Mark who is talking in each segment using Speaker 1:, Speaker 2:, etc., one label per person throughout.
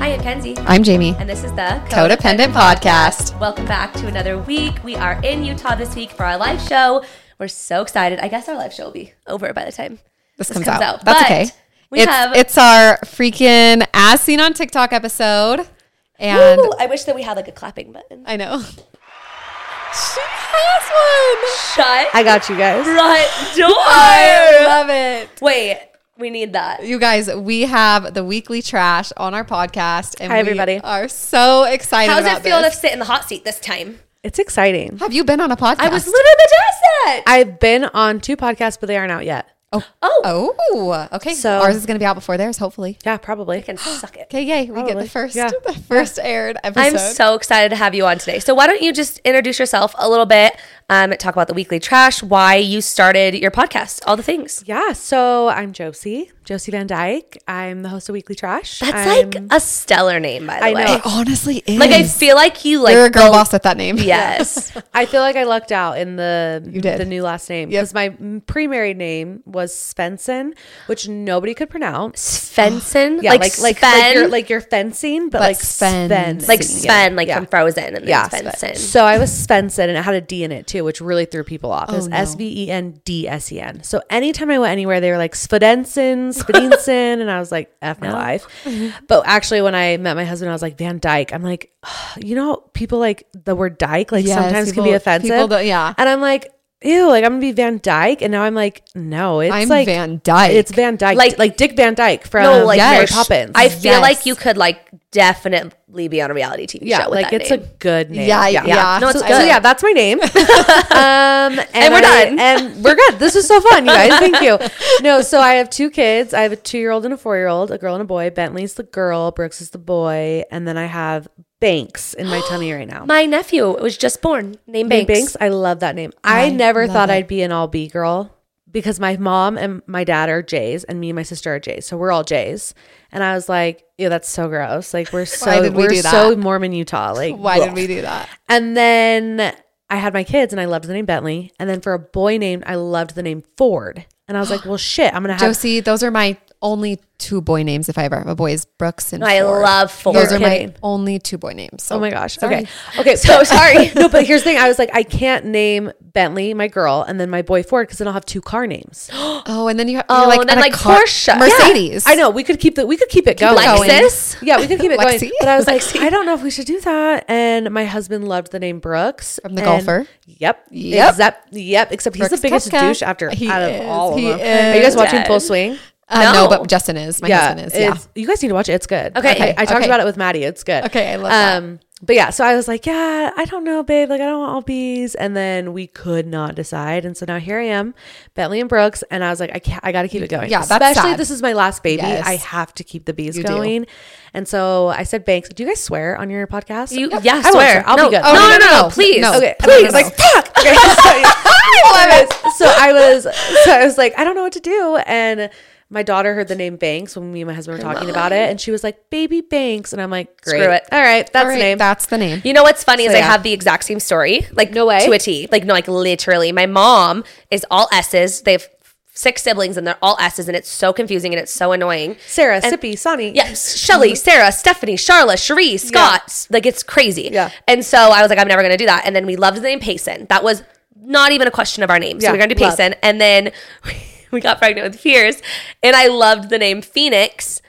Speaker 1: Hiya, Kenzie.
Speaker 2: I'm Jamie.
Speaker 1: And this is the
Speaker 2: Codependent Podcast.
Speaker 1: Welcome back to another week. We are in Utah this week for our live show. We're so excited. I guess our live show will be over by the time
Speaker 2: This comes, out. That's
Speaker 1: But
Speaker 2: okay.
Speaker 1: We
Speaker 2: it's,
Speaker 1: have.
Speaker 2: it's our freaking as seen on TikTok episode. And
Speaker 1: Ooh, I wish that we had like a clapping button.
Speaker 2: I know. She has
Speaker 1: Shut
Speaker 3: I got you guys.
Speaker 1: front
Speaker 2: I
Speaker 1: door.
Speaker 2: love it.
Speaker 1: Wait, we need that.
Speaker 2: You guys, we have the weekly trash on our podcast. And
Speaker 3: Hi,
Speaker 2: we
Speaker 3: everybody.
Speaker 2: are so excited.
Speaker 1: How does
Speaker 2: about
Speaker 1: it feel
Speaker 2: this.
Speaker 1: to sit in the hot seat this time?
Speaker 3: It's exciting.
Speaker 2: have you been on a podcast?
Speaker 1: I was literally just that.
Speaker 3: I've been on two podcasts, but they aren't out yet.
Speaker 2: Oh,
Speaker 1: Oh.
Speaker 2: oh, okay. So
Speaker 3: So-
Speaker 2: ours is going to be out before theirs, hopefully.
Speaker 3: Yeah, probably.
Speaker 1: can suck it.
Speaker 2: Okay, yay! We get the
Speaker 3: Probably.
Speaker 2: first,
Speaker 3: Yeah.
Speaker 2: the first aired episode.
Speaker 1: I'm so excited to have you on today. So why don't you just introduce yourself a little bit? Um, talk about the weekly trash, why you started your podcast, all the things.
Speaker 3: Yeah, so I'm Josie, Josie Van Dyke. I'm the host of Weekly Trash.
Speaker 1: That's
Speaker 3: I'm-
Speaker 1: like a stellar name, by the
Speaker 3: I
Speaker 1: way.
Speaker 3: know.
Speaker 2: It honestly is.
Speaker 1: Like I feel like you like
Speaker 2: You're a girl
Speaker 1: built-
Speaker 2: boss at that name.
Speaker 1: Yes.
Speaker 3: I feel like I lucked out in the
Speaker 2: did.
Speaker 3: the new last name
Speaker 2: Yep.
Speaker 3: because my m- pre-married name was Svensson, which nobody could pronounce.
Speaker 1: Svensson.
Speaker 3: Yeah,
Speaker 1: like,
Speaker 3: like like like,
Speaker 1: Sven.
Speaker 3: you're, like you're fencing, but,
Speaker 2: But
Speaker 3: like Sven.
Speaker 2: Svensson.
Speaker 1: Like Sven, like
Speaker 3: Yeah.
Speaker 1: from Frozen and then
Speaker 3: Yeah,
Speaker 1: Svensson.
Speaker 3: So I was Svensson and it had a D in it too, which really threw people off. it was
Speaker 2: Oh, no.
Speaker 3: S V E N D S E N. So anytime I went anywhere, they were like Svedensson, Svedinson, and I was like, F my life. But actually, when I met my husband, I was like, Van Dyke. I'm like, you know, people like the word Dyke, like
Speaker 2: Yes,
Speaker 3: sometimes can be
Speaker 2: people-
Speaker 3: offensive.
Speaker 2: people don't- yeah.
Speaker 3: And I'm like, ew, like I'm gonna be Van Dyke. And now I'm like, no, it's
Speaker 2: I'm
Speaker 3: like
Speaker 2: Van Dyke.
Speaker 3: It's Van Dyke.
Speaker 1: Like-
Speaker 3: Like like Dick Van Dyke from
Speaker 1: No, like
Speaker 2: Yes.
Speaker 3: Mary
Speaker 2: Sh-
Speaker 3: Poppins.
Speaker 1: I feel
Speaker 2: Yes.
Speaker 1: like you could like definitely be on a reality TV
Speaker 3: yeah,
Speaker 1: show with
Speaker 3: like
Speaker 1: that
Speaker 3: it's
Speaker 1: name.
Speaker 3: a good name.
Speaker 2: Yeah, yeah.
Speaker 1: No, it's
Speaker 3: so,
Speaker 1: good.
Speaker 3: so yeah, that's my name. um, and,
Speaker 1: we're
Speaker 3: I-
Speaker 1: done.
Speaker 3: And we're good. This is so fun, you guys. Thank you. No, so I have two kids. I have a two-year-old and a four-year-old, a girl and a boy. Bentley's the girl, Brooks is the boy, and then I have Banks in my tummy right now.
Speaker 1: My nephew was just born named Banks.
Speaker 3: Name Banks, I love that name. I,
Speaker 2: I
Speaker 3: never
Speaker 2: love
Speaker 3: thought
Speaker 2: it.
Speaker 3: I'd be an all B girl because my mom and my dad are J's, and me and my sister are J's, so we're all J's. And I was like, "Ew, that's so gross. Like we're so
Speaker 2: did we
Speaker 3: we are
Speaker 2: do that?
Speaker 3: so Mormon Utah. Like
Speaker 2: Why did we do that?
Speaker 3: and then I had my kids and I loved the name Bentley. And then for a boy named, I loved the name Ford. And I was like, well, shit, I'm going to have.
Speaker 2: Josie, those are my only two boy names. If I ever have a boy, is Brooks and
Speaker 1: No, I
Speaker 2: Ford.
Speaker 1: love Ford.
Speaker 2: Those are
Speaker 3: You're
Speaker 2: my
Speaker 3: kidding.
Speaker 2: only two boy names. So
Speaker 3: Oh my gosh. Okay. Okay.
Speaker 1: So sorry.
Speaker 3: no, but here's the thing. I was like, I can't name Bentley, my girl, and then my boy Ford because then I'll have two car names.
Speaker 2: Oh, and then you. You're
Speaker 1: Oh,
Speaker 2: like,
Speaker 1: and then
Speaker 2: on a
Speaker 1: like
Speaker 2: car-
Speaker 1: Porsche.
Speaker 2: Mercedes.
Speaker 3: I know we could keep the we could keep it going.
Speaker 2: going.
Speaker 1: Lexus.
Speaker 3: Yeah, we could keep it
Speaker 2: Lexi?
Speaker 3: going. But I was like, I don't know if we should do that. And my husband loved the name Brooks
Speaker 2: From the
Speaker 3: and-
Speaker 2: golfer?
Speaker 3: Yep.
Speaker 2: Yep.
Speaker 3: Except yep. Except he's
Speaker 2: Brooks
Speaker 3: the biggest
Speaker 2: Koepka.
Speaker 3: douche after
Speaker 2: He
Speaker 3: out of
Speaker 2: is.
Speaker 3: all of
Speaker 2: He
Speaker 3: them. Are you
Speaker 2: is.
Speaker 3: guys watching
Speaker 1: Dead.
Speaker 3: Full Swing?
Speaker 2: Uh, no.
Speaker 1: No.
Speaker 2: but Justin is. My husband is. Yeah.
Speaker 3: it's- You guys need to watch it. It's good.
Speaker 1: Okay.
Speaker 3: I, I talked
Speaker 2: Okay.
Speaker 3: about it with Maddie. It's good.
Speaker 2: Okay, I love that.
Speaker 3: um, But yeah, so I was like, yeah, I don't know, babe. Like, I don't want all bees. And then we could not decide. And so now here I am, Bentley and Brooks. And I was like, I can't, I got to keep it going.
Speaker 2: Yeah, that's
Speaker 3: Especially
Speaker 2: sad.
Speaker 3: this is my last baby.
Speaker 2: Yes.
Speaker 3: I have to keep the bees
Speaker 2: You do.
Speaker 3: going. And so I said, Banks, do you guys swear on your podcast?
Speaker 1: You,
Speaker 3: Yep.
Speaker 1: yeah,
Speaker 3: I won't
Speaker 1: swear.
Speaker 3: I'll
Speaker 1: no,
Speaker 3: be good.
Speaker 1: No, no, no, no, please.
Speaker 2: Oh, No.
Speaker 3: Okay,
Speaker 2: No, no,
Speaker 3: please.
Speaker 2: no.
Speaker 3: Like, fuck. Okay, so, so I was, so I was like, I don't know what to do. And my daughter heard the name Banks when me and my husband were talking about it, and she was like, "Baby Banks," and I'm like, "Great,
Speaker 1: Screw it.
Speaker 3: all right, that's
Speaker 2: All right,
Speaker 3: the name."
Speaker 2: That's the name.
Speaker 1: You know what's funny is I
Speaker 3: yeah.
Speaker 1: have the exact same story. Like
Speaker 3: No way.
Speaker 1: to a T. Like no, like literally. My mom is all S's. They have six siblings and they're all S's, and it's so confusing and it's so annoying.
Speaker 3: Sarah, Sippy, Sonny.
Speaker 1: Yes, Shelly, Sarah, Stephanie, Charla, Cherie, Scott. Like it's crazy.
Speaker 3: Yeah.
Speaker 1: And so I was like, I'm never gonna do that. And then we loved the name Payson. That was not even a question of our name. So
Speaker 3: Yeah,
Speaker 1: we we're gonna do
Speaker 3: love.
Speaker 1: Payson. And then we got pregnant with Pierce, and I loved the name Phoenix.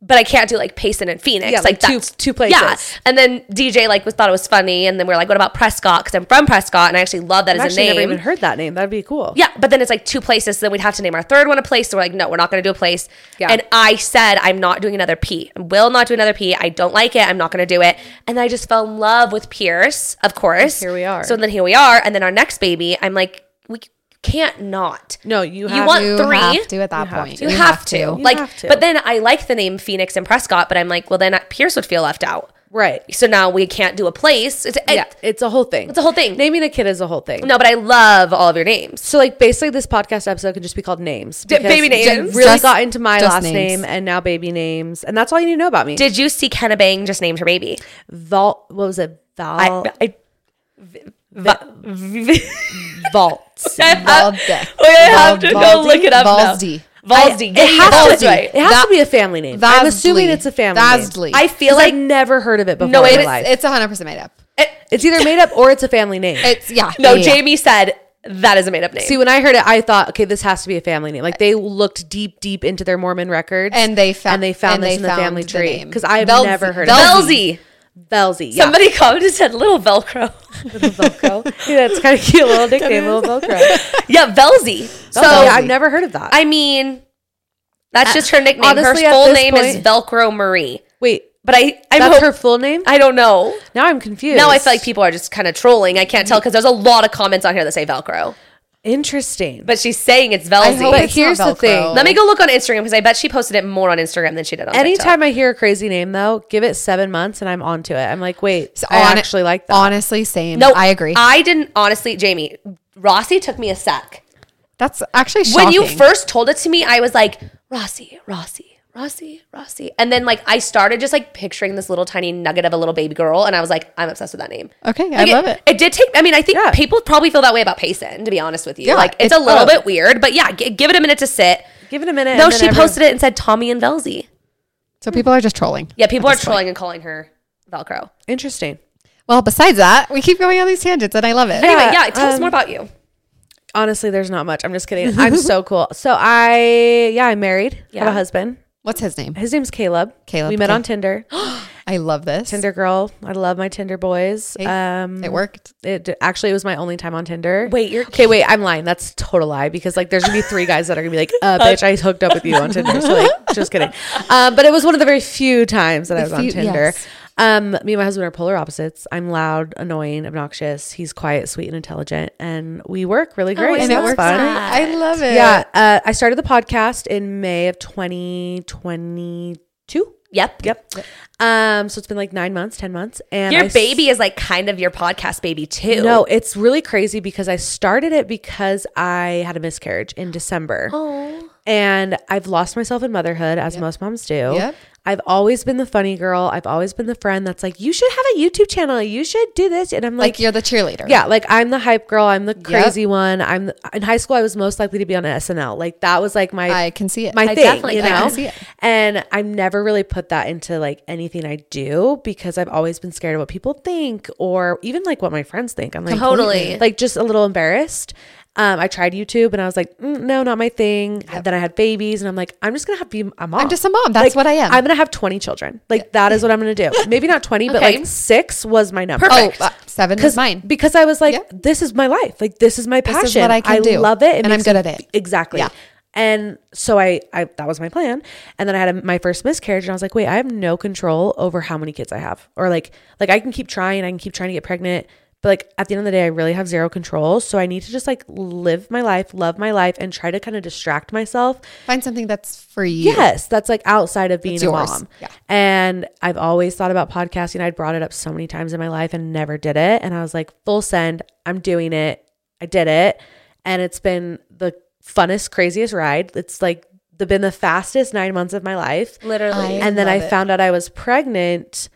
Speaker 1: but I can't do like Payson and Phoenix.
Speaker 3: Yeah, like two-
Speaker 1: that's-
Speaker 3: two places.
Speaker 1: Yeah. And then DJ like was thought it was funny, and then we are like, what about Prescott? Because I'm from Prescott, and I actually love that as
Speaker 3: I've
Speaker 1: a
Speaker 3: actually
Speaker 1: name.
Speaker 3: never even heard that name. That'd be cool.
Speaker 1: Yeah, but then it's like two places. So then we'd have to name our third one a place. So we're like, no, we're not going to do a place.
Speaker 3: Yeah.
Speaker 1: And I said, I'm not doing another P. I will not do another P. I don't like it. I'm not going to do it. And then I just fell in love with Pierce, of course.
Speaker 3: here we are.
Speaker 1: So then here we are. And then our next baby, I'm like, we can't not.
Speaker 3: No,
Speaker 1: You
Speaker 3: you have
Speaker 1: want-
Speaker 3: to-
Speaker 2: You
Speaker 1: Three.
Speaker 2: have to at that point.
Speaker 1: You, have, to. Like,
Speaker 3: have to.
Speaker 1: but then I like the name Phoenix and Prescott, but I'm like, well, then uh, Pierce would feel left out.
Speaker 3: right.
Speaker 1: So now we can't do a place. It's,
Speaker 3: yeah, it's a whole thing.
Speaker 1: It's a whole thing.
Speaker 3: Naming a kid is a whole thing.
Speaker 1: no, but I love all of your names.
Speaker 3: So like basically, this podcast episode can just be called names.
Speaker 1: D-
Speaker 3: because
Speaker 1: baby
Speaker 3: you
Speaker 1: names.
Speaker 3: Really
Speaker 2: Just-
Speaker 3: got into my
Speaker 2: just
Speaker 3: last
Speaker 2: names.
Speaker 3: name and now baby names, and that's all you need to know about me.
Speaker 1: Did you see Kenna Bang just named her baby?
Speaker 3: Vault? What was it? Val-
Speaker 1: I, I,
Speaker 3: vaults.
Speaker 2: Valde.
Speaker 1: We have to go look it up now.
Speaker 2: Valsdy.
Speaker 1: Valsdy.
Speaker 3: It has,
Speaker 1: Valsdy.
Speaker 3: to, be. It has to be a family name. I'm assuming
Speaker 2: Vasdly.
Speaker 3: it's a family
Speaker 2: Vasdly.
Speaker 3: name.
Speaker 1: I feel
Speaker 3: Because
Speaker 1: like
Speaker 3: I've never heard of it before
Speaker 1: No,
Speaker 3: in
Speaker 1: it
Speaker 3: my
Speaker 1: is-
Speaker 3: life.
Speaker 2: It's 100% made up.
Speaker 3: It's either made up or it's a family name.
Speaker 2: It's, yeah.
Speaker 1: no.
Speaker 2: yeah, yeah.
Speaker 1: Jamie said that is a made up name.
Speaker 3: See, when I heard it, I thought, okay, this has to be a family name. Like they looked deep, deep into their Mormon records,
Speaker 2: And they found
Speaker 3: and they found this in the
Speaker 2: found
Speaker 3: family tree
Speaker 2: name.
Speaker 3: because I've
Speaker 2: Velzy-
Speaker 3: never heard of
Speaker 2: Velzy.
Speaker 1: Velzy.
Speaker 3: it. Velzy. Yeah.
Speaker 1: Somebody commented and said little Velcro.
Speaker 3: Velcro. yeah, it's kind of cute little nickname, little Velcro.
Speaker 1: yeah, Velzy.
Speaker 3: So
Speaker 1: So
Speaker 3: yeah, I've never heard of that.
Speaker 1: I mean, that's just her nickname.
Speaker 3: honestly, at
Speaker 1: her full
Speaker 3: this
Speaker 1: name is
Speaker 3: point-
Speaker 1: Velcro Marie.
Speaker 3: Wait,
Speaker 1: But I, I
Speaker 3: that's
Speaker 1: hope,
Speaker 3: her full name.
Speaker 1: I don't know.
Speaker 3: now I'm confused.
Speaker 1: Now I feel like people are just kind of trolling. I can't tell because there's a lot of comments on here that say Velcro,
Speaker 3: interesting.
Speaker 1: but she's saying it's
Speaker 2: I
Speaker 1: Velzy.
Speaker 2: hope
Speaker 3: But
Speaker 2: it's not
Speaker 3: here's the
Speaker 2: Velcro.
Speaker 3: thing.
Speaker 1: Let me go look on Instagram because I bet she posted it more on Instagram than she did on TikTok.
Speaker 3: anytime I hear a crazy name though, give it seven months and I'm onto it. I'm like, wait,
Speaker 2: So
Speaker 3: I
Speaker 2: hon-
Speaker 3: actually like that.
Speaker 2: Honestly, same.
Speaker 1: No,
Speaker 2: I agree.
Speaker 3: Uh,
Speaker 1: I didn't honestly, Jamie. Rossi took me a sec.
Speaker 2: That's actually shocking.
Speaker 1: When you first told it to me, I was like, Rossi, Rossi, Rossi, Rossi. And then like I started just like picturing this little tiny nugget of a little baby girl, and I was like, I'm obsessed with that name.
Speaker 2: Okay, I
Speaker 1: Like,
Speaker 2: love it.
Speaker 1: It did take. I mean, I think
Speaker 3: Yeah.
Speaker 1: people probably feel that way about Payson. To be honest with you,
Speaker 2: Yeah,
Speaker 1: like it's,
Speaker 2: it's-
Speaker 1: a little
Speaker 3: oh.
Speaker 1: bit weird, but yeah, g- give it a minute to sit.
Speaker 3: Give it a minute.
Speaker 1: no,
Speaker 3: and then
Speaker 1: she
Speaker 3: everyone-
Speaker 1: posted it and said Tommy and Velzy.
Speaker 2: So people are just trolling.
Speaker 1: Yeah, people are trolling and calling her Velcro.
Speaker 3: Interesting.
Speaker 2: Well, besides that, we keep going on these tangents and I love it.
Speaker 1: Anyway,
Speaker 3: Yeah,
Speaker 1: yeah, tell us
Speaker 3: um,
Speaker 1: more about you.
Speaker 3: Honestly, there's not much. I'm just kidding. I'm so cool. So I, yeah, I'm married. I have
Speaker 1: Yeah.
Speaker 3: a husband.
Speaker 2: What's his name?
Speaker 3: His name's Caleb.
Speaker 2: Caleb,
Speaker 3: We met
Speaker 2: okay.
Speaker 3: on Tinder.
Speaker 2: I love this.
Speaker 3: Tinder girl. I love my Tinder boys.
Speaker 2: Hey,
Speaker 3: um,
Speaker 2: it worked.
Speaker 3: It actually it was my only time on Tinder.
Speaker 1: Wait, you're-
Speaker 3: okay. Wait, I'm lying. That's a total lie because like there's gonna be three guys that are gonna be like, uh, bitch, I hooked up with you on Tinder. So like, just kidding. Um, but it was one of the very few times that I was on
Speaker 2: few-
Speaker 3: Tinder.
Speaker 2: yes.
Speaker 3: Um, me and my husband are polar opposites. I'm loud, annoying, obnoxious. He's quiet, sweet, and intelligent, and we work really great.
Speaker 2: Oh, and
Speaker 3: It's
Speaker 2: it works.
Speaker 3: fun.
Speaker 2: I love it.
Speaker 3: Yeah, uh, I started the podcast in May of 2022.
Speaker 1: Yep.
Speaker 3: Yep. Um, so it's been like nine months, ten months, and
Speaker 1: Your
Speaker 3: I s-
Speaker 1: baby is like kind of your podcast baby too.
Speaker 3: No, it's really crazy because I started it because I had a miscarriage in December,
Speaker 1: Oh.
Speaker 3: and I've lost myself in motherhood, as most moms do.
Speaker 2: Yep.
Speaker 3: I've always been the funny girl. I've always been the friend that's like, you should have a YouTube channel. You should do this, and I'm
Speaker 2: Like,
Speaker 3: like,
Speaker 2: you're the cheerleader.
Speaker 3: yeah, like I'm the hype girl. I'm the crazy one. I'm the, in high school. I was most likely to be on SNL. Like that was like my
Speaker 2: I can see it.
Speaker 3: my
Speaker 2: I
Speaker 3: thing.
Speaker 1: definitely-
Speaker 3: you
Speaker 1: I
Speaker 3: know,
Speaker 1: can
Speaker 2: see it.
Speaker 3: and I've never really put that into like anything I do because I've always been scared of what people think or even like what my friends think. I'm like
Speaker 1: Totally.
Speaker 3: like just a little embarrassed. Um, I tried YouTube and I was like, mm, no, not my thing. Then I had babies and I'm like, I'm just gonna have to be a mom.
Speaker 2: I'm just a mom. That's
Speaker 3: Like,
Speaker 2: what I am.
Speaker 3: I'm gonna have 20 children. Like that is what I'm gonna do. Maybe not 20, but
Speaker 1: Okay.
Speaker 3: like six was my number.
Speaker 2: oh, uh, seven
Speaker 3: Because
Speaker 2: was mine.
Speaker 3: Because I was like,
Speaker 2: Yeah.
Speaker 3: this is my life. Like this is my
Speaker 2: This
Speaker 3: passion.
Speaker 2: is what I can do,
Speaker 3: love it, It
Speaker 2: and I'm
Speaker 3: makes
Speaker 2: good
Speaker 3: me-
Speaker 2: at it.
Speaker 3: Exactly.
Speaker 2: Yeah.
Speaker 3: And so I, I, that was my plan. And then I had a, my first miscarriage, and I was like, wait, I have no control over how many kids I have, or like, like I can keep trying, I can keep trying to get pregnant, but like at the end of the day, I really have zero control. So I need to just like live my life, love my life, and try to kind of distract myself
Speaker 2: Find something that's for you.
Speaker 3: Yes, that's like outside of being
Speaker 2: That's
Speaker 3: a
Speaker 2: yours.
Speaker 3: mom.
Speaker 2: Yeah.
Speaker 3: And I've always thought about podcasting. I brought it up so many times in my life and never did it. And I was like, full send, I'm doing it. I did it. And it's been the funnest, craziest ride. It's like the, been the fastest nine months of my life.
Speaker 1: Literally.
Speaker 2: I
Speaker 3: and then I
Speaker 2: love it.
Speaker 3: found out I was pregnant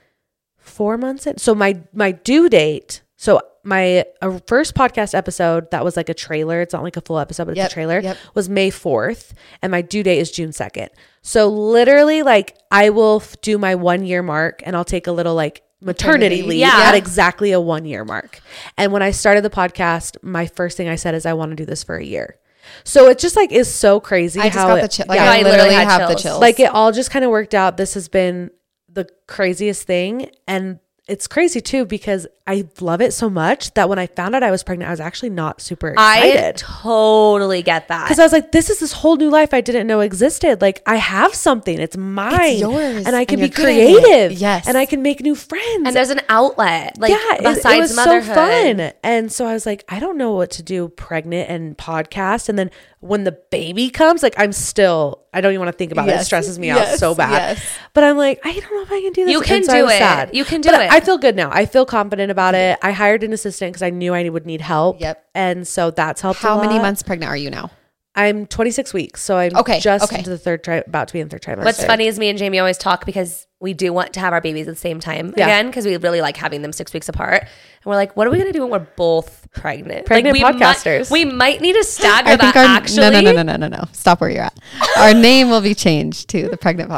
Speaker 3: four months in. So my my due date. So my uh, first podcast episode that was like a trailer. It's not like a full episode, but
Speaker 2: Yep,
Speaker 3: it's a trailer.
Speaker 2: yep.
Speaker 3: Was May fourth, and my due date is June second. So literally, like I will f- do my one year mark, and I'll take a little like maternity,
Speaker 2: Maternity,
Speaker 3: leave
Speaker 1: yeah.
Speaker 3: at exactly a one year mark. And when I started the podcast, my first thing I said is I want to do this for a year. So it just like is so crazy.
Speaker 2: I just
Speaker 3: how
Speaker 2: got
Speaker 3: it-
Speaker 2: the chill. Like
Speaker 3: yeah.
Speaker 2: I
Speaker 1: I
Speaker 2: literally,
Speaker 1: literally had
Speaker 2: have the
Speaker 1: chills.
Speaker 2: chills.
Speaker 3: like it all just kind of worked out. This has been the craziest thing, and it's crazy too because I love it so much that when I found out I was pregnant, I was actually not super
Speaker 1: I
Speaker 3: excited.
Speaker 1: totally get that.
Speaker 3: because I was like, this is this whole new life I didn't know existed. Like, I have something; it's mine,
Speaker 2: yours,
Speaker 3: and I can
Speaker 2: and
Speaker 3: be
Speaker 2: you're good at it.
Speaker 3: creative.
Speaker 2: Yes.
Speaker 3: and I can make new friends.
Speaker 1: And there's an outlet, like
Speaker 3: yeah, it-
Speaker 1: besides
Speaker 3: it, was
Speaker 1: motherhood.
Speaker 3: so fun. And so I was like, I don't know what to do, pregnant and podcast. And then when the baby comes, like I'm still, I don't even want to think about it. It
Speaker 2: Yes.
Speaker 3: stresses me out
Speaker 2: Yes.
Speaker 3: so bad.
Speaker 2: Yes.
Speaker 3: But I'm like, I don't know if I can do this.
Speaker 1: You
Speaker 3: And
Speaker 1: can
Speaker 3: so I
Speaker 1: do
Speaker 3: was
Speaker 1: it. You can do
Speaker 3: But
Speaker 1: it.
Speaker 3: I feel good now. I feel confident about it. I hired an assistant because I knew I would need help.
Speaker 2: Yep.
Speaker 3: And so that's helped. a
Speaker 2: How many
Speaker 3: lot.
Speaker 2: months pregnant are you now?
Speaker 3: I'm 26 weeks, so I'm
Speaker 2: Okay,
Speaker 3: just
Speaker 2: okay.
Speaker 3: into the third tri- about to be in third trimester.
Speaker 1: What's funny is me and Jamie always talk because we do want to have our babies at the same time
Speaker 3: Yeah.
Speaker 1: again because we really like having them six weeks apart. And we're like, what are we going to do when we're both pregnant?
Speaker 3: Pregnant
Speaker 1: like, we might-
Speaker 3: podcasters.
Speaker 1: we might need to stagger
Speaker 2: I
Speaker 1: that
Speaker 2: our
Speaker 1: actually.
Speaker 2: no no no no no no no stop where you're at. Our name will be changed to the pregnant
Speaker 3: We're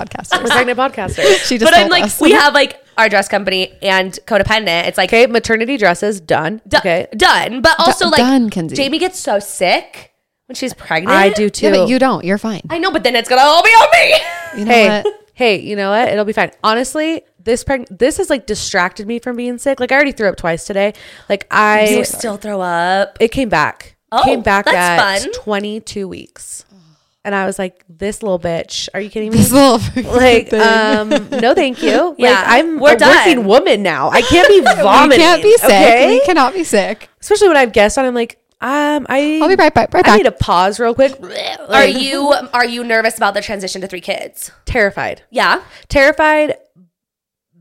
Speaker 2: podcasters.
Speaker 3: pregnant podcasters.
Speaker 2: She just
Speaker 1: But I'm
Speaker 2: told
Speaker 1: like,
Speaker 2: us.
Speaker 1: we have like our dress company and codependent. It's like,
Speaker 3: Okay, maternity dresses done.
Speaker 1: do-
Speaker 3: okay,
Speaker 1: done. But also, like,
Speaker 2: done, Kenzie.
Speaker 1: Jamie gets so sick when she's pregnant.
Speaker 3: I do too.
Speaker 2: yeah, but you don't. You're fine.
Speaker 1: I know, but then it's going to all be on me.
Speaker 2: You know
Speaker 3: hey,
Speaker 2: what?
Speaker 3: hey, you know what? It'll be fine. Honestly, this preg- this has like distracted me from being sick. Like I already threw up twice today. Like I,
Speaker 1: you still throw up.
Speaker 3: it came back.
Speaker 1: Oh,
Speaker 3: came back
Speaker 1: that's
Speaker 3: at
Speaker 1: fun.
Speaker 3: 22 weeks, and I was like, "This little bitch, are you kidding me?"
Speaker 2: This little freaking
Speaker 3: like,
Speaker 2: thing.
Speaker 3: um, no, thank you.
Speaker 1: Yeah,
Speaker 3: like, I'm
Speaker 1: we're
Speaker 3: a working
Speaker 1: done.
Speaker 3: woman now. I can't be
Speaker 2: we
Speaker 3: vomiting.
Speaker 2: can't be sick.
Speaker 3: okay?
Speaker 2: We cannot be sick.
Speaker 3: Especially when I've guessed on. I'm like, um, I.
Speaker 2: I'll be right back. Right
Speaker 3: I
Speaker 2: back.
Speaker 3: need to pause real quick.
Speaker 1: Are you are you nervous about the transition to three kids?
Speaker 3: terrified?
Speaker 1: Yeah.
Speaker 3: terrified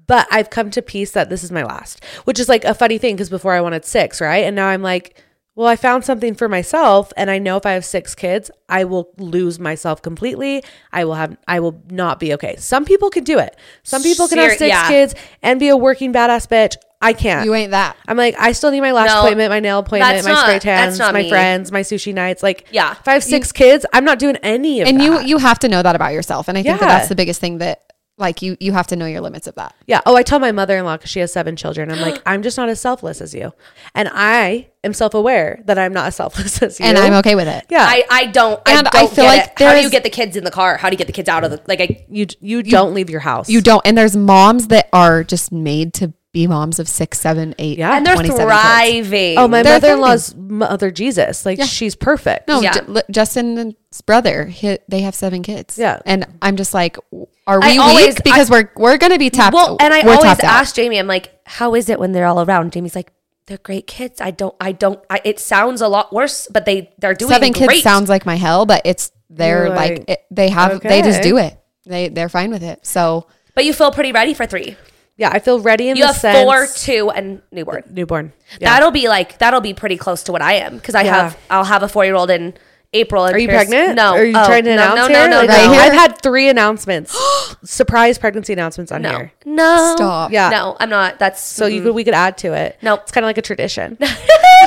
Speaker 3: but i've come to peace that this is my last which is like a funny thing because before i wanted six right and now i'm like well i found something for myself and i know if i have six kids i will lose myself completely i will have i will not be okay some people can do it some people can have
Speaker 1: Ser-
Speaker 3: six
Speaker 1: yeah.
Speaker 3: kids and be a working badass bitch i can't
Speaker 2: You ain't that.
Speaker 3: I'm like, I still need my lash
Speaker 1: No,
Speaker 3: appointment, my nail appointment,
Speaker 1: that's
Speaker 3: my spray
Speaker 1: not-
Speaker 3: tans,
Speaker 1: that's not
Speaker 3: my
Speaker 1: me.
Speaker 3: friends, my sushi nights. Like,
Speaker 1: Yeah.
Speaker 3: if I have six kids, I'm not doing any of
Speaker 2: and
Speaker 3: that.
Speaker 2: you you have to know that about yourself and i think that
Speaker 3: Yeah.
Speaker 2: that's the biggest thing that like you you have to know your limits of that
Speaker 3: Yeah. Oh, I tell my mother in law because she has seven children. I'm like, I'm just not as selfless as you. And I am self aware that I'm not as selfless as you.
Speaker 2: and i'm okay with it
Speaker 3: Yeah.
Speaker 1: I, I don't.
Speaker 2: And
Speaker 1: I,
Speaker 2: I
Speaker 1: don't
Speaker 2: feel
Speaker 1: get
Speaker 2: like
Speaker 1: it. how do you
Speaker 2: there's-
Speaker 1: get the kids in the car? How do you get the kids out of the like? I,
Speaker 3: you, you don't leave your house.
Speaker 2: you don't and there's moms that are just made to be moms of six seven eight
Speaker 3: Yeah.
Speaker 1: and they're
Speaker 2: 27 kids.
Speaker 1: thriving.
Speaker 3: Oh, my
Speaker 2: They're
Speaker 3: mother in law's mother Jesus. Like, she's perfect.
Speaker 2: no
Speaker 1: Yeah.
Speaker 2: Ju- li- justin's brother he, they have seven kids
Speaker 3: Yeah.
Speaker 2: and i'm just like w- are
Speaker 1: I
Speaker 2: we
Speaker 1: always-
Speaker 2: weak because we're we're gonna be tapped
Speaker 1: Well, and I
Speaker 2: we're
Speaker 1: always
Speaker 2: tapped out.
Speaker 1: ask Jamie. I'm like, how is it when they're all around? Jamie's like, they're great kids. I don't. I don't. I, it sounds a lot worse, but they they're doing
Speaker 2: seven
Speaker 1: great.
Speaker 2: kids sounds like my hell but it's they're
Speaker 3: You're
Speaker 2: like,
Speaker 3: like,
Speaker 2: it, they have they just
Speaker 3: okay.
Speaker 2: do it they they're fine with it so
Speaker 1: but you feel pretty ready for three.
Speaker 3: Yeah. I feel ready in
Speaker 1: You
Speaker 3: the
Speaker 1: have
Speaker 3: sense.
Speaker 1: four, two, and newborn.
Speaker 3: newborn.
Speaker 1: That'll be like that'll be pretty close to what I am because I
Speaker 3: Yeah.
Speaker 1: have I'll have a four year old in April. And
Speaker 3: Are you
Speaker 1: Pierce-
Speaker 3: pregnant?
Speaker 1: No.
Speaker 3: Are you
Speaker 1: Oh,
Speaker 3: trying to
Speaker 1: no,
Speaker 3: announce
Speaker 1: No,
Speaker 3: here?
Speaker 1: no, no,
Speaker 3: Like,
Speaker 1: no.
Speaker 2: Right
Speaker 3: I've had three announcements, surprise pregnancy announcements on
Speaker 1: no,
Speaker 3: here.
Speaker 1: no.
Speaker 2: Stop.
Speaker 3: Yeah.
Speaker 1: No, I'm not. That's
Speaker 3: So you could, we could add to it.
Speaker 1: Nope.
Speaker 3: It's kind of like a tradition.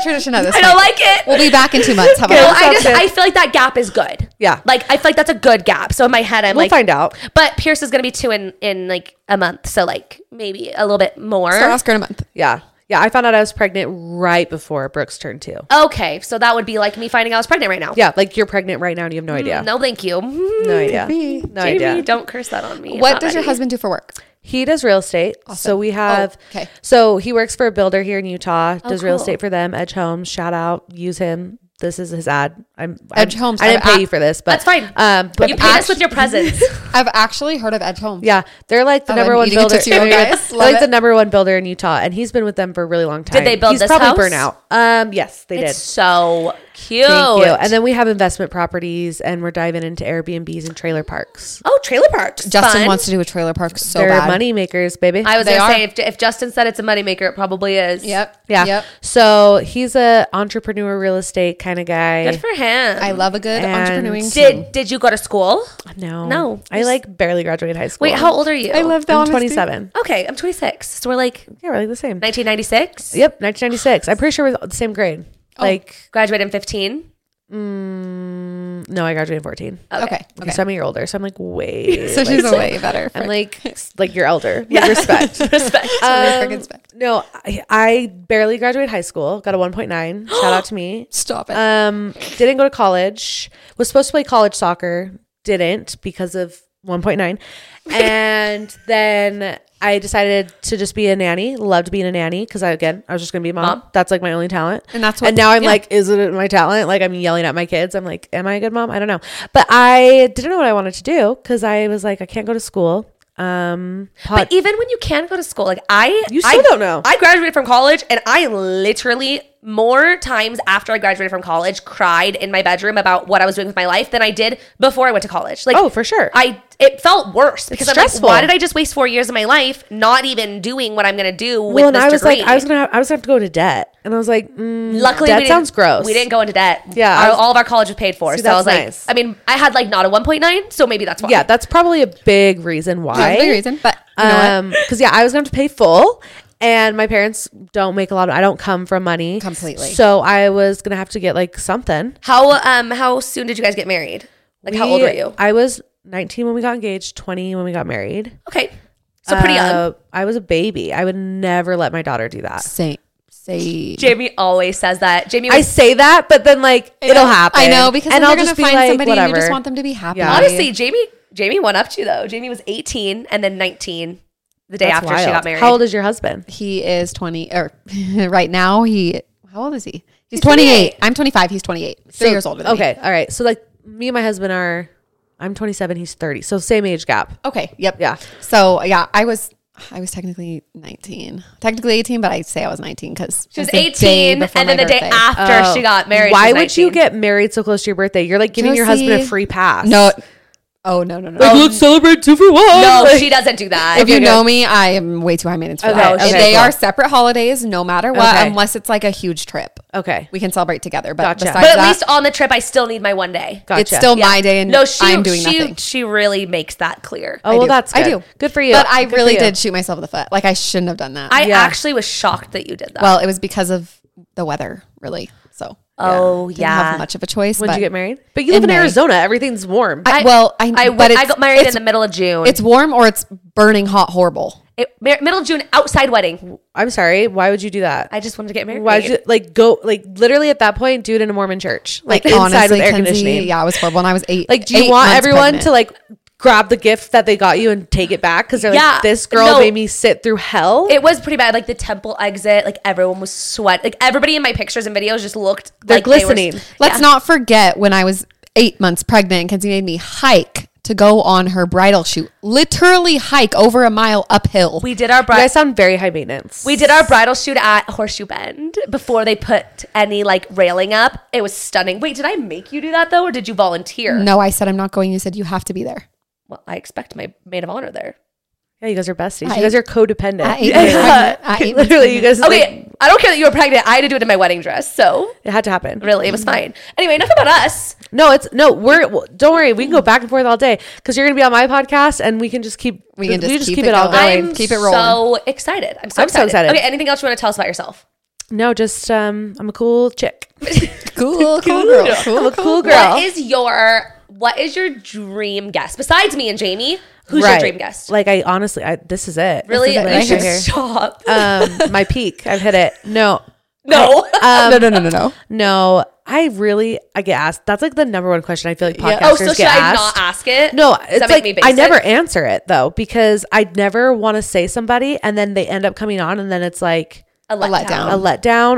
Speaker 2: tradition at this
Speaker 1: I don't
Speaker 2: point.
Speaker 1: like it.
Speaker 2: we'll be back in two months how about
Speaker 1: Well,
Speaker 2: that?
Speaker 1: I
Speaker 3: sounds
Speaker 1: just
Speaker 3: good.
Speaker 1: I feel like that gap is good.
Speaker 3: Yeah.
Speaker 1: Like I feel like that's a good gap. So in my head, I'm
Speaker 3: We'll
Speaker 1: like,
Speaker 3: find out.
Speaker 1: But Pierce is gonna be two in in like a month, so like maybe a little bit more.
Speaker 2: Start Oscar in a month.
Speaker 3: Yeah. Yeah. I found out I was pregnant right before Brooks turned two.
Speaker 1: okay, so that would be like me finding out I was pregnant right now.
Speaker 3: Yeah. Like, you're pregnant right now and you have no idea.
Speaker 1: No, thank you. Mm,
Speaker 3: No idea.
Speaker 2: be.
Speaker 3: No
Speaker 1: Jamie,
Speaker 3: idea.
Speaker 1: don't curse that on me. I'm
Speaker 2: What
Speaker 1: not
Speaker 2: does your
Speaker 1: ready.
Speaker 2: husband do for work?
Speaker 3: He does real estate. So
Speaker 1: Oh,
Speaker 3: we have.
Speaker 2: okay.
Speaker 3: So he works for a builder here in Utah. does real
Speaker 1: cool.
Speaker 3: estate for them. Edge Homes. Shout out. Use him. This is his ad. I'm
Speaker 2: Edge
Speaker 3: I'm-
Speaker 2: Homes.
Speaker 3: I didn't
Speaker 2: I've
Speaker 3: pay
Speaker 2: a-
Speaker 3: you for this, but
Speaker 1: That's fine.
Speaker 3: Um, but
Speaker 1: You paid us with your presents.
Speaker 2: I've actually heard of Edge Homes.
Speaker 3: yeah, they're like the
Speaker 2: Oh,
Speaker 3: number
Speaker 2: I'm
Speaker 3: one
Speaker 2: eating a
Speaker 3: builder.
Speaker 2: Tootsie Roll, guys.
Speaker 3: They're
Speaker 2: Love
Speaker 3: like the
Speaker 2: it.
Speaker 3: number one builder in Utah, and he's been with them for a really long time.
Speaker 1: they build
Speaker 3: he's
Speaker 1: this
Speaker 3: probably
Speaker 1: house?
Speaker 3: burnout. Um, yes, they
Speaker 1: it's
Speaker 3: did.
Speaker 1: so cute.
Speaker 3: Thank you. And then we have investment properties, and we're diving into Airbnbs and trailer parks.
Speaker 1: oh, trailer parks.
Speaker 2: Justin
Speaker 1: Fun.
Speaker 2: wants to do a trailer park so
Speaker 3: they're
Speaker 2: bad.
Speaker 3: money makers, baby.
Speaker 1: I was
Speaker 2: They
Speaker 1: gonna
Speaker 2: are.
Speaker 1: say if, if Justin said it's a moneymaker, it probably is.
Speaker 2: Yep.
Speaker 3: Yeah.
Speaker 2: Yep.
Speaker 3: So he's a entrepreneur, real estate kind of guy.
Speaker 1: Good for him.
Speaker 2: I love a good
Speaker 3: And-
Speaker 2: entrepreneuring. team.
Speaker 1: did did you go to school?
Speaker 3: no,
Speaker 1: No.
Speaker 3: I like barely graduated high school.
Speaker 1: Wait, how old are you?
Speaker 2: I love the
Speaker 3: I'm
Speaker 2: honesty.
Speaker 3: 27.
Speaker 1: Okay, I'm 26. So we're like
Speaker 3: Yeah, we're like the same.
Speaker 1: 1996.
Speaker 3: Yep,
Speaker 1: Oh.
Speaker 3: 1996. I'm pretty sure we're the same grade. Like,
Speaker 1: Graduated in 15.
Speaker 3: No, I graduated in 14.
Speaker 1: Oh,
Speaker 2: Okay. Okay.
Speaker 3: Okay. So I'm a year older. So I'm like, wait.
Speaker 2: So she's a way better.
Speaker 3: I'm
Speaker 2: friend.
Speaker 3: like, s- like your elder. With respect.
Speaker 1: Respect.
Speaker 2: Totally
Speaker 3: Um,
Speaker 2: freaking spect-
Speaker 3: no, I, I barely graduated high school. Got a 1.9. Shout out to me.
Speaker 2: Stop it.
Speaker 3: Um, didn't go to college. Was supposed to play college soccer. Didn't because of 1.9. And then I decided to just be a nanny. Loved being a nanny because I again I was just gonna be a mom. That's like my only talent.
Speaker 2: And that's what-
Speaker 3: And now I'm
Speaker 2: yeah.
Speaker 3: like, is it my talent? Like I'm yelling at my kids. I'm like, am I a good mom? I don't know. But I didn't know what I wanted to do because I was like, I can't go to school. Um, pod-
Speaker 1: But even when you can go to school, like I,
Speaker 3: You still
Speaker 1: I-
Speaker 3: don't know.
Speaker 1: I graduated from college, and I literally more times after I graduated from college cried in my bedroom about what I was doing with my life than I did before I went to college. Like,
Speaker 3: Oh, for sure.
Speaker 1: I it felt worse because
Speaker 3: stressful.
Speaker 1: I'm like, why did I just waste four years of my life not even doing what I'm gonna do with
Speaker 3: well, and
Speaker 1: this
Speaker 3: I was
Speaker 1: degree?
Speaker 3: like, I was gonna, have, I was gonna have to go to debt, and I was like, mm,
Speaker 1: Luckily,
Speaker 3: that
Speaker 1: we didn't-
Speaker 3: sounds gross.
Speaker 1: We didn't go into debt.
Speaker 3: Yeah, I
Speaker 1: Our-
Speaker 3: was-
Speaker 1: all of our college was paid for.
Speaker 3: See,
Speaker 1: so I was
Speaker 3: that's
Speaker 1: like,
Speaker 3: nice.
Speaker 1: I mean, I had like not a 1.9, so maybe that's why.
Speaker 3: Yeah, that's probably a big reason why.
Speaker 2: That's a big reason, but you know what?
Speaker 3: Um, because yeah, I was going to have to pay full, and my parents don't make a lot. of I don't come from money
Speaker 2: Completely.
Speaker 3: So I was going to have to get like something.
Speaker 1: How um how soon did you guys get married? Like, how old
Speaker 3: We-
Speaker 1: were you?
Speaker 3: I was 19 when we got engaged, 20 when we got married.
Speaker 1: Okay, so pretty young.
Speaker 3: Uh, I was a baby. I would never let my daughter do that.
Speaker 2: say say
Speaker 1: Jamie always says that. Jamie,
Speaker 3: I
Speaker 1: was,
Speaker 3: say that, but then like it'll happen.
Speaker 2: I know because
Speaker 3: and
Speaker 2: then
Speaker 3: I'll
Speaker 2: they're
Speaker 3: just
Speaker 2: gonna
Speaker 3: be
Speaker 2: find
Speaker 3: like,
Speaker 2: somebody
Speaker 3: whatever.
Speaker 2: and you just want them to be happy.
Speaker 3: Yeah.
Speaker 1: honestly, Jamie, Jamie went up to you, though. Jamie was 18 and then 19 the day
Speaker 3: That's
Speaker 1: after she
Speaker 3: wild.
Speaker 1: got married.
Speaker 3: How old is your husband?
Speaker 2: he is twenty or right now he how old is he? He's, twenty eight. I'm twenty five. He's twenty eight. Three
Speaker 3: So-
Speaker 2: years older. Than me.
Speaker 3: Okay, all right. So like me and my husband are, I'm 27, he's 30, so same age gap.
Speaker 2: Okay. Yep.
Speaker 3: Yeah.
Speaker 2: So yeah, I was I was technically 19, technically 18, but I'd say I was 19 because
Speaker 1: she was 18 and then the day after
Speaker 2: Oh.
Speaker 1: she got married.
Speaker 3: Why
Speaker 1: she was
Speaker 3: would you
Speaker 1: 19.
Speaker 3: get married so close to your birthday? You're like giving your husband a
Speaker 2: Josie.
Speaker 3: free pass.
Speaker 2: No. Oh no no no.
Speaker 3: let's celebrate two for one.
Speaker 1: No, she doesn't do that.
Speaker 2: if you know me, I am way too high maintenance for
Speaker 3: Okay,
Speaker 2: that.
Speaker 3: okay,
Speaker 2: they
Speaker 3: cool.
Speaker 2: are separate holidays, no matter what,
Speaker 3: Okay.
Speaker 2: unless it's like a huge trip.
Speaker 3: Okay,
Speaker 2: We can celebrate together, but
Speaker 3: Gotcha.
Speaker 2: besides
Speaker 1: but at
Speaker 2: that,
Speaker 1: least on the trip, I still need my one day.
Speaker 3: gotcha.
Speaker 2: it's still my day, and
Speaker 1: No, she,
Speaker 2: I'm doing
Speaker 1: she,
Speaker 2: nothing.
Speaker 1: she really makes that clear.
Speaker 3: Oh well,
Speaker 2: do.
Speaker 3: that's
Speaker 2: I
Speaker 3: good.
Speaker 2: do.
Speaker 3: Good for you.
Speaker 2: But I
Speaker 3: Good for
Speaker 2: really
Speaker 3: you.
Speaker 2: did shoot myself in the foot. Like I shouldn't have done that.
Speaker 1: I
Speaker 3: Yeah.
Speaker 1: actually was shocked that you did that.
Speaker 2: well, it was because of the weather, really. So
Speaker 1: Oh,
Speaker 2: didn't have
Speaker 1: yeah.
Speaker 2: much of a choice.
Speaker 3: When
Speaker 2: but
Speaker 3: did you get married? But you live in
Speaker 2: May.
Speaker 3: Arizona. Everything's warm.
Speaker 2: I, well, I,
Speaker 1: I,
Speaker 2: but it's,
Speaker 1: I got married in
Speaker 2: it's-
Speaker 1: the middle of June.
Speaker 2: It's warm or it's burning hot, horrible.
Speaker 1: It- mar- middle of June, outside wedding.
Speaker 3: I'm sorry. Why would you do that?
Speaker 1: I just wanted to get married.
Speaker 3: Why would you like go like literally at that point, do it in a Mormon church, like, inside with air
Speaker 2: Kenzie,
Speaker 3: conditioning?
Speaker 2: Yeah, it was horrible. And I was eight.
Speaker 3: Like, do you
Speaker 2: eight
Speaker 3: want
Speaker 2: months
Speaker 3: everyone
Speaker 2: pregnant.
Speaker 3: to like grab the gift that they got you and take it back because they're
Speaker 1: Yeah,
Speaker 3: like, this girl
Speaker 1: no.
Speaker 3: made me sit through hell?
Speaker 1: It was pretty bad. Like the temple exit, like everyone was sweat. Like everybody in my pictures and videos just looked
Speaker 3: They're
Speaker 1: like
Speaker 3: glistening.
Speaker 1: They were,
Speaker 2: Let's not forget when I was eight months pregnant, and Kenzie made me hike to go on her bridal shoot. Literally hike over a mile uphill.
Speaker 1: we did our
Speaker 3: you
Speaker 1: bridal.
Speaker 3: guys sound very high maintenance.
Speaker 1: We did our bridal shoot at Horseshoe Bend before they put any like railing up. It was stunning. Wait, did I make you do that though, or did you volunteer?
Speaker 2: no, I said I'm not going. You said you have to be there.
Speaker 1: Well, I expect my maid of honor there.
Speaker 3: yeah, you guys are besties.
Speaker 2: I-
Speaker 3: you guys are codependent.
Speaker 2: I ate my pregnant- I ate my
Speaker 3: literally, you guys like,
Speaker 1: Okay, I don't care that you were pregnant. I had to do it in my wedding dress, so
Speaker 3: it had to happen.
Speaker 1: really, it was fine. Anyway, enough about us.
Speaker 3: No, it's no. We're well, don't worry. We can go back and forth all day because you're gonna be on my podcast, and we can just keep
Speaker 2: We can just keep it
Speaker 3: it, all
Speaker 2: going.
Speaker 3: going.
Speaker 1: I'm
Speaker 2: Keep it rolling.
Speaker 1: So excited! I'm so
Speaker 3: I'm so
Speaker 1: excited.
Speaker 3: excited.
Speaker 1: Okay, anything else you want to tell us about yourself?
Speaker 3: No, just um, I'm a cool chick.
Speaker 2: Cool, cool girl.
Speaker 3: I'm
Speaker 2: Cool.
Speaker 3: a cool girl.
Speaker 1: What is your what is your dream guest besides me and Jamie? Who's your
Speaker 3: Right.
Speaker 1: dream guest?
Speaker 3: Like I honestly, I this is it.
Speaker 1: really,
Speaker 2: is it
Speaker 1: you
Speaker 2: right
Speaker 1: should
Speaker 2: here.
Speaker 1: stop.
Speaker 3: um, my peak. I've hit it. No,
Speaker 1: no.
Speaker 3: uh,
Speaker 2: no, no, no, no, no.
Speaker 3: no. I really, I get asked. That's like the number one question I feel like podcasters
Speaker 1: oh, so
Speaker 3: get
Speaker 1: should I
Speaker 3: asked.
Speaker 1: not ask it?
Speaker 3: No,
Speaker 1: Does that
Speaker 3: it's
Speaker 1: make
Speaker 3: like
Speaker 1: me
Speaker 3: I
Speaker 1: basic?
Speaker 3: never answer it though because I never want to say somebody and then they end up coming on and then it's like
Speaker 1: a
Speaker 2: A
Speaker 1: letdown.
Speaker 2: letdown.
Speaker 3: a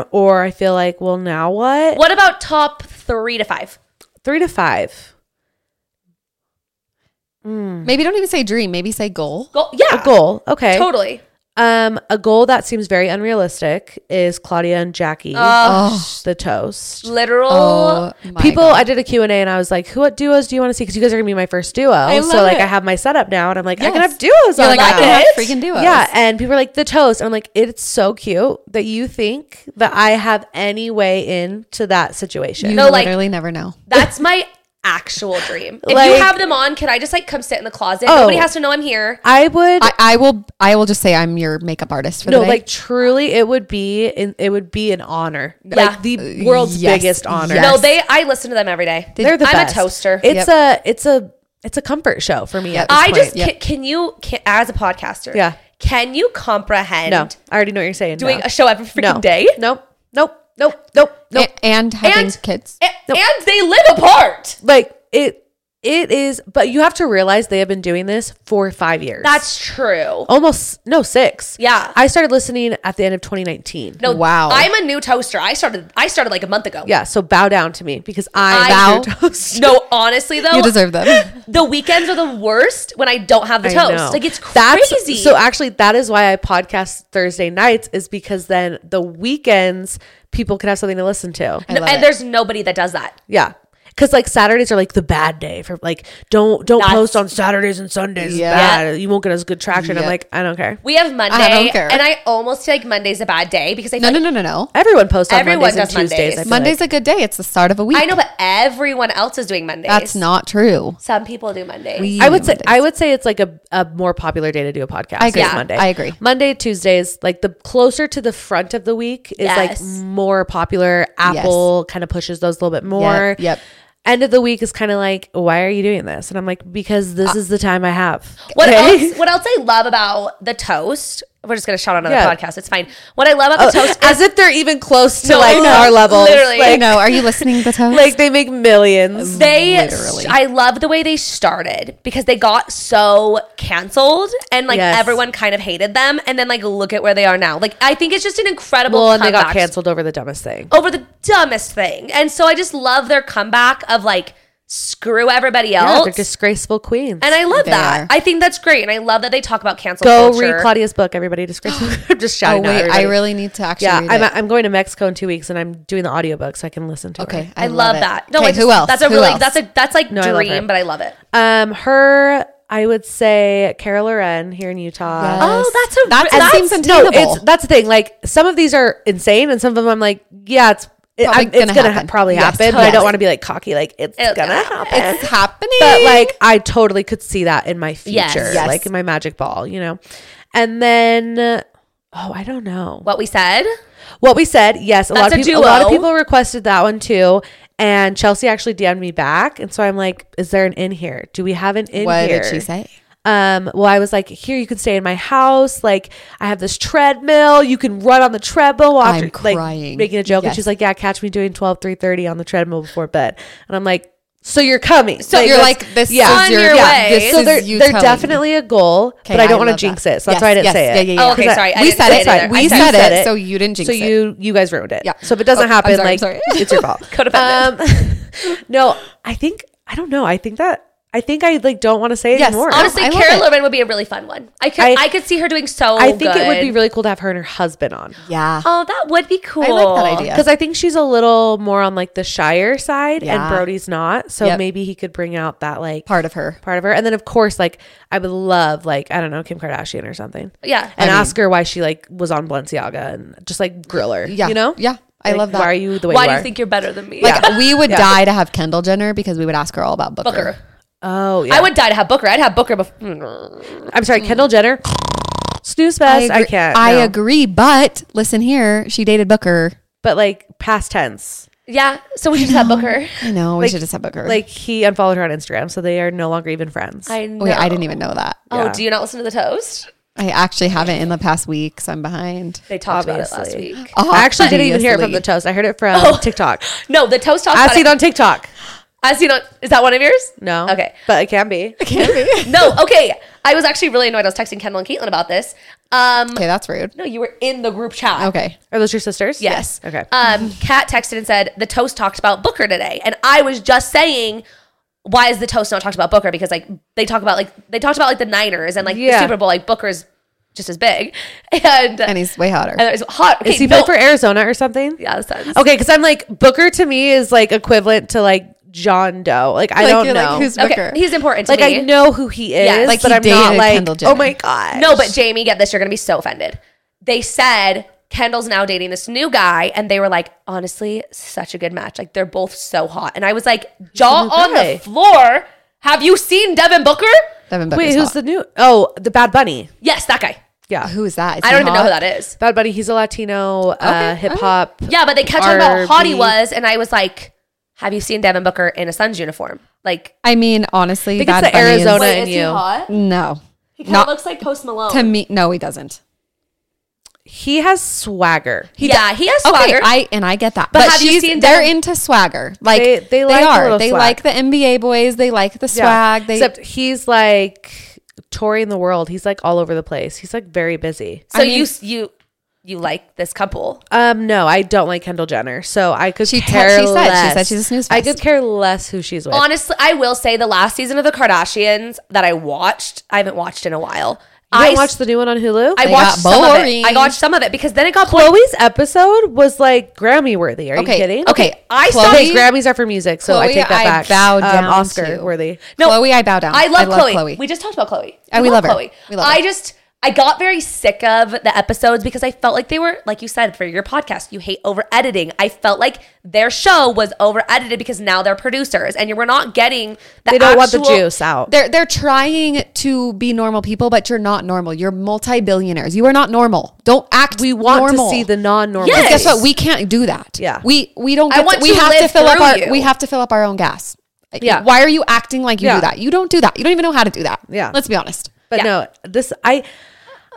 Speaker 3: letdown or I feel like well now what?
Speaker 1: What about top three to five?
Speaker 3: Three to five.
Speaker 2: Mm. Maybe don't even say dream. Maybe say goal.
Speaker 1: Go- yeah,
Speaker 3: A goal. Okay.
Speaker 1: totally.
Speaker 3: Um, a goal that seems very unrealistic is Claudia and Jackie the toast.
Speaker 1: Literal.
Speaker 2: Oh, my
Speaker 3: People,
Speaker 2: God.
Speaker 3: I did a Q and A, and I was like, "What duos do you want to see?" Because you guys are gonna be my first duo, so
Speaker 2: love
Speaker 3: like
Speaker 2: it.
Speaker 3: I have my setup now, and I'm like, I can
Speaker 2: Yes.
Speaker 3: have duos.
Speaker 2: You're
Speaker 3: on
Speaker 2: like, I
Speaker 3: that.
Speaker 2: can have
Speaker 1: it?
Speaker 2: freaking do it.
Speaker 3: Yeah, and people are like the toast. And I'm like, it's so cute that you think that I have any way into that situation.
Speaker 2: you
Speaker 1: No, like-
Speaker 2: literally never know.
Speaker 1: That's my actual dream. If you
Speaker 3: Like-
Speaker 1: have them on, can I just like come sit in the closet?
Speaker 3: Oh.
Speaker 1: Nobody has to know I'm here.
Speaker 3: I would
Speaker 2: I, I will. I will just say I'm your makeup artist for
Speaker 3: no,
Speaker 2: the day.
Speaker 3: like truly, it would be in, it would be an honor, like the world's
Speaker 2: yes,
Speaker 3: biggest honor.
Speaker 2: yes.
Speaker 1: No, they. I listen to them every day.
Speaker 3: They're the
Speaker 1: I'm
Speaker 3: best.
Speaker 1: a toaster.
Speaker 3: It's a it's a it's a comfort show for me. at this
Speaker 1: I
Speaker 3: point.
Speaker 1: just
Speaker 2: Yep.
Speaker 1: can, can you can, as a podcaster.
Speaker 3: Yeah.
Speaker 1: Can you comprehend
Speaker 3: no, I already know what you're saying.
Speaker 1: doing
Speaker 3: no.
Speaker 1: a show every freaking
Speaker 3: no.
Speaker 1: day?
Speaker 3: Nope, nope, nope, nope,
Speaker 2: A-
Speaker 3: nope.
Speaker 2: and having
Speaker 1: And-
Speaker 2: kids.
Speaker 1: A- And they live apart.
Speaker 3: like it it is, but you have to realize they have been doing this for five years.
Speaker 1: That's true.
Speaker 3: almost no six.
Speaker 1: Yeah.
Speaker 3: I started listening at the end of 2019.
Speaker 1: No,
Speaker 2: Wow.
Speaker 1: I'm a new toaster. I started. I started like a month ago.
Speaker 3: Yeah, so bow down to me because I,
Speaker 2: I-
Speaker 3: am your toast.
Speaker 1: No, honestly though,
Speaker 2: you deserve them.
Speaker 1: the weekends are the worst when I don't have the
Speaker 3: I
Speaker 1: toast.
Speaker 3: know.
Speaker 1: Like it's crazy.
Speaker 3: That's- so actually, that is why I podcast Thursday nights is because then the weekends people can have something to listen to.
Speaker 2: I love
Speaker 1: and
Speaker 2: it.
Speaker 1: there's nobody that does that.
Speaker 3: Yeah. Cause like Saturdays are like the bad day for like don't don't
Speaker 1: That's-
Speaker 3: post on Saturdays and Sundays.
Speaker 2: Yeah.
Speaker 3: Yeah, you won't get as good traction. I'm
Speaker 2: Yep.
Speaker 3: like I don't care.
Speaker 1: We have Monday,
Speaker 2: care.
Speaker 1: and I almost feel like Monday's a bad day because I
Speaker 2: No,
Speaker 1: feel
Speaker 2: no,
Speaker 1: like,
Speaker 2: no, no, no.
Speaker 3: Everyone posts on
Speaker 1: Everyone
Speaker 3: Mondays and
Speaker 1: does
Speaker 3: Tuesdays.
Speaker 1: Mondays.
Speaker 3: I feel
Speaker 2: Monday's
Speaker 3: like.
Speaker 2: a good day. It's the start of a week.
Speaker 1: I know, but everyone else is doing Mondays.
Speaker 2: That's not true.
Speaker 1: Some people do Mondays.
Speaker 2: We
Speaker 3: I would
Speaker 2: know
Speaker 3: say
Speaker 2: Mondays.
Speaker 3: I would say it's like a, a more popular day to do a podcast.
Speaker 2: I agree.
Speaker 3: is
Speaker 2: Yeah,
Speaker 3: Monday.
Speaker 2: I agree.
Speaker 3: Monday, Tuesdays, like the closer to the front of the week is
Speaker 1: Yes.
Speaker 3: like more popular. Apple kind of pushes those a little bit more.
Speaker 2: Yep, yep.
Speaker 3: End of the week is kind of like, why are you doing this? And I'm like, because this
Speaker 1: Uh,
Speaker 3: is the time I have.
Speaker 1: What
Speaker 3: Okay?
Speaker 1: else? What else I love about the toast? We're just gonna shout out another
Speaker 3: Yeah.
Speaker 1: podcast. It's fine. What I love
Speaker 2: Oh,
Speaker 1: about the toast.
Speaker 3: As if they're even close to
Speaker 1: No,
Speaker 3: like
Speaker 1: no,
Speaker 3: our level.
Speaker 1: literally.
Speaker 2: I
Speaker 3: Like,
Speaker 2: know. Are you listening to Toast?
Speaker 3: like they make millions.
Speaker 1: They,
Speaker 2: Literally.
Speaker 1: I love the way they started because they got so canceled and like
Speaker 3: Yes.
Speaker 1: everyone kind of hated them. And then like look at where they are now. Like I think it's just an incredible.
Speaker 3: Well, and they got
Speaker 1: comeback
Speaker 3: canceled over the dumbest thing.
Speaker 1: over the dumbest thing. And so I just love their comeback of like screw everybody
Speaker 3: Yeah,
Speaker 1: Oh, else.
Speaker 3: they're disgraceful queens.
Speaker 1: and I love
Speaker 2: They
Speaker 1: that.
Speaker 2: are.
Speaker 1: I think that's great. And I love that they talk about cancel
Speaker 3: go
Speaker 1: culture.
Speaker 3: read Claudia's book, everybody. Disgraceful. I'm just
Speaker 2: oh
Speaker 3: shouting. out
Speaker 2: wait, I
Speaker 3: everybody.
Speaker 2: really need to actually.
Speaker 3: Yeah,
Speaker 2: read
Speaker 3: I'm,
Speaker 2: it.
Speaker 3: I'm going to Mexico in two weeks, and I'm doing the audiobook so I can listen to
Speaker 2: okay.
Speaker 1: I, love,
Speaker 2: it.
Speaker 1: that. No,
Speaker 2: okay,
Speaker 1: I just,
Speaker 2: who else?
Speaker 1: That's a
Speaker 2: Who
Speaker 1: really
Speaker 2: else?
Speaker 1: that's a that's like
Speaker 3: No, I love
Speaker 1: dream,
Speaker 3: her.
Speaker 1: but I love it.
Speaker 3: her. Um, her, I would say Carol Loren here in Utah.
Speaker 1: Oh, that's a-
Speaker 2: that
Speaker 1: that's-
Speaker 2: seems
Speaker 3: No,
Speaker 2: attainable.
Speaker 3: it's that's the thing. Like some of these are insane, and some of them I'm like, yeah, it's it,
Speaker 2: Probably
Speaker 3: I'm, it's
Speaker 2: gonna
Speaker 3: gonna, ha-
Speaker 2: happen.
Speaker 3: probably
Speaker 2: Yes,
Speaker 3: happen, but I don't
Speaker 2: totally.
Speaker 3: want to be like cocky, like it's
Speaker 1: It's
Speaker 3: gonna
Speaker 1: gonna
Speaker 3: happen.
Speaker 2: it's happening.
Speaker 3: but like I totally could see that in my future,
Speaker 1: Yes. Yes.
Speaker 3: like in my magic ball, you know. And then, oh, I don't know.
Speaker 1: What we said.
Speaker 3: What we said, yes, a lot of
Speaker 1: That's a
Speaker 3: people, a, lot of
Speaker 1: duo.
Speaker 3: people requested that one too. And Chelsea actually DM'd me back, and so I'm like, "Is there an in here? Do we have an in
Speaker 2: what
Speaker 3: here?"
Speaker 2: did she say?
Speaker 3: Um, well, I was like, "Here, you can stay in my house. Like, I have this treadmill. You can run on the treadmill." While
Speaker 2: I'm
Speaker 3: like
Speaker 2: crying.
Speaker 3: making a joke, and
Speaker 2: Yes.
Speaker 3: she's like, "Yeah, catch me doing 12, 3.30 on the treadmill before bed." And I'm like, "So you're coming?
Speaker 2: So you're
Speaker 3: that's-
Speaker 2: like this
Speaker 3: yeah."
Speaker 2: is
Speaker 1: On
Speaker 2: your,
Speaker 1: your
Speaker 2: yeah,
Speaker 1: way.
Speaker 2: This
Speaker 3: so
Speaker 2: is
Speaker 3: they're,
Speaker 2: you
Speaker 3: they're
Speaker 2: telling me.
Speaker 3: definitely a goal,
Speaker 2: Okay,
Speaker 3: but I don't
Speaker 2: I
Speaker 3: want to
Speaker 2: love
Speaker 3: jinx
Speaker 2: that.
Speaker 3: it. So that's
Speaker 2: Yes,
Speaker 3: why I didn't
Speaker 2: yes,
Speaker 3: say it.
Speaker 2: yeah, yeah, yeah.
Speaker 1: Oh, okay,
Speaker 3: 'Cause I-
Speaker 1: sorry. I
Speaker 2: we
Speaker 1: didn't
Speaker 2: said
Speaker 1: say
Speaker 2: it.
Speaker 1: either. I
Speaker 2: We
Speaker 1: said
Speaker 2: said,
Speaker 3: it.
Speaker 2: it, so you didn't jinx
Speaker 3: so
Speaker 2: it.
Speaker 3: you you guys ruined it.
Speaker 2: Yeah.
Speaker 3: So if it doesn't
Speaker 2: Oh, I'm
Speaker 3: happen,
Speaker 2: sorry, I'm
Speaker 3: like
Speaker 2: sorry.
Speaker 3: it's your fault.
Speaker 1: Could have
Speaker 3: Um, no, I think I don't know. I think that I think I like don't want to say it
Speaker 2: Yes,
Speaker 3: anymore.
Speaker 1: Honestly,
Speaker 2: I love
Speaker 1: Carol
Speaker 2: it.
Speaker 1: Loren would be a really fun one. I could I,
Speaker 3: I-
Speaker 1: could see her doing so
Speaker 3: I think it would
Speaker 1: good.
Speaker 3: be really cool to have her and her husband on
Speaker 2: yeah.
Speaker 1: Oh, that would be cool.
Speaker 2: I like that idea.
Speaker 3: because I think she's a little more on like the shyer side,
Speaker 2: Yeah.
Speaker 3: and Brody's not. So
Speaker 2: Yep.
Speaker 3: maybe he could bring out that like
Speaker 2: Part of her.
Speaker 3: part of her, and then of course like I would love like I don't know Kim Kardashian or something.
Speaker 1: Yeah.
Speaker 3: And
Speaker 2: I mean-
Speaker 3: ask her why she like was on Balenciaga and just like grill her.
Speaker 2: Yeah.
Speaker 3: you know.
Speaker 2: Yeah. I
Speaker 3: Like,
Speaker 2: love that.
Speaker 3: Why are you the way
Speaker 1: Why
Speaker 3: you
Speaker 1: do
Speaker 3: are?
Speaker 1: you think you're better than me?
Speaker 2: Like we would die to have Kendall Jenner because we would ask her all about Booker.
Speaker 1: Booker.
Speaker 3: oh, yeah.
Speaker 1: I would die to have Booker. I'd have Booker before.
Speaker 3: I'm sorry, Kendall Jenner. Snooze
Speaker 2: Mm. I,
Speaker 3: fest.
Speaker 2: agree,
Speaker 3: I, can't.
Speaker 2: I
Speaker 3: no.
Speaker 2: agree, but listen here, she dated Booker.
Speaker 3: But like past tense,
Speaker 1: Yeah, so we should just have Booker.
Speaker 2: I know we
Speaker 3: Like-
Speaker 2: should just have Booker.
Speaker 3: like he unfollowed her on Instagram, so they are no longer even friends.
Speaker 1: I know.
Speaker 2: wait, I didn't even know that.
Speaker 1: Oh,
Speaker 3: Yeah.
Speaker 1: do you not listen to the toast?
Speaker 2: I actually haven't in the past week, so I'm behind.
Speaker 1: They talked about it last
Speaker 3: Obviously.
Speaker 1: week.
Speaker 3: I actually didn't even hear it from the
Speaker 2: Obviously. Oh.
Speaker 3: toast. I heard it from TikTok.
Speaker 1: No, the toast talks.
Speaker 3: I
Speaker 1: about
Speaker 3: see
Speaker 1: it.
Speaker 3: it on TikTok.
Speaker 1: I see. Don't. Is that one of yours?
Speaker 3: No.
Speaker 1: Okay.
Speaker 3: But it can be.
Speaker 1: No. Okay. I was actually really annoyed. I was texting Kendall and Caitlin about this. Um.
Speaker 2: Okay, that's rude.
Speaker 1: No, you were in the group chat.
Speaker 2: Okay.
Speaker 3: Are those your sisters?
Speaker 1: Yes.
Speaker 3: Okay.
Speaker 1: Um, Kat texted and said the toast talked about Booker today, and I was just saying, why is the toast not talked about Booker? Because like they talk about like they talked about like the Niners and like
Speaker 3: Yeah.
Speaker 1: the Super Bowl, like Booker's just as big, and
Speaker 2: And he's way hotter.
Speaker 1: and it was hot. Okay,
Speaker 3: Is he
Speaker 1: no-
Speaker 3: played for Arizona or something?
Speaker 1: Yeah, that sounds.
Speaker 3: Okay, because I'm like Booker to me is like equivalent to like John Doe. Like I
Speaker 2: Like,
Speaker 3: don't
Speaker 2: you're like,
Speaker 3: know.
Speaker 2: who's
Speaker 1: Okay,
Speaker 2: Booker.
Speaker 1: he's important to
Speaker 3: like
Speaker 1: me.
Speaker 3: I know who he is,
Speaker 1: Yeah.
Speaker 2: Like,
Speaker 3: but
Speaker 2: he
Speaker 3: I'm not
Speaker 2: dated
Speaker 3: like
Speaker 2: Kendall
Speaker 3: oh
Speaker 2: Jenner.
Speaker 3: my god.
Speaker 1: No, but Jamie, get this. You're going to be so offended. They said Kendall's now dating this new guy, and they were like, honestly, such a good match. Like they're both so hot, and I was like, jaw on the floor. Have you seen Devin Booker?
Speaker 2: Devin Booker's
Speaker 3: Wait, who's
Speaker 2: hot.
Speaker 3: the new? Oh, the Bad Bunny.
Speaker 1: Yes, that guy.
Speaker 3: Yeah,
Speaker 2: who is that? Is
Speaker 1: I
Speaker 2: he
Speaker 1: don't even know who
Speaker 2: hot?
Speaker 1: that is.
Speaker 3: Bad Bunny. He's a Latino uh, hip hop.
Speaker 1: Yeah, but they kept talking about how hot he
Speaker 3: RB.
Speaker 1: was, and I was like, have you seen Devin Booker in a Suns uniform? Like,
Speaker 2: I mean, honestly,
Speaker 3: think it's
Speaker 2: Bad
Speaker 3: the
Speaker 2: Bunny is-
Speaker 3: Arizona in you.
Speaker 1: hot?
Speaker 2: No,
Speaker 1: He
Speaker 2: kinda Not-
Speaker 1: looks like Post Malone.
Speaker 2: to me, no, he doesn't.
Speaker 3: He has swagger.
Speaker 1: yeah, he has swagger.
Speaker 2: Okay, I and I get that,
Speaker 1: But
Speaker 2: but,
Speaker 1: have you
Speaker 2: she's
Speaker 1: seen
Speaker 2: they're
Speaker 1: them-
Speaker 2: into swagger. Like
Speaker 3: They-
Speaker 2: they,
Speaker 3: they like a
Speaker 2: are.
Speaker 3: little
Speaker 2: They
Speaker 3: swag.
Speaker 2: like the NBA boys. They like the swag. They
Speaker 3: Except he's like touring the world. He's like all over the place. He's like very busy.
Speaker 1: so
Speaker 2: I mean-
Speaker 1: you you you like this couple?
Speaker 3: Um, no, I don't like Kendall Jenner, so I could
Speaker 2: She te-
Speaker 3: care
Speaker 2: she said- she
Speaker 3: less.
Speaker 2: said she's a snooze
Speaker 3: I
Speaker 2: fest.
Speaker 3: could care less who she's with.
Speaker 1: Honestly, I will say the last season of the Kardashians that I watched, I haven't watched in a while.
Speaker 3: you
Speaker 1: I
Speaker 3: don't watch the new one on Hulu.
Speaker 1: I
Speaker 2: They
Speaker 1: watched
Speaker 2: got
Speaker 1: some of it.
Speaker 2: boring.
Speaker 1: I watched some of it because then it got boring.
Speaker 3: Chloe's episode was like Grammy worthy. Are
Speaker 2: okay,
Speaker 3: you kidding?
Speaker 2: Okay,
Speaker 1: I saw-
Speaker 2: Chloe,
Speaker 3: Hey, Grammys are for music, so I
Speaker 2: Chloe,
Speaker 3: take that
Speaker 2: I
Speaker 3: back.
Speaker 2: bow
Speaker 3: Um,
Speaker 2: down
Speaker 3: Oscar
Speaker 2: to.
Speaker 3: worthy.
Speaker 2: No, Chloe, Oh, I bow down.
Speaker 1: I love, Chloe. We just talked about Chloe.
Speaker 2: And we love her. We love her.
Speaker 1: I just I got very sick of the episodes because I felt like they were like you said for your podcast, you hate over editing. I felt like their show was over edited because now they're producers and you were not getting the
Speaker 3: They don't want the
Speaker 1: actual-
Speaker 3: juice out.
Speaker 2: they're they're trying to be normal people, but you're not normal. You're multi billionaires. You are not normal. Don't act.
Speaker 3: We want
Speaker 2: normal.
Speaker 3: to see the non-normal.
Speaker 1: Yes.
Speaker 2: Because guess what? We can't do that.
Speaker 3: Yeah.
Speaker 2: We we don't.
Speaker 1: I
Speaker 2: Get
Speaker 1: want
Speaker 2: to, we
Speaker 1: to
Speaker 2: have to
Speaker 1: live
Speaker 2: fill up
Speaker 1: through
Speaker 2: our.
Speaker 1: you.
Speaker 2: We have to fill up our own gas.
Speaker 3: Yeah.
Speaker 2: Why are you acting like you
Speaker 3: Yeah.
Speaker 2: do that? You don't do that. You don't even know how to do that.
Speaker 3: Yeah.
Speaker 2: Let's be honest.
Speaker 3: But
Speaker 1: Yeah.
Speaker 3: no, this I.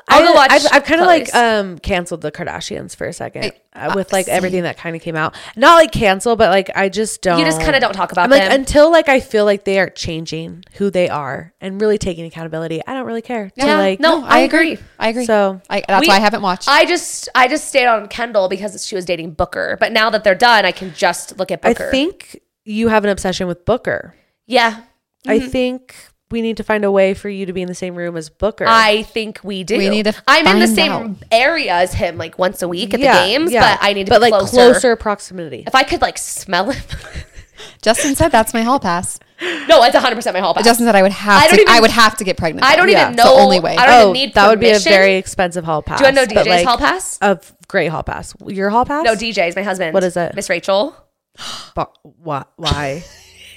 Speaker 1: I'll
Speaker 3: I-
Speaker 1: go watch
Speaker 3: I've, I've kind of like
Speaker 1: Chloe's.
Speaker 3: um canceled the Kardashians for a second uh, with like
Speaker 2: same.
Speaker 3: everything that kind of came out. Not like cancel, but like I just don't.
Speaker 1: You just kinda don't talk about
Speaker 3: I'm like
Speaker 1: them.
Speaker 3: until like I feel like they are changing who they are and really taking accountability. I don't really care. Yeah.
Speaker 2: Yeah.
Speaker 3: like
Speaker 1: No, I agree.
Speaker 2: I agree.
Speaker 3: So-
Speaker 2: I, that's
Speaker 1: We-
Speaker 2: why I haven't watched.
Speaker 1: I just I just stayed on Kendall because she was dating Booker. But now that they're done, I can just look at
Speaker 3: I
Speaker 1: Booker.
Speaker 3: think you have an obsession with Booker.
Speaker 1: yeah.
Speaker 3: I
Speaker 1: Mm-hmm.
Speaker 3: think we need to find a way for you to be in the same room as Booker.
Speaker 1: I think we do.
Speaker 2: We need to
Speaker 1: I'm in the
Speaker 2: find
Speaker 1: same
Speaker 2: out.
Speaker 1: area as him, like once a week at the games, but I need to
Speaker 3: but
Speaker 1: be
Speaker 3: like
Speaker 1: closer.
Speaker 3: proximity.
Speaker 1: If I could like smell him,
Speaker 2: Justin said that's my hall pass.
Speaker 1: no, it's 100 percent my hall pass.
Speaker 2: Justin said I would have
Speaker 1: I
Speaker 2: to.
Speaker 1: don't even-
Speaker 2: I would have to get pregnant.
Speaker 1: I don't
Speaker 2: though.
Speaker 3: Yeah,
Speaker 1: even
Speaker 2: it's
Speaker 1: know.
Speaker 2: the only way.
Speaker 1: I don't even need
Speaker 3: Oh, that would be a
Speaker 1: permission.
Speaker 3: very expensive hall pass.
Speaker 1: Do you wanna know
Speaker 3: but,
Speaker 1: DJ's hall pass?
Speaker 3: A f- great hall pass. Your hall pass?
Speaker 1: no DJ's my husband.
Speaker 3: What is it?
Speaker 1: Miss Rachel?
Speaker 3: Bo- why? why?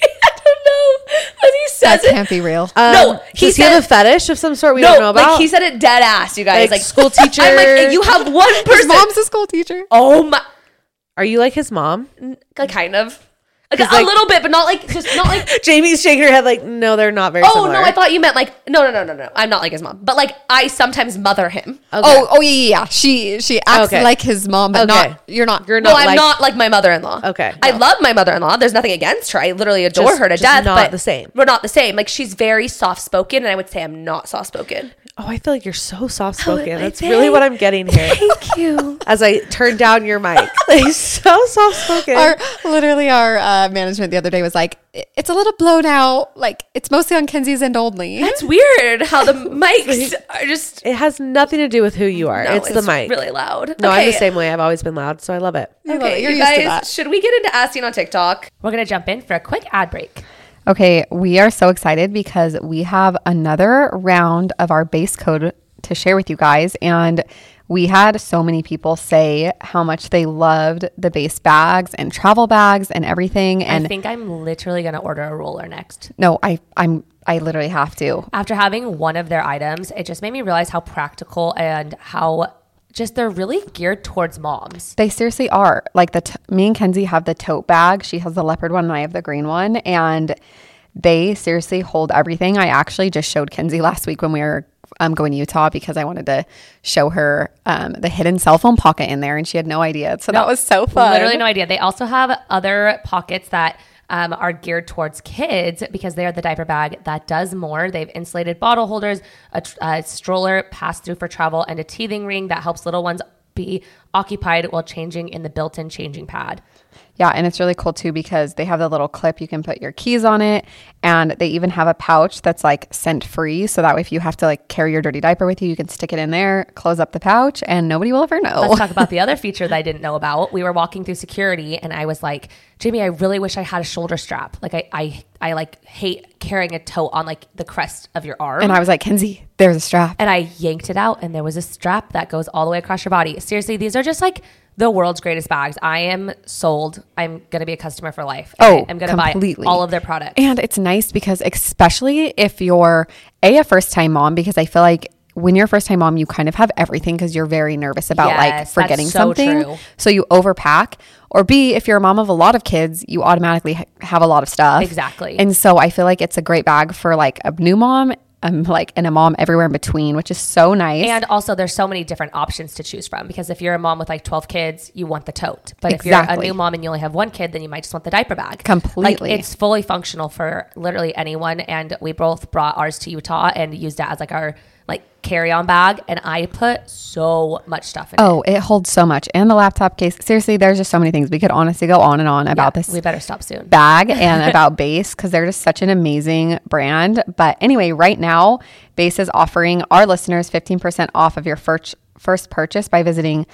Speaker 1: I don't know, but he
Speaker 2: That
Speaker 1: says it.
Speaker 2: can't be real.
Speaker 1: No, he
Speaker 3: Um, does he have
Speaker 1: said-
Speaker 3: a fetish of some sort we
Speaker 1: no,
Speaker 3: don't know about?
Speaker 1: like he said it dead ass. You guys,
Speaker 3: Like,
Speaker 1: like,
Speaker 3: school teacher.
Speaker 1: I'm like, you have one
Speaker 2: His
Speaker 1: person.
Speaker 2: mom's a school teacher.
Speaker 1: oh my,
Speaker 3: Are you like his mom?
Speaker 1: like, kind of, like, a
Speaker 3: like-
Speaker 1: little bit, but not like just not like.
Speaker 3: Jamie's shaking her head like, no, they're not very
Speaker 1: Oh
Speaker 3: similar.
Speaker 1: no, I thought you meant like no, no, no, no, no. I'm not like his mom, but like I sometimes mother him.
Speaker 2: Oh, oh yeah, yeah, yeah. She she acts
Speaker 3: Okay.
Speaker 2: like his mom, but
Speaker 3: Okay.
Speaker 2: not. You're not.
Speaker 3: You're
Speaker 1: No,
Speaker 3: not
Speaker 1: I'm
Speaker 3: like-
Speaker 1: not like my mother-in-law.
Speaker 3: Okay.
Speaker 1: I love my mother-in-law. There's nothing against her. I literally adore
Speaker 3: Just-
Speaker 1: her to
Speaker 3: just
Speaker 1: death.
Speaker 3: not
Speaker 1: but
Speaker 3: the same.
Speaker 1: We're not the same. Like she's very soft-spoken, and I would say I'm not soft-spoken.
Speaker 3: Oh, I feel like you're so soft spoken.
Speaker 1: am I
Speaker 3: That's really what I'm getting here.
Speaker 1: Thank you.
Speaker 3: As I turn down your mic, like so soft spoken.
Speaker 2: Our literally our uh, management the other day was like, "I- it's a little blown out. Like it's mostly on Kenzie's end only.
Speaker 1: That's weird how the mics are just.
Speaker 3: It has nothing to do with who you are.
Speaker 1: No,
Speaker 3: it's, the mic.
Speaker 1: Really loud.
Speaker 3: No, I'm the
Speaker 1: Okay.
Speaker 3: same way. I've always been loud, so I love it.
Speaker 1: Okay,
Speaker 2: You're
Speaker 1: you
Speaker 2: used to
Speaker 1: guys,
Speaker 2: that.
Speaker 1: should we get into asking on TikTok? We're gonna jump in for a quick ad break.
Speaker 4: Okay, we are so excited because we have another round of our base code to share with you guys. And we had so many people say how much they loved the base bags and travel bags and everything. And
Speaker 5: I think I'm literally going to order a roller next.
Speaker 4: no, I, I'm, I literally have to.
Speaker 5: After having one of their items, it just made me realize how practical and how just they're really geared towards moms.
Speaker 4: They seriously are. Like the t- me and Kenzie have the tote bag. She has the leopard one and I have the green one and they seriously hold everything. I actually just showed Kenzie last week when we were um, going to Utah because I wanted to show her um, the hidden cell phone pocket in there and she had no idea. So that was so fun.
Speaker 5: Literally no idea. They also have other pockets that um, are geared towards kids because they are the diaper bag that does more. They've insulated bottle holders, a, tr- a stroller pass through for travel, and a teething ring that helps little ones be occupied while changing in the built in changing pad.
Speaker 4: Yeah, and it's really cool too because they have the little clip you can put your keys on it, and they even have a pouch that's like scent free. So that way, if you have to like carry your dirty diaper with you, you can stick it in there, close up the pouch, and nobody will ever know.
Speaker 5: Let's talk about the other feature that I didn't know about. We were walking through security and I was like, Jamie, I really wish I had a shoulder strap. Like I I,
Speaker 1: I like hate carrying a tote on like the crest of your arm.
Speaker 4: And I was like, Kenzie, there's a strap.
Speaker 1: and I yanked it out, and there was a strap that goes all the way across your body. Seriously, these are just like the world's greatest bags. I am sold. I'm gonna be a customer for life.
Speaker 4: Oh,
Speaker 1: I'm gonna
Speaker 4: completely.
Speaker 1: buy all of their products.
Speaker 4: And it's nice because, especially if you're a, a first time mom, because I feel like when you're a first time mom, you kind of have everything because you're very nervous about like
Speaker 1: Yes,
Speaker 4: forgetting
Speaker 1: that's so
Speaker 4: something.
Speaker 1: true.
Speaker 4: So you overpack. Or B, if you're a mom of a lot of kids, you automatically ha- have a lot of stuff.
Speaker 1: Exactly.
Speaker 4: And so I feel like it's a great bag for like a new mom. Um, like and a mom everywhere in between, which is so nice.
Speaker 1: And also, there's so many different options to choose from because if you're a mom with like 12 kids, you want the tote. But if you're
Speaker 4: Exactly.
Speaker 1: a new mom and you only have one kid, then you might just want the diaper bag.
Speaker 4: Completely.
Speaker 1: Like, it's fully functional for literally anyone. And we both brought ours to Utah and used it as like our like carry on bag. And I put so much stuff in
Speaker 4: oh, it holds so much. And the laptop case. Seriously, there's just so many things. We could honestly go on and on
Speaker 1: it. Yeah,
Speaker 4: about this.
Speaker 1: We better stop soon.
Speaker 4: bag and about Base because they're just such an amazing brand. But anyway, right now, Base is offering our listeners 15% off of your first, first purchase by visiting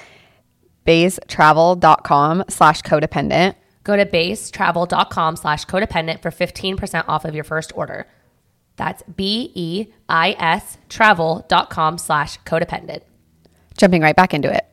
Speaker 4: basetravel.com slash codependent.
Speaker 1: Go to basetravel.com slash codependent for 15% off of your first order. That's B E I S travel.com slash codependent.
Speaker 4: Jumping right back into it.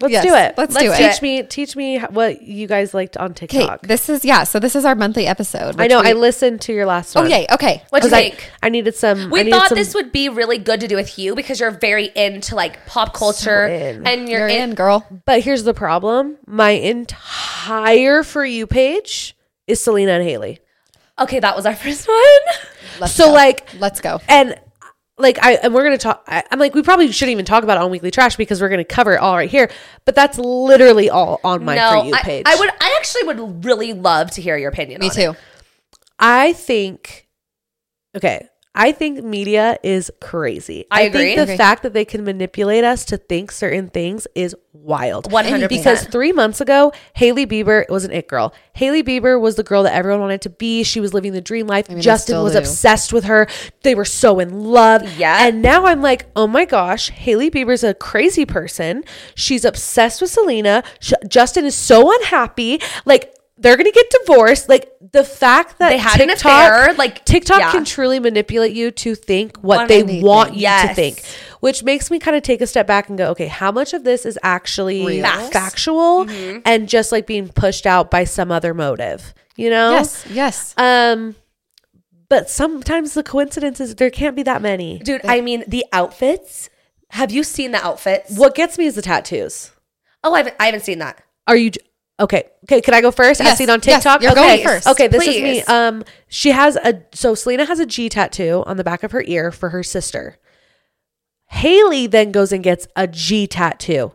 Speaker 3: Let's
Speaker 4: Yes,
Speaker 3: do it.
Speaker 4: let's do it.
Speaker 3: Teach me, teach me h- what you guys liked on
Speaker 4: Okay,
Speaker 3: TikTok.
Speaker 4: this is, yeah, so this is our monthly episode.
Speaker 3: I know. I listened to your last
Speaker 4: Oh,
Speaker 3: one.
Speaker 4: yay. Okay.
Speaker 1: What'd you
Speaker 3: Because I-
Speaker 1: think?
Speaker 3: I needed some. I
Speaker 6: We
Speaker 3: needed
Speaker 6: thought
Speaker 3: some-
Speaker 6: this would be really good to do with you because you're very into like pop culture
Speaker 3: in.
Speaker 6: and you're,
Speaker 4: You're
Speaker 6: in.
Speaker 4: in, girl.
Speaker 3: But here's the problem: my entire for you page is Selena and Haley.
Speaker 6: Okay, that was our first one.
Speaker 4: Let's
Speaker 3: so
Speaker 4: go.
Speaker 3: like,
Speaker 4: let's go.
Speaker 3: and like I and we're gonna talk. I, I'm like, we probably shouldn't even talk about it on weekly trash because we're gonna cover it all right here. But that's literally all on my for you
Speaker 6: I,
Speaker 3: page.
Speaker 6: I would. I actually would really love to hear your opinion.
Speaker 4: Me
Speaker 6: on
Speaker 4: too.
Speaker 3: I think. Okay. I think media is crazy.
Speaker 6: I agree.
Speaker 3: think the
Speaker 4: Agree.
Speaker 3: fact that they can manipulate us to think certain things is wild.
Speaker 6: One hundred
Speaker 3: because
Speaker 6: percent.
Speaker 3: three months ago, Haley Bieber was an it girl. Haley Bieber was the girl that everyone wanted to be. She was living the dream life.
Speaker 4: mean, I
Speaker 3: Justin
Speaker 4: still
Speaker 3: was
Speaker 4: do.
Speaker 3: obsessed with her. They were so in love.
Speaker 6: Yeah.
Speaker 3: And now I'm like, oh my gosh, Haley Bieber's a crazy person. She's obsessed with Selena. Sh- Justin is so unhappy. Like, they're gonna get divorced. Like the fact that
Speaker 6: They had an
Speaker 3: TikTok,
Speaker 6: affair, like,
Speaker 3: TikTok
Speaker 6: yeah.
Speaker 3: can truly manipulate you to think what they
Speaker 4: Anything.
Speaker 3: want you to
Speaker 6: Yes.
Speaker 3: think, which makes me kind of take a step back and go, okay, how much of this is actually
Speaker 4: Real.
Speaker 6: Facts.
Speaker 3: factual
Speaker 6: Mm-hmm.
Speaker 3: and just like being pushed out by some other motive, you know?
Speaker 4: Yes, yes.
Speaker 3: Um, but sometimes the coincidences there can't be that many.
Speaker 6: Dude, I mean the outfits. Have you seen the outfits?
Speaker 3: What gets me is the tattoos.
Speaker 6: Oh, I haven't, I haven't seen that.
Speaker 3: Are you j- okay? Okay, can I go first? I've
Speaker 4: Yes,
Speaker 3: seen on
Speaker 4: yes,
Speaker 3: TikTok.
Speaker 4: you're
Speaker 3: okay,
Speaker 4: going first.
Speaker 3: Okay, this is me.
Speaker 6: Please.
Speaker 3: Um, she has a so Selena has a G tattoo on the back of her ear for her sister. Haley then goes and gets a G tattoo.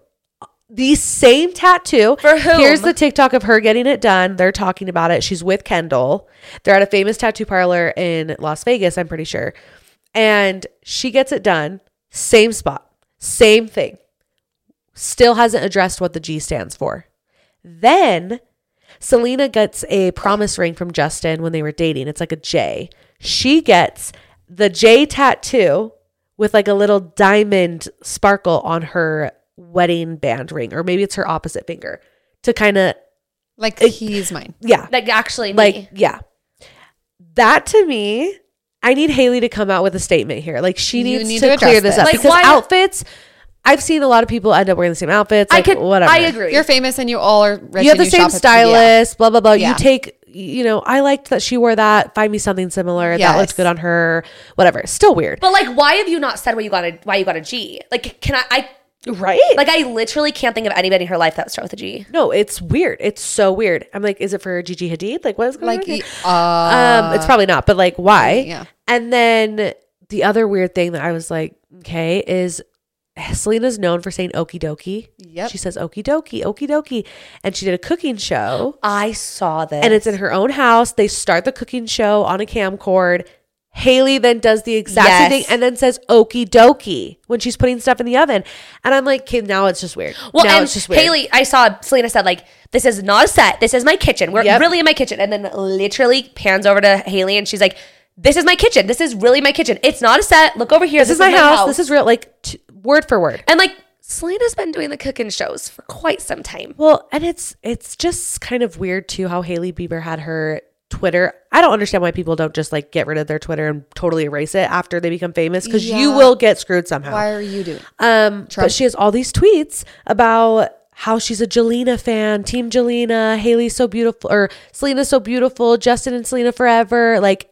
Speaker 3: The same tattoo.
Speaker 6: For whom?
Speaker 3: Here's the TikTok of her getting it done. They're talking about it. She's with Kendall. They're at a famous tattoo parlor in Las Vegas, I'm pretty sure. And she gets it done. Same spot, same thing. Still hasn't addressed what the G stands for. Then Selena gets a promise ring from Justin when they were dating. It's like a J. She gets the J tattoo with like a little diamond sparkle on her wedding band ring, or maybe it's her opposite finger to kind of,
Speaker 4: Like, he's mine.
Speaker 3: yeah,
Speaker 6: Like actually, me.
Speaker 3: like, yeah. That to me, I need Haley to come out with a statement here. Like, she
Speaker 4: You
Speaker 3: needs
Speaker 4: need
Speaker 3: to,
Speaker 4: to address
Speaker 3: clear this,
Speaker 4: this.
Speaker 3: up
Speaker 4: Like,
Speaker 3: because
Speaker 6: why-
Speaker 3: outfits. I've seen a lot of people end up wearing the same outfits. Like,
Speaker 6: I could.
Speaker 3: Whatever.
Speaker 6: I agree.
Speaker 4: You're famous and you all are rich.
Speaker 3: you have
Speaker 4: and
Speaker 3: the same
Speaker 4: shop at- yeah.
Speaker 3: stylist, blah blah blah.
Speaker 4: Yeah.
Speaker 3: You take, you know, I liked that she wore that. Find me something similar that looks
Speaker 4: Yes.
Speaker 3: good on her. Whatever, still weird,
Speaker 6: but like, why have you not said why you got a why you got a G? Like, can I? I
Speaker 3: right? Like,
Speaker 6: like I literally can't think of anybody in her life that starts with a G.
Speaker 3: no, it's weird. It's so weird. I'm like, is it for Gigi Hadid? Like, what is going
Speaker 4: Like,
Speaker 3: on? here?
Speaker 4: he- uh,
Speaker 3: um, it's probably not, but like, why?
Speaker 4: yeah.
Speaker 3: And then the other weird thing that I was like, okay, is Selena's known for saying okie dokie.
Speaker 4: Yep.
Speaker 3: She says okie dokie, okie dokie. And she did a cooking show.
Speaker 6: I saw this,
Speaker 3: and it's in her own house. They start the cooking show on a camcord. Haley then does the exact same thing
Speaker 6: Yes.
Speaker 3: and then says okie dokie when she's putting stuff in the oven. And I'm like, okay, now it's just weird.
Speaker 6: Well,
Speaker 3: now
Speaker 6: and
Speaker 3: it's just weird.
Speaker 6: Haley, I saw Selena said like, "This is not a set. This is my kitchen. We're
Speaker 3: Yep.
Speaker 6: really in my kitchen." And then literally pans over to Haley, and she's like, "This is my kitchen. This is really my kitchen. It's not a set. Look over here.
Speaker 3: this, is my house. This is real, like t- word for word.
Speaker 6: and like Selena's been doing the cooking shows for quite some time.
Speaker 3: Well, and it's it's just kind of weird too how Haley Bieber had her Twitter. I don't understand why people don't just like get rid of their Twitter and totally erase it after they become famous because you will get screwed somehow.
Speaker 2: Why are you doing?
Speaker 3: Um, but she has all these tweets about how she's a Jelena fan, Team Jelena, Haley's so beautiful, or Selena's so beautiful, Justin and Selena forever, like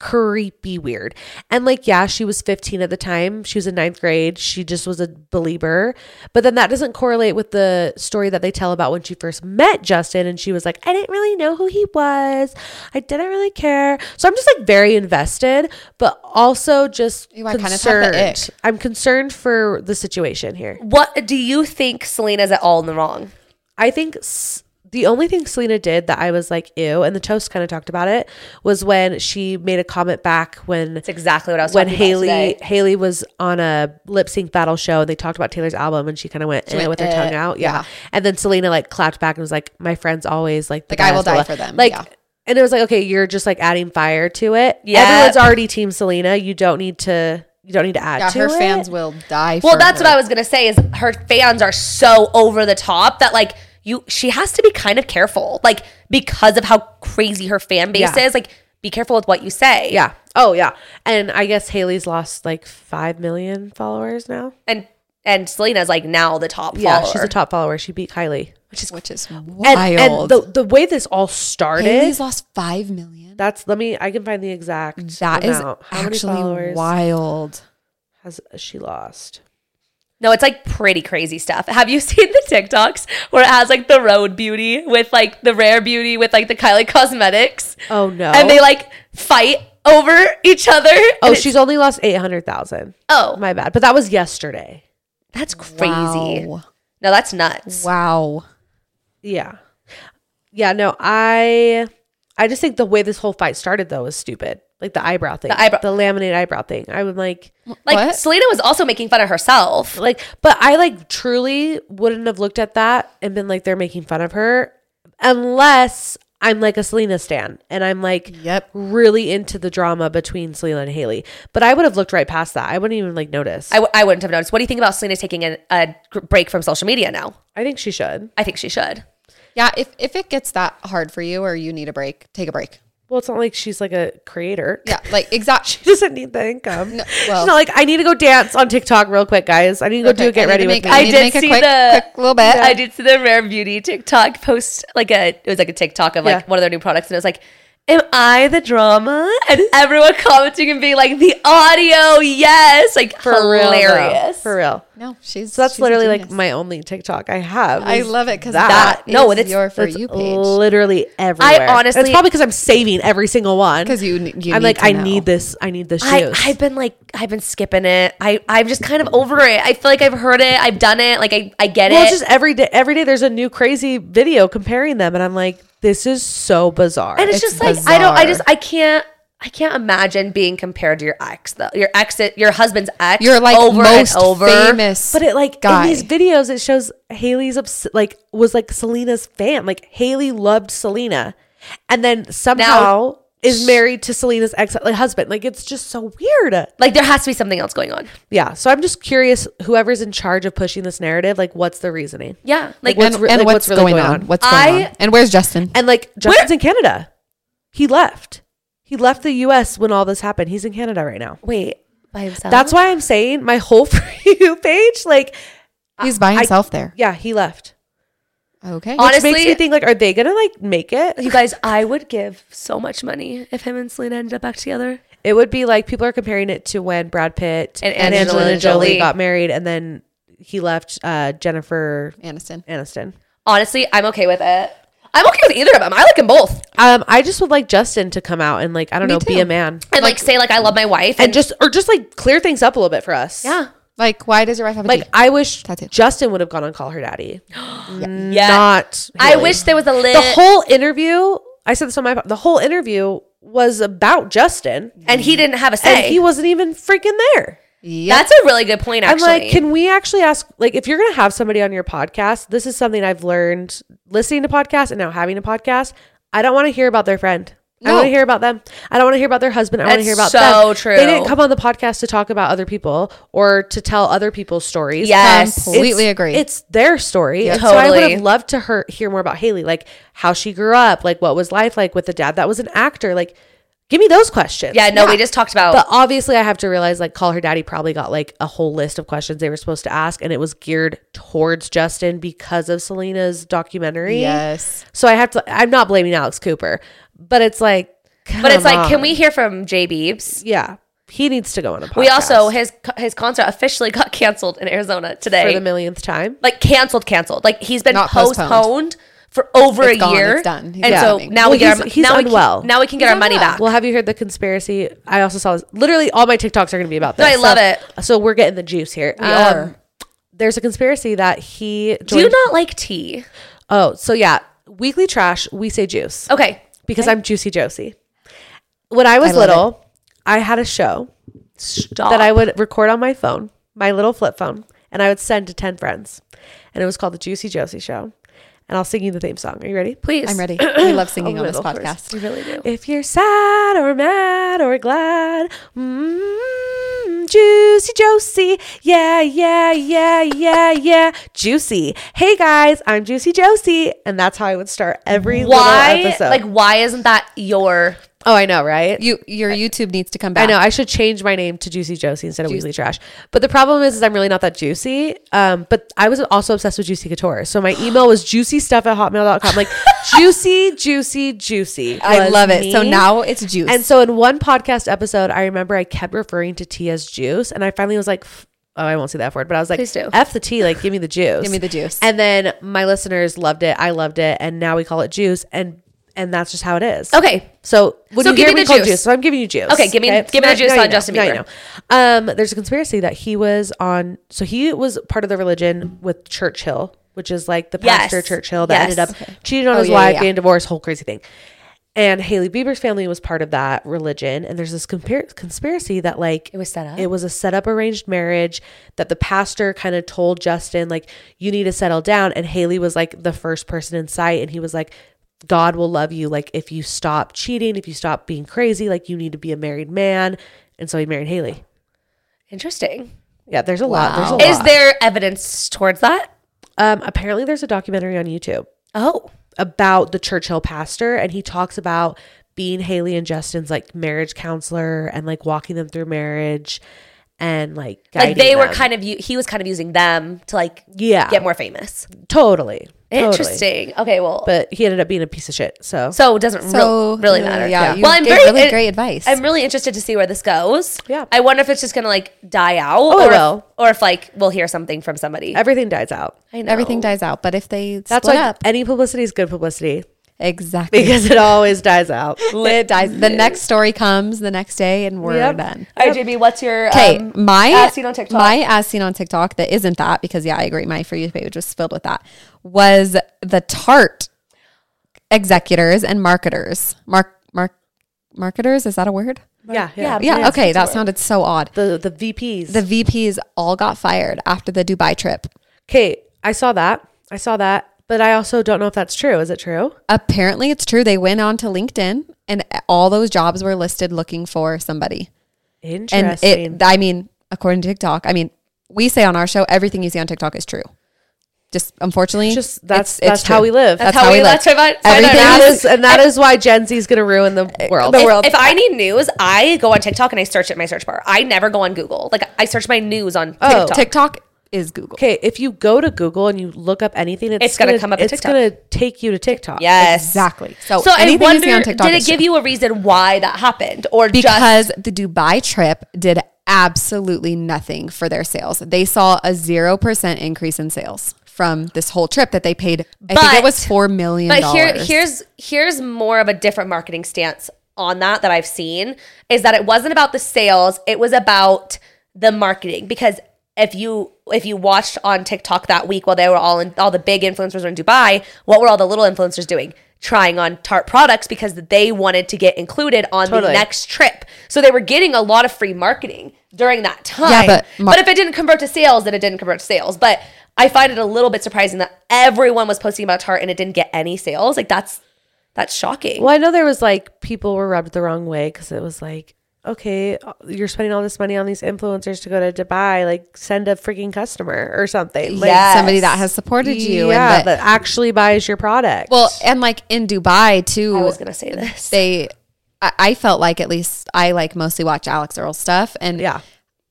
Speaker 3: creepy weird. And like, yeah, she was 15 at the time. She was in ninth grade. She just was a believer. But then that doesn't correlate with the story that they tell about when she first met Justin. And she was like, I didn't really know who he was. I didn't really care. So I'm just like very invested, but also just
Speaker 2: You are kind of have the
Speaker 3: concerned.
Speaker 2: ick.
Speaker 3: I'm concerned for the situation here.
Speaker 6: What do you think Selena's at all in the wrong?
Speaker 3: I think s- the only thing Selena did that I was like, ew, and the toast kind of talked about it was when she made a comment back when
Speaker 6: That's exactly what I was
Speaker 3: when
Speaker 6: talking
Speaker 3: Haley
Speaker 6: about today.
Speaker 3: Haley was on a lip sync battle show and they talked about Taylor's album and she kind of went, eh, with her tongue out, yeah. And then Selena like clapped back and was like, "My friends always like the
Speaker 2: Like, I will
Speaker 3: best, blah,
Speaker 2: die
Speaker 3: blah."
Speaker 2: for them,
Speaker 3: Like,
Speaker 2: yeah.
Speaker 3: and it was like, okay, you're just like adding fire to it.
Speaker 6: Yep.
Speaker 3: everyone's already Team Selena. You don't need to. You don't need to add
Speaker 2: Yeah,
Speaker 3: to
Speaker 2: her
Speaker 3: it.
Speaker 2: fans will die.
Speaker 6: Well,
Speaker 2: for
Speaker 6: that's
Speaker 2: her.
Speaker 6: what I was gonna say. Is her fans are so over the top that like you, she has to be kind of careful, like because of how crazy her fan base
Speaker 3: Yeah.
Speaker 6: is. Like, be careful with what you say.
Speaker 3: Yeah. Oh yeah. And I guess Haley's lost like five million followers now.
Speaker 6: and and Selena's like now the top.
Speaker 3: Yeah,
Speaker 6: follower.
Speaker 3: she's a top follower. She beat Kylie.
Speaker 2: which is which is
Speaker 3: And,
Speaker 2: wild.
Speaker 3: and the the way this all started.
Speaker 2: Haley's lost five million.
Speaker 3: that's let me. I can find the exact.
Speaker 2: That is
Speaker 3: amount. How many
Speaker 2: actually
Speaker 3: followers
Speaker 2: wild.
Speaker 3: has she lost?
Speaker 6: No, it's like pretty crazy stuff. Have you seen the TikToks where it has like the road beauty with like the rare beauty with like the Kylie Cosmetics?
Speaker 3: Oh no!
Speaker 6: And they like fight over each other.
Speaker 3: oh,
Speaker 6: And it's-
Speaker 3: she's only lost eight hundred thousand.
Speaker 6: Oh.
Speaker 3: my bad. But that was yesterday.
Speaker 6: that's crazy.
Speaker 2: Wow.
Speaker 6: No, that's nuts.
Speaker 2: Wow.
Speaker 3: Yeah, yeah. No, I, I just think the way this whole fight started though was stupid. Like the eyebrow thing,
Speaker 6: The eyebrow-
Speaker 3: the laminate eyebrow thing. I would like.
Speaker 6: Like
Speaker 2: What?
Speaker 6: Selena was also making fun of herself.
Speaker 3: like but i like truly wouldn't have looked at that and been like they're making fun of her unless i'm like a selena stan and i'm like
Speaker 2: Yep.
Speaker 3: really into the drama between selena and haley but i would have looked right past that i wouldn't even like notice
Speaker 6: I, w- I wouldn't have noticed. What do you think about Selena taking a, a gr- break from social media now?
Speaker 3: I think she should
Speaker 6: I think she should.
Speaker 2: Yeah. If if it gets that hard for you or you need a break, take a break.
Speaker 3: well it's not like she's like a creator
Speaker 2: Yeah. Like exactly.
Speaker 3: she doesn't need the income
Speaker 2: well-
Speaker 3: she's not like i need to go dance on tiktok real quick guys i need to go do a
Speaker 2: Okay, I
Speaker 3: get
Speaker 2: need
Speaker 3: ready
Speaker 2: to
Speaker 3: with
Speaker 2: make-
Speaker 3: me
Speaker 2: I
Speaker 3: I,
Speaker 2: need to make a quick- quick little bit.
Speaker 6: I did see the rare beauty TikTok post, like a it was like a TikTok of like
Speaker 3: Yeah.
Speaker 6: one of their new products, and it was like, "Am I the drama?" And everyone commenting and being like, "The audio, yes!" Like
Speaker 3: for real though.
Speaker 6: hilarious.
Speaker 3: for real
Speaker 2: No, she's
Speaker 3: so that's
Speaker 2: she's a
Speaker 3: literally like
Speaker 2: genius.
Speaker 3: my only tiktok i have
Speaker 2: I
Speaker 3: is
Speaker 2: love it because
Speaker 3: that.
Speaker 2: that,
Speaker 6: No,
Speaker 2: no, is
Speaker 6: it's-
Speaker 2: it's your for
Speaker 3: That's
Speaker 2: you page
Speaker 3: Literally everywhere. it's
Speaker 6: honestly-
Speaker 3: probably because I'm saving every single one.
Speaker 2: because you, ne- you.
Speaker 3: I'm
Speaker 2: need
Speaker 3: like,
Speaker 2: to
Speaker 3: I
Speaker 2: know.
Speaker 3: need this. I need this shoes.
Speaker 6: I, I've been like I've been skipping it. I I'm just kind of over it. I feel like I've heard it. I've done it. Like I I get
Speaker 3: well,
Speaker 6: it.
Speaker 3: it's just every day. Every day there's a new crazy video comparing them, and I'm like, this is so bizarre.
Speaker 6: and it's,
Speaker 2: It's
Speaker 6: just like I don't.
Speaker 2: bizarre.
Speaker 6: I just I can't. I can't imagine being compared to your ex though. Your ex, your husband's ex.
Speaker 2: You're like
Speaker 6: over
Speaker 2: most
Speaker 6: and over.
Speaker 2: famous,
Speaker 3: but it like
Speaker 2: guy.
Speaker 3: in these videos, it shows Haley's obs- like was like Selena's fan. Like Haley loved Selena, and then somehow is married to Selena's ex like, husband. Like it's just so weird.
Speaker 6: Like there has to be something else going on.
Speaker 3: Yeah. So I'm just curious, whoever's in charge of pushing this narrative, like what's the reasoning?
Speaker 6: Yeah, like
Speaker 3: what's
Speaker 2: and,
Speaker 3: re-
Speaker 2: and
Speaker 3: like,
Speaker 2: what's, going, on? What's going
Speaker 6: I-
Speaker 2: on? And where's Justin?
Speaker 3: And like Justin's in Canada. He left. He left the US when all this happened. He's in Canada right now.
Speaker 6: wait by himself.
Speaker 3: That's why I'm saying my whole for you page, like
Speaker 2: He's by
Speaker 3: I- Oh.
Speaker 2: himself there.
Speaker 3: yeah, he left.
Speaker 2: Okay.
Speaker 6: On-
Speaker 3: Which
Speaker 6: Honestly-
Speaker 3: makes me think like, are they gonna like make
Speaker 6: You
Speaker 3: it?
Speaker 6: guys, I would give so much money if him and Selena ended up back together.
Speaker 3: It would be like people are comparing it to when Brad Pitt
Speaker 6: And
Speaker 3: and,
Speaker 6: Angelina
Speaker 3: Angelina, Jolie.
Speaker 6: Jolie.
Speaker 3: got married and then he left uh, Jennifer
Speaker 2: Aniston.
Speaker 3: Aniston.
Speaker 6: Honestly, I'm okay with it. I'm okay with either of them. I like them both.
Speaker 3: Um, I just would like Justin to come out and like, I don't
Speaker 2: Me
Speaker 3: know, be
Speaker 2: too.
Speaker 3: a man.
Speaker 6: And like, say like I love my wife
Speaker 3: And just or just like clear things up a little bit for us.
Speaker 6: yeah.
Speaker 2: Like, why does your wife have a
Speaker 3: Like
Speaker 2: G?
Speaker 3: I wish
Speaker 2: That's it.
Speaker 3: Justin would have gone on Call Her Daddy.
Speaker 6: Yes.
Speaker 3: Not
Speaker 6: I
Speaker 3: Haley.
Speaker 6: wish there was a little
Speaker 3: the whole interview. I said this on my the whole interview was about Justin,
Speaker 6: and he didn't have a
Speaker 3: and
Speaker 6: say.
Speaker 3: he wasn't even freaking there.
Speaker 2: Yep.
Speaker 6: That's a really good point. Actually,
Speaker 3: I'm like, can we actually ask? Like, if you're gonna have somebody on your podcast, this is something I've learned listening to podcasts and now having a podcast. I don't want to hear about their friend. I want to hear about them. I don't want to hear about their husband. I want to
Speaker 1: That's
Speaker 3: hear about
Speaker 1: so
Speaker 3: them.
Speaker 1: true.
Speaker 3: They didn't come on the podcast to talk about other people or to tell other people's stories. Um,
Speaker 1: Yes.
Speaker 3: It's-
Speaker 4: Completely agree.
Speaker 3: It's their story. and So I would
Speaker 1: Totally.
Speaker 3: have loved to her- hear more about Haley, like how she grew up, like what was life like with a dad that was an actor. Like, give me those questions.
Speaker 1: Yeah, no, we just talked about
Speaker 3: But obviously, I have to realize like Call Her Daddy probably got like a whole list of questions they were supposed to ask, and it was geared towards Justin because of Selena's documentary.
Speaker 4: Yes.
Speaker 3: So I have to, I'm not blaming Alex Cooper, but it's like,
Speaker 1: But it's
Speaker 3: come
Speaker 1: like, can
Speaker 3: on.
Speaker 1: we hear from J Beebs?
Speaker 3: Yeah. He needs to go on a podcast.
Speaker 1: We also his his concert officially got canceled in Arizona
Speaker 3: for
Speaker 1: today.
Speaker 3: the millionth time.
Speaker 1: like canceled, canceled. Like he's been
Speaker 4: Not
Speaker 1: postponed.
Speaker 4: postponed.
Speaker 1: for over
Speaker 4: It's
Speaker 1: a
Speaker 2: Oh,
Speaker 4: gone.
Speaker 1: year.
Speaker 4: It's done. He's
Speaker 1: and
Speaker 4: not
Speaker 1: so
Speaker 4: coming.
Speaker 1: now we
Speaker 3: Well,
Speaker 1: get
Speaker 3: he's-
Speaker 1: our
Speaker 3: he's
Speaker 1: now
Speaker 3: unwell.
Speaker 1: we can, now we can get our money back.
Speaker 3: Well, have you heard the conspiracy? I also saw this. Literally, all my TikToks are going to be about
Speaker 1: No,
Speaker 3: this.
Speaker 1: I love it.
Speaker 3: So we're getting the juice here. We
Speaker 4: are.
Speaker 3: There's a conspiracy that he.
Speaker 1: Do you
Speaker 3: joined-
Speaker 1: not like tea?
Speaker 3: Oh, so yeah. Weekly trash. We say juice.
Speaker 1: Okay.
Speaker 3: because I'm Juicy Josie. When I was little, I had a show
Speaker 1: Stop.
Speaker 3: that I would record on my phone, my little flip phone, and I would send to 10 friends. And it was called The Juicy Josie Show. And I'll sing you the theme song. Are you ready?
Speaker 1: please.
Speaker 4: I'm ready. I love singing
Speaker 3: Oh,
Speaker 4: on this
Speaker 3: little first.
Speaker 4: podcast.
Speaker 1: You really do.
Speaker 3: If you're sad or mad or glad, mm, Juicy Josie. Yeah, yeah, yeah, yeah, yeah. Juicy. Hey guys, I'm Juicy Josie. And that's how I would start every little
Speaker 1: Why?
Speaker 3: episode.
Speaker 1: Like, why isn't that your?
Speaker 3: oh, I know, right?
Speaker 4: You, your YouTube needs to come
Speaker 3: I
Speaker 4: back.
Speaker 3: know I should change my name to Juicy Josie instead of Weekly Trash. But the problem is, is I'm really not that juicy. Um, but I was also obsessed with Juicy Couture. So my email was juicy stuff at hotmail.com. Like juicy, juicy, juicy.
Speaker 4: I
Speaker 3: was
Speaker 4: love it. So
Speaker 3: me.
Speaker 4: now it's juice.
Speaker 3: And so in one podcast episode, I remember I kept referring to tea as juice. And I finally was like, f- oh, I won't say that word, but I was like,
Speaker 1: Please do.
Speaker 3: F the tea, like give me the juice.
Speaker 4: Give me the juice.
Speaker 3: And then my listeners loved it. I loved it. And now we call it juice. And and that's just how it is.
Speaker 1: Okay.
Speaker 3: So when
Speaker 1: So
Speaker 3: you
Speaker 1: give
Speaker 3: hear
Speaker 1: me
Speaker 3: me
Speaker 1: the
Speaker 3: call
Speaker 1: juice.
Speaker 3: juice. so I'm giving you juice.
Speaker 1: Okay, give me- give me the
Speaker 3: Now-
Speaker 1: juice
Speaker 3: now
Speaker 1: on
Speaker 3: you know.
Speaker 1: Justin
Speaker 3: Now you
Speaker 1: Bieber.
Speaker 3: know. Um, there's a conspiracy that he was on. So he was part of the religion with Churchill, which is like the
Speaker 1: Yes.
Speaker 3: pastor Churchill that
Speaker 1: Yes.
Speaker 3: ended up cheating on
Speaker 4: Oh,
Speaker 3: his
Speaker 4: yeah, yeah,
Speaker 3: wife,
Speaker 4: yeah.
Speaker 3: getting divorced, whole crazy thing. And Haley Bieber's family was part of that religion. And there's this compar- conspiracy that like it
Speaker 1: was set up?
Speaker 3: It was a set up arranged marriage that the pastor kind of told Justin like you need to settle down. And Haley was like the first person in sight, and he was like. God will love you like if you stop cheating, if you stop being crazy, like you need to be a married man. And so he married Haley.
Speaker 1: Interesting.
Speaker 3: Yeah, there's a lot. There's a lot.
Speaker 1: Is there evidence towards that?
Speaker 3: um apparently there's a documentary on YouTube.
Speaker 1: Oh,
Speaker 3: about the Churchill pastor and he talks about being Haley and Justin's like marriage counselor and like walking them through marriage and like
Speaker 1: like they were
Speaker 3: kind
Speaker 1: kind of. u- He was kind of using them to like
Speaker 3: yeah
Speaker 1: get more famous.
Speaker 3: totally Totally.
Speaker 1: Interesting. Okay. Well,
Speaker 3: but he ended up being a piece of shit so
Speaker 1: So it doesn't
Speaker 4: So,
Speaker 1: real- really
Speaker 4: uh,
Speaker 1: matter.
Speaker 4: yeah, you
Speaker 1: well, I'm
Speaker 4: gave
Speaker 1: very
Speaker 4: really
Speaker 1: I-
Speaker 4: great advice.
Speaker 1: I'm really interested to see where this goes.
Speaker 3: Yeah.
Speaker 1: I wonder if it's just gonna like die out,
Speaker 3: it
Speaker 1: or
Speaker 3: will.
Speaker 1: if, or if like we'll hear something from somebody.
Speaker 3: everything dies out
Speaker 1: I know.
Speaker 4: Everything dies out. But if they
Speaker 3: that's
Speaker 4: split
Speaker 3: why
Speaker 4: up,
Speaker 3: any publicity is good publicity
Speaker 4: exactly.
Speaker 3: because it always dies out
Speaker 4: it dies. The next story comes the next day, and we're
Speaker 3: Yep.
Speaker 4: done.
Speaker 1: All right, JB, what's your
Speaker 4: Okay,
Speaker 1: um,
Speaker 4: my
Speaker 1: as seen on TikTok?
Speaker 4: my as seen on TikTok that isn't that because yeah, I agree. My for you page was filled with that. Was the Tarte executors and marketers mark mark marketers? Is that a word?
Speaker 3: yeah yeah,
Speaker 4: Yeah. okay, that sounded so odd.
Speaker 3: the the VPs
Speaker 4: The VPs all got fired after the Dubai trip.
Speaker 3: okay I saw that I saw that but I also don't know if that's true is it true
Speaker 4: Apparently, it's true. They went on to LinkedIn, and all those jobs were listed looking for somebody. And
Speaker 3: interesting
Speaker 4: it, I mean, according to TikTok, I mean, we say on our show, everything you see on TikTok is true. Just unfortunately,
Speaker 3: just that's that's how we live
Speaker 4: That's,
Speaker 1: how
Speaker 4: how
Speaker 1: we
Speaker 4: we
Speaker 1: live.
Speaker 4: live.
Speaker 1: That's how I-
Speaker 3: And
Speaker 4: Everything
Speaker 3: that
Speaker 4: is-
Speaker 3: is, and that is why Gen Z is going to ruin the world.
Speaker 1: if, if I need news, I go on TikTok and I search it in my search bar. I never go on Google. Like I search my news on
Speaker 2: Oh,
Speaker 1: TikTok.
Speaker 4: Oh, TikTok is Google.
Speaker 3: okay, if you go to Google and you look up anything, it's,
Speaker 1: It's gonna come up with
Speaker 3: It's
Speaker 1: TikTok.
Speaker 3: going to take you to TikTok.
Speaker 1: Yes.
Speaker 4: Exactly. So,
Speaker 1: So I
Speaker 4: anything
Speaker 1: wonder,
Speaker 4: you see on TikTok
Speaker 1: did
Speaker 4: is
Speaker 1: it give
Speaker 4: true.
Speaker 1: you a reason why that happened, or just
Speaker 4: because the Dubai trip did absolutely nothing for their sales. They saw a zero percent increase in sales from this whole trip that they paid. I think
Speaker 1: But-
Speaker 4: it was four million.
Speaker 1: But here, here's here's more of a different marketing stance on that that I've seen is that it wasn't about the sales; it was about the marketing because if you if you watched on TikTok that week while they were all in all the big influencers were in Dubai, what were all the little influencers doing? Trying on Tarte products because they wanted to get included on the
Speaker 3: Totally.
Speaker 1: next trip, so they were getting a lot of free marketing during that time.
Speaker 4: but mar-
Speaker 1: but if it didn't convert to sales, then it didn't convert to sales. But I find it a little bit surprising that everyone was posting about Tarte and it didn't get any sales. Like that's
Speaker 6: That's shocking.
Speaker 3: Well, I know there was like people were rubbed the wrong way because it was like, okay, uh, you're spending all this money on these influencers to go to Dubai, like send a freaking customer or something. Like,
Speaker 6: Yes.
Speaker 2: somebody that has supported you.
Speaker 3: yeah,
Speaker 2: and that,
Speaker 3: that actually buys your product.
Speaker 2: well, and like in Dubai too.
Speaker 6: I was gonna say this.
Speaker 2: they I, I felt like at least I like mostly watch Alex Earl stuff and
Speaker 3: yeah,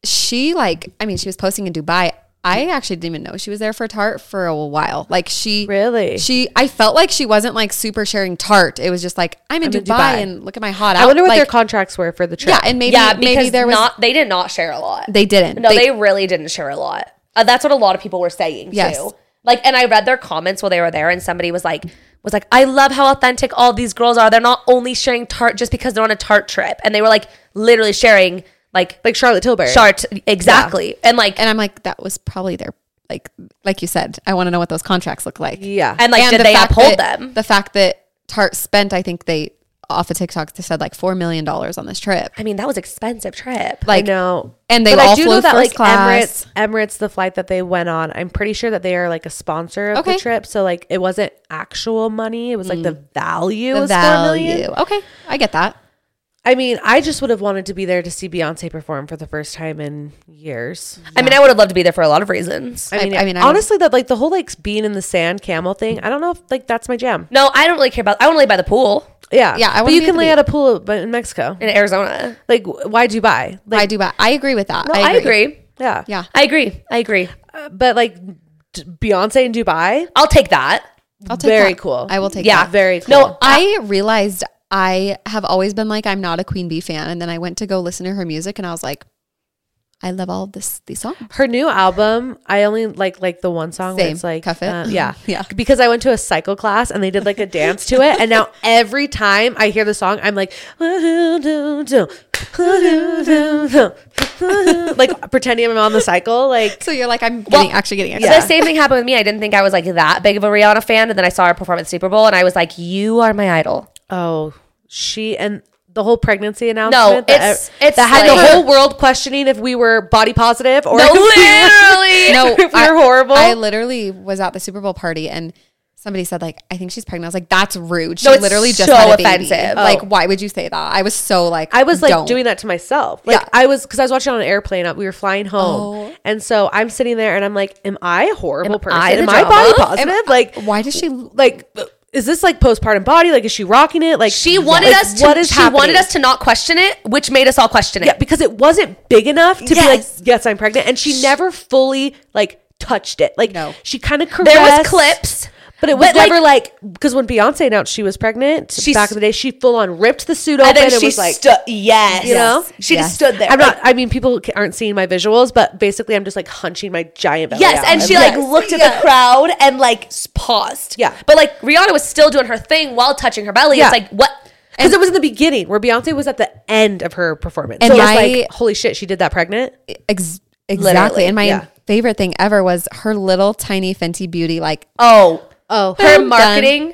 Speaker 2: she like I mean she was posting in Dubai. I actually didn't even know she was there for Tarte for a while. Like she
Speaker 3: Really?
Speaker 2: she I felt like she wasn't like super sharing Tarte. It was just like I'm in,
Speaker 3: I'm in
Speaker 2: Dubai,
Speaker 3: Dubai.
Speaker 2: and look at my hot.
Speaker 3: I wonder what
Speaker 2: like,
Speaker 3: their contracts were for the trip.
Speaker 2: yeah, and maybe
Speaker 6: yeah, because
Speaker 2: maybe there was
Speaker 6: not they did not share a lot.
Speaker 2: they didn't.
Speaker 6: no, they, really didn't share a lot. Uh, that's what a lot of people were saying
Speaker 2: Yes.
Speaker 6: too. Like, and I read their comments while they were there, and somebody was like, "Was like, I love how authentic all these girls are. They're not only sharing tart just because they're on a tart trip, and they were like literally sharing like
Speaker 3: like Charlotte Tilbury.
Speaker 6: chart exactly, and like
Speaker 2: and I'm like that was probably their like like you said. I want to know what those contracts look like.
Speaker 3: Yeah,
Speaker 6: and like did
Speaker 2: the
Speaker 6: they
Speaker 2: fact
Speaker 6: uphold
Speaker 2: that-
Speaker 6: them?
Speaker 2: The fact that Tarte spent, I think they off of TikTok, they said like four million dollars on this trip.
Speaker 6: I mean, that was expensive trip.
Speaker 2: Like,
Speaker 3: I know.
Speaker 2: and they
Speaker 3: But
Speaker 2: all
Speaker 3: I do
Speaker 2: flew
Speaker 3: know that
Speaker 2: first
Speaker 3: like
Speaker 2: class.
Speaker 3: Emirates, Emirates, the flight that they went on, I'm pretty sure that they are like a sponsor of
Speaker 2: Okay. Mm.
Speaker 3: the trip. So like it wasn't actual money; it was like the value.
Speaker 2: the
Speaker 3: was Four
Speaker 2: value.
Speaker 3: million.
Speaker 2: Okay, I get that.
Speaker 3: I mean, I just would have wanted to be there to see Beyonce perform for the first time in years.
Speaker 6: I mean, I would have loved to be there for a lot of reasons.
Speaker 2: I-
Speaker 3: I mean,
Speaker 2: I mean, I was-
Speaker 3: honestly, that like the whole like being in the sand camel thing. I don't know if like that's my jam.
Speaker 6: No, I don't really care about. I want to lay by the pool
Speaker 3: Yeah,
Speaker 2: Yeah, I
Speaker 3: but
Speaker 2: wanna
Speaker 3: you
Speaker 2: be at
Speaker 3: can
Speaker 2: the
Speaker 3: lay out a pool, but in Mexico,
Speaker 6: in Arizona.
Speaker 3: like w- why Dubai? Like,
Speaker 2: I do, but I agree with that.
Speaker 6: No, I agree.
Speaker 3: yeah,
Speaker 2: Yeah.
Speaker 6: I agree. I agree.
Speaker 3: Uh, but like d- Beyonce in Dubai,
Speaker 6: I'll take that.
Speaker 2: I'll take
Speaker 3: very
Speaker 2: that.
Speaker 3: cool.
Speaker 2: I will take
Speaker 6: Yeah.
Speaker 2: that.
Speaker 3: very cool.
Speaker 6: No,
Speaker 2: I realized I have always been like I'm not a Queen Bee fan, and then I went to go listen to her music, and I was like, I love all this these songs.
Speaker 3: Her new album, I only like like the one song where
Speaker 2: Same.
Speaker 3: Oh, it's like
Speaker 2: Cuff It.
Speaker 3: um, yeah,
Speaker 2: Yeah.
Speaker 3: Because I went to a cycle class and they did like a dance to it, and now every time I hear the song, I'm like, like pretending I'm on the cycle. Like
Speaker 2: So you're like, I'm getting actually getting
Speaker 6: The same thing happened with me. I didn't think I was like that big of a Rihanna fan, and then I saw her perform at the Super Bowl, and I was like, "You are my idol."
Speaker 3: oh, she and the whole pregnancy announcement.
Speaker 6: No,
Speaker 3: that- e-,
Speaker 6: it's it's
Speaker 3: that had
Speaker 6: like-
Speaker 3: the whole world questioning if we were body positive or
Speaker 6: No,
Speaker 3: if we were-
Speaker 6: literally.
Speaker 2: no,
Speaker 3: if we were horrible.
Speaker 2: I literally was at the Super Bowl party and somebody said like, I think she's pregnant. I was like, that's rude. She
Speaker 6: No, it's
Speaker 2: literally just
Speaker 6: so
Speaker 2: had a baby.
Speaker 6: offensive.
Speaker 2: Like, why would you say that? I was so like,
Speaker 3: Oh. I was like
Speaker 2: don't.
Speaker 3: doing that to myself. Like
Speaker 2: Yeah.
Speaker 3: I was because I was watching on an airplane. uh, We were flying home, and so I'm sitting there and I'm like, "Am I a horrible person?
Speaker 6: Oh. I the
Speaker 3: am I
Speaker 6: drama?
Speaker 3: body
Speaker 6: Am
Speaker 3: positive? like,
Speaker 2: Why does she?
Speaker 3: like, is this like postpartum body? Like, is she rocking it? Like,
Speaker 6: She wanted
Speaker 3: like,
Speaker 6: us to. she wanted us to not question it, which made us all question it.
Speaker 3: Yeah, because it wasn't big enough to
Speaker 6: Yes.
Speaker 3: be like, "Yes, I'm pregnant," and she never fully like touched it. Like,
Speaker 2: No.
Speaker 3: she kind of caressed.
Speaker 6: there was clips.
Speaker 3: But it was never like because when Beyonce announced she was pregnant
Speaker 6: She
Speaker 3: back
Speaker 6: s-
Speaker 3: in the day, she full on ripped the suit open
Speaker 6: and then
Speaker 3: and
Speaker 6: she
Speaker 3: was like,
Speaker 6: stood. Yes,
Speaker 3: You know?
Speaker 6: she
Speaker 2: Yes.
Speaker 6: just stood there.
Speaker 3: I'm not. I mean, people ca- aren't seeing my visuals, but basically, I'm just like hunching my giant belly.
Speaker 6: Yes,
Speaker 3: out.
Speaker 6: and
Speaker 3: I'm
Speaker 6: she like looked at the crowd and like s- paused.
Speaker 3: Yeah.
Speaker 6: but like Rihanna was still doing her thing while touching her belly.
Speaker 3: Yeah.
Speaker 6: It's like what?
Speaker 3: because it was in the beginning where Beyonce was at the end of her performance.
Speaker 2: And
Speaker 3: so
Speaker 2: I-
Speaker 3: it's like, holy shit, she did that pregnant.
Speaker 2: Ex- exactly.
Speaker 6: Literally,
Speaker 2: and my
Speaker 3: yeah.
Speaker 2: favorite thing ever was her little tiny Fenty Beauty. Like,
Speaker 6: Oh,
Speaker 3: Oh,
Speaker 6: her
Speaker 2: done.
Speaker 6: marketing.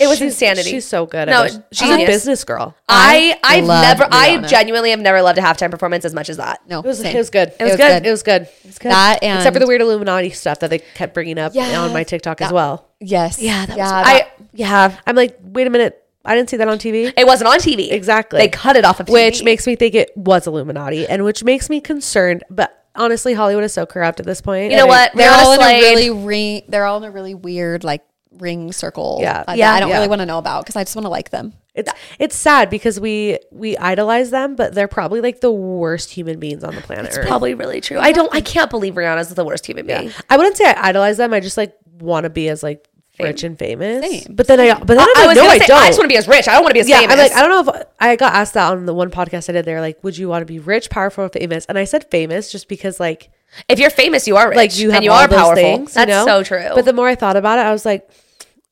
Speaker 6: It was
Speaker 3: She's-
Speaker 6: insanity.
Speaker 3: She's so good.
Speaker 6: No,
Speaker 3: No, at it.
Speaker 6: she's
Speaker 3: she's
Speaker 6: genius.
Speaker 3: a business girl.
Speaker 6: I
Speaker 2: I
Speaker 6: I've
Speaker 2: love
Speaker 6: never I
Speaker 2: Rihanna.
Speaker 6: genuinely have never loved a halftime performance as much as that.
Speaker 2: no,
Speaker 3: It was,
Speaker 2: same.
Speaker 3: it was good. It, was,
Speaker 2: was
Speaker 3: good.
Speaker 2: good.
Speaker 3: It was good.
Speaker 2: That and
Speaker 3: Except for the weird Illuminati stuff that they kept bringing up
Speaker 2: Yeah,
Speaker 3: on my TikTok as
Speaker 2: that-
Speaker 3: well.
Speaker 2: yes, yeah, yeah.
Speaker 6: I yeah.
Speaker 3: I'm like, wait a minute, I didn't see that on TV.
Speaker 6: It wasn't on TV.
Speaker 3: Exactly.
Speaker 6: They cut it off of TV.
Speaker 3: which makes me think it was Illuminati, and which makes me concerned. But honestly, Hollywood is so corrupt at this point.
Speaker 6: you know
Speaker 3: And I-
Speaker 6: what?
Speaker 2: they're
Speaker 6: Rihanna
Speaker 2: all in
Speaker 6: Slade-
Speaker 2: a really ring. They're all in a really weird like ring circle.
Speaker 3: Yeah.
Speaker 2: uh, that
Speaker 3: Yeah.
Speaker 2: I don't
Speaker 3: Yeah.
Speaker 2: really want to know about because I just want to like them.
Speaker 3: It's it's sad because we we idolize them, but they're probably like the worst human beings on the planet. Earth.
Speaker 6: probably really true. I don't I can't believe Rihanna's the worst human being.
Speaker 3: I wouldn't say I idolize them. I just like want to be as like rich and famous.
Speaker 2: Same.
Speaker 3: But then I but then I,
Speaker 6: I was
Speaker 3: no,
Speaker 6: gonna
Speaker 3: I
Speaker 6: say
Speaker 3: don't.
Speaker 6: I just want to be as rich. I don't want to be as
Speaker 3: yeah,
Speaker 6: famous.
Speaker 3: I'm like I don't know if I got asked that on the one podcast I did. They're like, "Would you want to be rich, powerful, or famous?" And I said famous just because like
Speaker 6: if you're famous, you are rich.
Speaker 3: like you have
Speaker 6: and you
Speaker 3: all
Speaker 6: are
Speaker 3: those
Speaker 6: powerful.
Speaker 3: things. you know?
Speaker 6: That's so true.
Speaker 3: But the more I thought about it, I was like,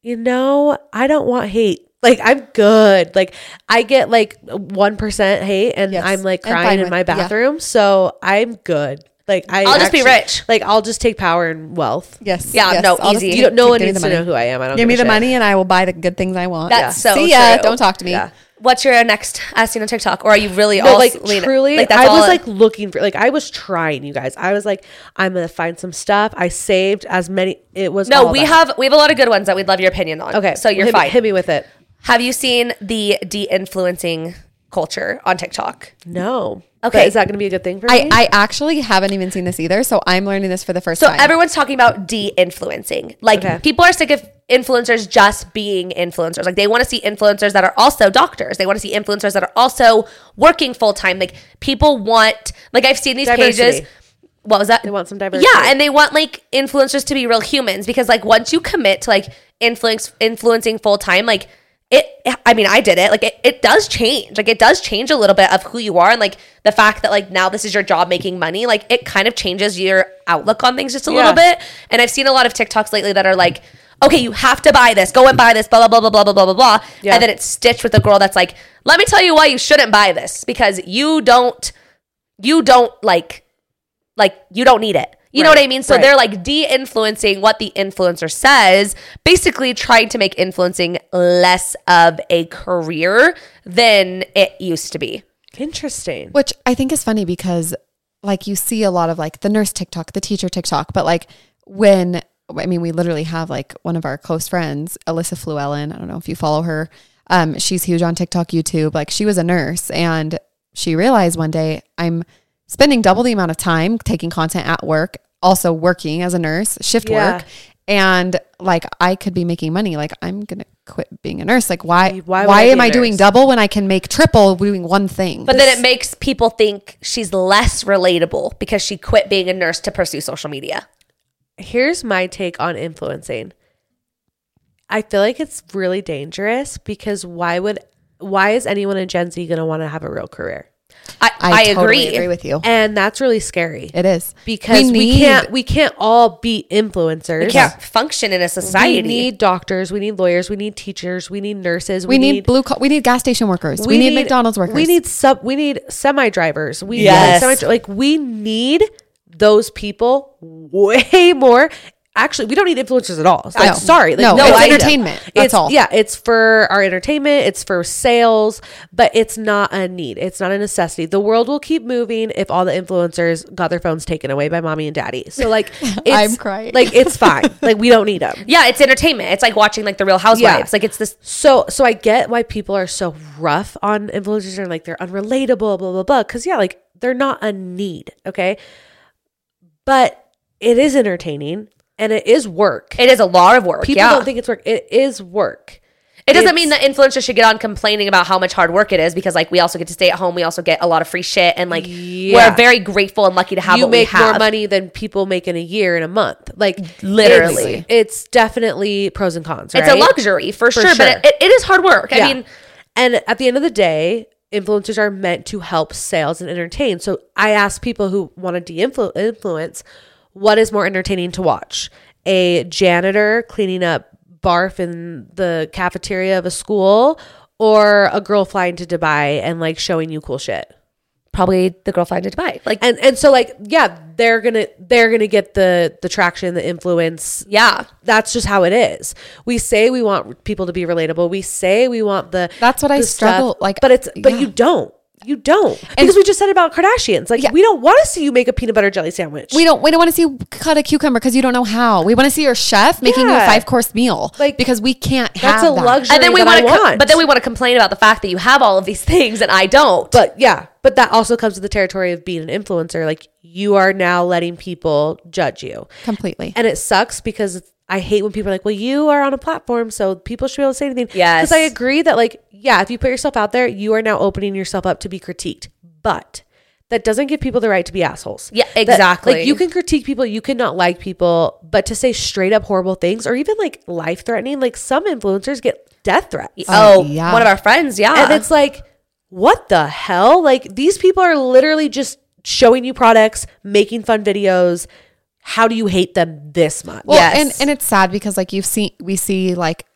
Speaker 3: you know, I don't want hate. Like I'm good. Like I get like one percent hate, and
Speaker 2: Yes.
Speaker 3: I'm like
Speaker 2: And
Speaker 3: crying
Speaker 2: fine
Speaker 3: in
Speaker 2: with-
Speaker 3: my
Speaker 2: yeah.
Speaker 3: bathroom. So I'm good. Like I,
Speaker 6: I'll just be rich.
Speaker 3: Like I'll just take power and wealth.
Speaker 2: Yes.
Speaker 6: Yeah,
Speaker 2: yes,
Speaker 6: no,
Speaker 2: I'll just
Speaker 6: easy.
Speaker 3: You don't. No
Speaker 2: keep
Speaker 3: one
Speaker 2: giving
Speaker 3: needs
Speaker 2: the
Speaker 3: to know
Speaker 2: money.
Speaker 3: who I am. I don't
Speaker 2: Give me the
Speaker 3: give a shit.
Speaker 2: money and I will buy the good things I want.
Speaker 6: That's
Speaker 2: Yeah.
Speaker 6: so
Speaker 2: See ya.
Speaker 6: true.
Speaker 2: Don't talk to me.
Speaker 3: Yeah.
Speaker 6: What's your next as seen on TikTok? Or are you really
Speaker 3: No,
Speaker 6: all
Speaker 3: like
Speaker 6: lean-
Speaker 3: truly,
Speaker 6: that's
Speaker 3: I
Speaker 6: all
Speaker 3: was
Speaker 6: it-
Speaker 3: like looking for. Like I was trying, you guys. I was like, I'm gonna find some stuff. I saved as many. It was
Speaker 6: No,
Speaker 3: all
Speaker 6: we
Speaker 3: that.
Speaker 6: have we have a lot of good ones that we'd love your opinion on.
Speaker 3: Okay,
Speaker 6: So you're
Speaker 3: hit me-
Speaker 6: fine.
Speaker 3: Hit me with it.
Speaker 1: Have you seen the de-influencing culture on TikTok?
Speaker 3: No.
Speaker 1: Okay.
Speaker 3: But is that going to be a good thing for
Speaker 2: I,
Speaker 3: me?
Speaker 2: I actually haven't even seen this either, so I'm learning this for the first
Speaker 1: So
Speaker 2: time.
Speaker 1: everyone's talking about de-influencing. Like people are sick of influencers just being influencers. Like they want to see influencers that are also doctors. They want to see influencers that are also working full time. Like people want like I've seen these
Speaker 3: Diversity.
Speaker 1: pages. What was that?
Speaker 3: They want some diversity.
Speaker 1: Yeah, and they want like influencers to be real humans because like once you commit to like influence influencing full time, like it I mean, I did it. Like it, it does change. Like it does change a little bit of who you are and like the fact that like now this is your job making money, like it kind of changes your outlook on things just a little
Speaker 3: Yeah.
Speaker 1: bit. And I've seen a lot of TikToks lately that are like Okay, you have to buy this. Go and buy this. Blah blah blah blah blah blah blah blah.
Speaker 3: Yeah.
Speaker 1: And then it's stitched with a girl that's like, "Let me tell you why you shouldn't buy this because you don't, you don't like like you don't need it. You know what I mean? So they're like de-influencing what the influencer says, basically trying to make influencing less of a career than it used to be.
Speaker 3: Interesting.
Speaker 2: Which I think is funny because like you see a lot of like the nurse TikTok, the teacher TikTok, but like when I mean we literally have like one of our close friends, Alyssa Fluellen, I don't know if you follow her. Um she's huge on TikTok, YouTube. Like she was a nurse and she realized one day I'm spending double the amount of time taking content at work, also working as a nurse, shift
Speaker 3: Yeah.
Speaker 2: work. And like I could be making money. Like I'm gonna quit being a nurse. Like why why,
Speaker 3: Why would I be
Speaker 2: am
Speaker 3: a
Speaker 2: I doing
Speaker 3: nurse?
Speaker 2: double when I can make triple doing one thing?
Speaker 1: But then it makes people think she's less relatable because she quit being a nurse to pursue social media.
Speaker 3: Here's my take on influencing. I feel like it's really dangerous because why would why is anyone in Gen Z going to want to have a real career?
Speaker 1: I, I, agree.
Speaker 2: totally agree with you.
Speaker 3: And that's really scary.
Speaker 2: It is
Speaker 3: because we, can't we can't all be influencers.
Speaker 1: We can't function in a society.
Speaker 3: We need doctors, we need lawyers, we need teachers, we need nurses,
Speaker 2: We need blue. Co- we need gas station workers. We, need, McDonald's workers.
Speaker 3: We need sub we need semi drivers. We
Speaker 1: Yes.
Speaker 3: need semi like we need those people way more. Actually, we don't need influencers at all. Like,
Speaker 2: No.
Speaker 3: sorry. Like,
Speaker 2: No,
Speaker 3: we
Speaker 2: it's
Speaker 3: don't need them.
Speaker 2: entertainment. That's
Speaker 3: it's,
Speaker 2: all.
Speaker 3: Yeah, it's for our entertainment, it's for sales, but it's not a need. It's not a necessity. The world will keep moving if all the influencers got their phones taken away by mommy and daddy. So like it's,
Speaker 2: I'm crying.
Speaker 3: Like it's fine. like we don't need them.
Speaker 1: yeah, it's entertainment. It's like watching like the Real Housewives.
Speaker 3: Yeah.
Speaker 1: Like it's this
Speaker 3: So so I get why people are so rough on influencers and like they're unrelatable, blah blah blah. Cause yeah, like they're not a need, okay? But it is entertaining and it is work.
Speaker 1: it is a lot of work.
Speaker 3: people
Speaker 1: yeah.
Speaker 3: don't think it's work. It is work.
Speaker 1: It doesn't
Speaker 3: It's-
Speaker 1: mean that influencers should get on complaining about how much hard work it is because like we also get to stay at home. We also get a lot of free shit and like
Speaker 3: Yeah.
Speaker 1: we're very grateful and lucky to have
Speaker 3: you
Speaker 1: what
Speaker 3: make
Speaker 1: we have.
Speaker 3: more money than people make in a year in a month. Like
Speaker 1: Literally.
Speaker 3: it's, it's definitely pros and cons.
Speaker 1: It's a
Speaker 3: right?
Speaker 1: luxury for,
Speaker 3: For
Speaker 1: sure, but
Speaker 3: sure.
Speaker 1: it, it, it is hard work. I
Speaker 3: Yeah.
Speaker 1: mean,
Speaker 3: and at the end of the day, influencers are meant to help sales and entertain. So I ask people who want to de-influence, what is more entertaining to watch? A janitor cleaning up barf in the cafeteria of a school or a girl flying to Dubai and like showing you cool shit?
Speaker 1: probably the girl flying to Dubai. Like,
Speaker 3: And and so like yeah, they're going to they're going to get the the traction, the influence,
Speaker 1: yeah,
Speaker 3: that's just how it is. We say we want people to be relatable. We say we want the
Speaker 2: That's what I
Speaker 3: the
Speaker 2: struggle, like,
Speaker 3: but it's but
Speaker 2: yeah.
Speaker 3: you don't. You don't because we just said about Kardashians. Like we don't want to see you make a peanut butter jelly sandwich.
Speaker 2: We don't. We don't want to see you cut a cucumber because you don't know how. We want to see your chef making you
Speaker 3: Yeah.
Speaker 2: a five course meal,
Speaker 3: Like,
Speaker 2: like because we can't.
Speaker 3: That's a
Speaker 2: have that.
Speaker 3: luxury.
Speaker 1: and then we
Speaker 3: that I
Speaker 1: want to,
Speaker 3: want.
Speaker 1: but then we want to complain about the fact that you have all of these things and I don't.
Speaker 3: But yeah, but that also comes with the territory of being an influencer. Like you are now letting people judge you,
Speaker 2: Completely.
Speaker 3: and it sucks because I hate when people are like, "Well, you are on a platform, so people should be able to say anything."
Speaker 1: Yes.
Speaker 3: because I agree that like, yeah, if you put yourself out there, you are now opening yourself up to be critiqued, but that doesn't give people the right to be assholes.
Speaker 1: Yeah,
Speaker 3: That-
Speaker 1: exactly.
Speaker 3: like you can critique people, you cannot like people, but to say straight up horrible things or even like life threatening, like some influencers get death threats.
Speaker 1: oh,
Speaker 2: yeah.
Speaker 1: one of our friends, yeah,
Speaker 3: And it's like, what the hell? Like these people are literally just showing you products, making fun videos. How do you hate them this much?
Speaker 2: Well, and and it's sad because like you've seen, we see like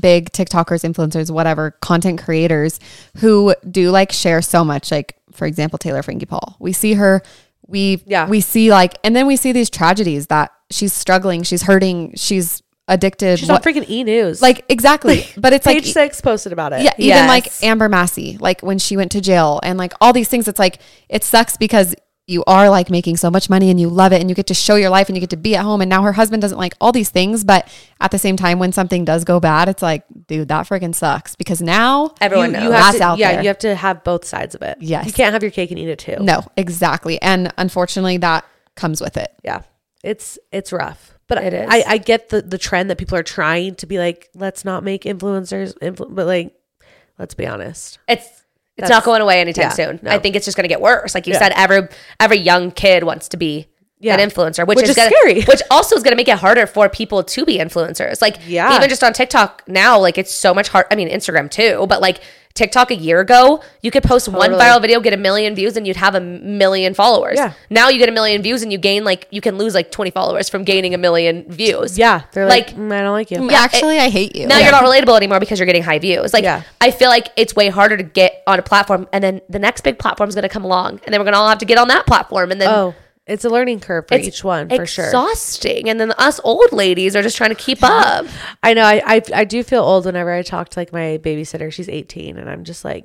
Speaker 2: big TikTokers, influencers, whatever, content creators who do like share so much. Like for example, Taylor Frankie Paul. We see her. We
Speaker 3: Yeah.
Speaker 2: We see like, and then we see these tragedies that she's struggling, she's hurting, she's addicted.
Speaker 3: She's
Speaker 2: what-
Speaker 3: on freaking E News.
Speaker 2: like exactly, but it's
Speaker 3: Page
Speaker 2: like e
Speaker 3: Six posted about it.
Speaker 2: Yeah, even
Speaker 1: Yes.
Speaker 2: like Amber Massey, like when she went to jail and like all these things, it's like it sucks because
Speaker 4: you are like making so much money and you love it and you get to show your life and you get to be at home and now her husband doesn't like all these things but at the same time when something does go bad it's like dude that freaking sucks because now
Speaker 1: Everyone
Speaker 4: you,
Speaker 1: knows.
Speaker 4: you
Speaker 3: have
Speaker 4: that's
Speaker 3: to,
Speaker 4: out
Speaker 3: yeah,
Speaker 4: there
Speaker 3: you have to have both sides of it.
Speaker 4: Yes.
Speaker 3: You can't have your cake and eat it too.
Speaker 4: no exactly and unfortunately that comes with it
Speaker 3: Yeah. It's it's rough. But
Speaker 1: It is.
Speaker 3: I, I get the, the trend that people are trying to be like, let's not make influencers influ-, but like let's be honest.
Speaker 1: It's it's
Speaker 3: That's-
Speaker 1: not going away anytime
Speaker 3: yeah,
Speaker 1: soon.
Speaker 3: no.
Speaker 1: I think it's just going to get worse. Like you
Speaker 3: Yeah.
Speaker 1: said, every every young kid wants to be
Speaker 3: Yeah.
Speaker 1: an influencer, which,
Speaker 3: Which
Speaker 1: is,
Speaker 3: is
Speaker 1: gonna,
Speaker 3: scary.
Speaker 1: Which also is going to make it harder for people to be influencers. Like
Speaker 3: Yeah.
Speaker 1: even just on TikTok now, like it's so much hard. I mean, Instagram too, but like TikTok a year ago, you could post one viral video, get a million views, and you'd have a million followers.
Speaker 3: Yeah.
Speaker 1: Now you get a million views, and you gain like you can lose like twenty followers from gaining a million views.
Speaker 3: Yeah. They're like,
Speaker 1: Like-
Speaker 3: "Mm, I don't like you.
Speaker 4: actually i hate you
Speaker 1: Now you're not relatable anymore because you're getting high views. Like
Speaker 3: Yeah.
Speaker 1: I feel like it's way harder to get on a platform, and then the next big platform is going to come along, and then we're going to all have to get on that platform, and then
Speaker 3: Oh, it's a learning curve for
Speaker 1: it's
Speaker 3: each one Oh, for sure.
Speaker 1: exhausting. And then us old ladies are just trying to keep up.
Speaker 3: I know. I, I I do feel old whenever I talk to like my babysitter. She's 18, and I'm just like,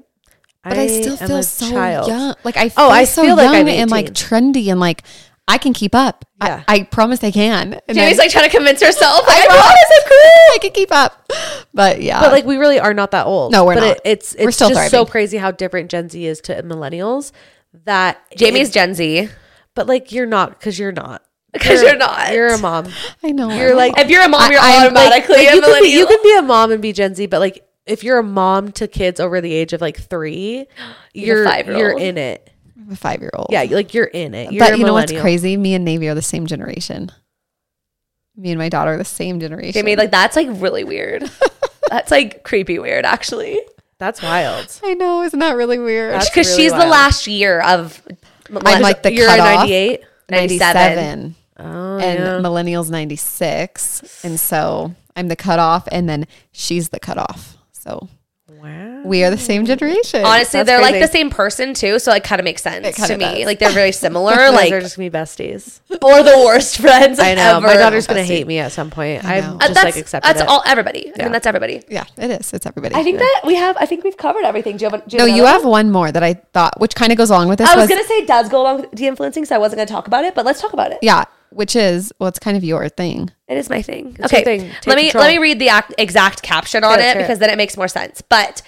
Speaker 4: but I still
Speaker 3: am
Speaker 4: feel
Speaker 3: a
Speaker 4: so
Speaker 3: child.
Speaker 4: young. Like I feel
Speaker 3: Oh, I
Speaker 4: so
Speaker 3: feel like I'm
Speaker 4: young and like
Speaker 3: 18.
Speaker 4: trendy and like I can keep up.
Speaker 3: Yeah.
Speaker 4: I, I promise I can. And then-
Speaker 1: Jamie's like trying to convince herself.
Speaker 4: I
Speaker 1: I
Speaker 4: promise I'm cool. I can keep up. But yeah,
Speaker 3: But like we really are not that old.
Speaker 4: No, we're
Speaker 3: but
Speaker 4: not.
Speaker 3: It, it's it's
Speaker 4: We're still
Speaker 3: just so
Speaker 4: thriving.
Speaker 3: crazy how different Gen Z is to millennials. That
Speaker 1: Jamie's
Speaker 3: it-
Speaker 1: Gen Z
Speaker 3: but like you're not because you're not
Speaker 1: because you're not.
Speaker 3: You're a mom.
Speaker 4: I know
Speaker 3: You're like
Speaker 1: if you're a mom, you're
Speaker 4: I- I'm like-
Speaker 1: automatically
Speaker 3: like,
Speaker 1: a
Speaker 3: you can be, you
Speaker 1: millennial.
Speaker 3: can be a mom and be Gen Z, but like if you're a mom to kids over the age of like
Speaker 1: You're
Speaker 3: three,
Speaker 1: a
Speaker 3: you're
Speaker 1: five-year-old.
Speaker 3: you're in it.
Speaker 4: I'm a five year old.
Speaker 3: Yeah, like you're in it. You're
Speaker 4: but
Speaker 3: a
Speaker 4: you know what's
Speaker 3: millennial.
Speaker 4: crazy? Me and Navy are the same generation. Me and my daughter are the same generation.
Speaker 1: Jamie, like that's like really weird. that's like creepy weird, actually,
Speaker 3: That's wild.
Speaker 4: I know, isn't that really weird?
Speaker 3: That's
Speaker 1: because
Speaker 3: really
Speaker 1: she's the
Speaker 3: wild.
Speaker 1: last year of.
Speaker 4: I'm like the
Speaker 3: you're a
Speaker 4: cutoff.
Speaker 3: 98.
Speaker 1: 97.
Speaker 3: Oh,
Speaker 4: and
Speaker 3: yeah.
Speaker 4: millennials 96 and so i'm the cutoff and then she's the cutoff so
Speaker 3: Wow.
Speaker 4: we are the same generation
Speaker 1: Honestly,
Speaker 3: That's
Speaker 1: they're like
Speaker 3: crazy.
Speaker 1: the same person too, so it kind of makes sense
Speaker 4: kinda
Speaker 1: to me.
Speaker 4: does.
Speaker 1: Like they're very similar,
Speaker 3: Those
Speaker 1: like
Speaker 3: are just gonna be besties.
Speaker 1: or the worst friends
Speaker 3: I know.
Speaker 1: ever.
Speaker 3: My daughter's gonna hate me at some point. I'm
Speaker 1: Uh,
Speaker 3: just
Speaker 1: that's,
Speaker 3: like accepted.
Speaker 1: That's all everybody. I mean, that's everybody.
Speaker 4: yeah it is it's everybody
Speaker 1: I think that we have. I think we've covered everything. Do you have? Do
Speaker 4: no
Speaker 1: another
Speaker 4: you
Speaker 1: one?
Speaker 4: have one more that i thought which kind of goes along with this
Speaker 1: I was, gonna say it does go along with de-influencing, so I wasn't gonna talk about it, but let's talk about it.
Speaker 4: yeah which is well it's kind of your thing
Speaker 1: It is my thing.
Speaker 3: your
Speaker 1: okay,
Speaker 3: thing. Take
Speaker 1: let me
Speaker 3: control.
Speaker 1: let me read the ac exact caption on it
Speaker 3: it, hear it.
Speaker 1: because then it makes more sense. But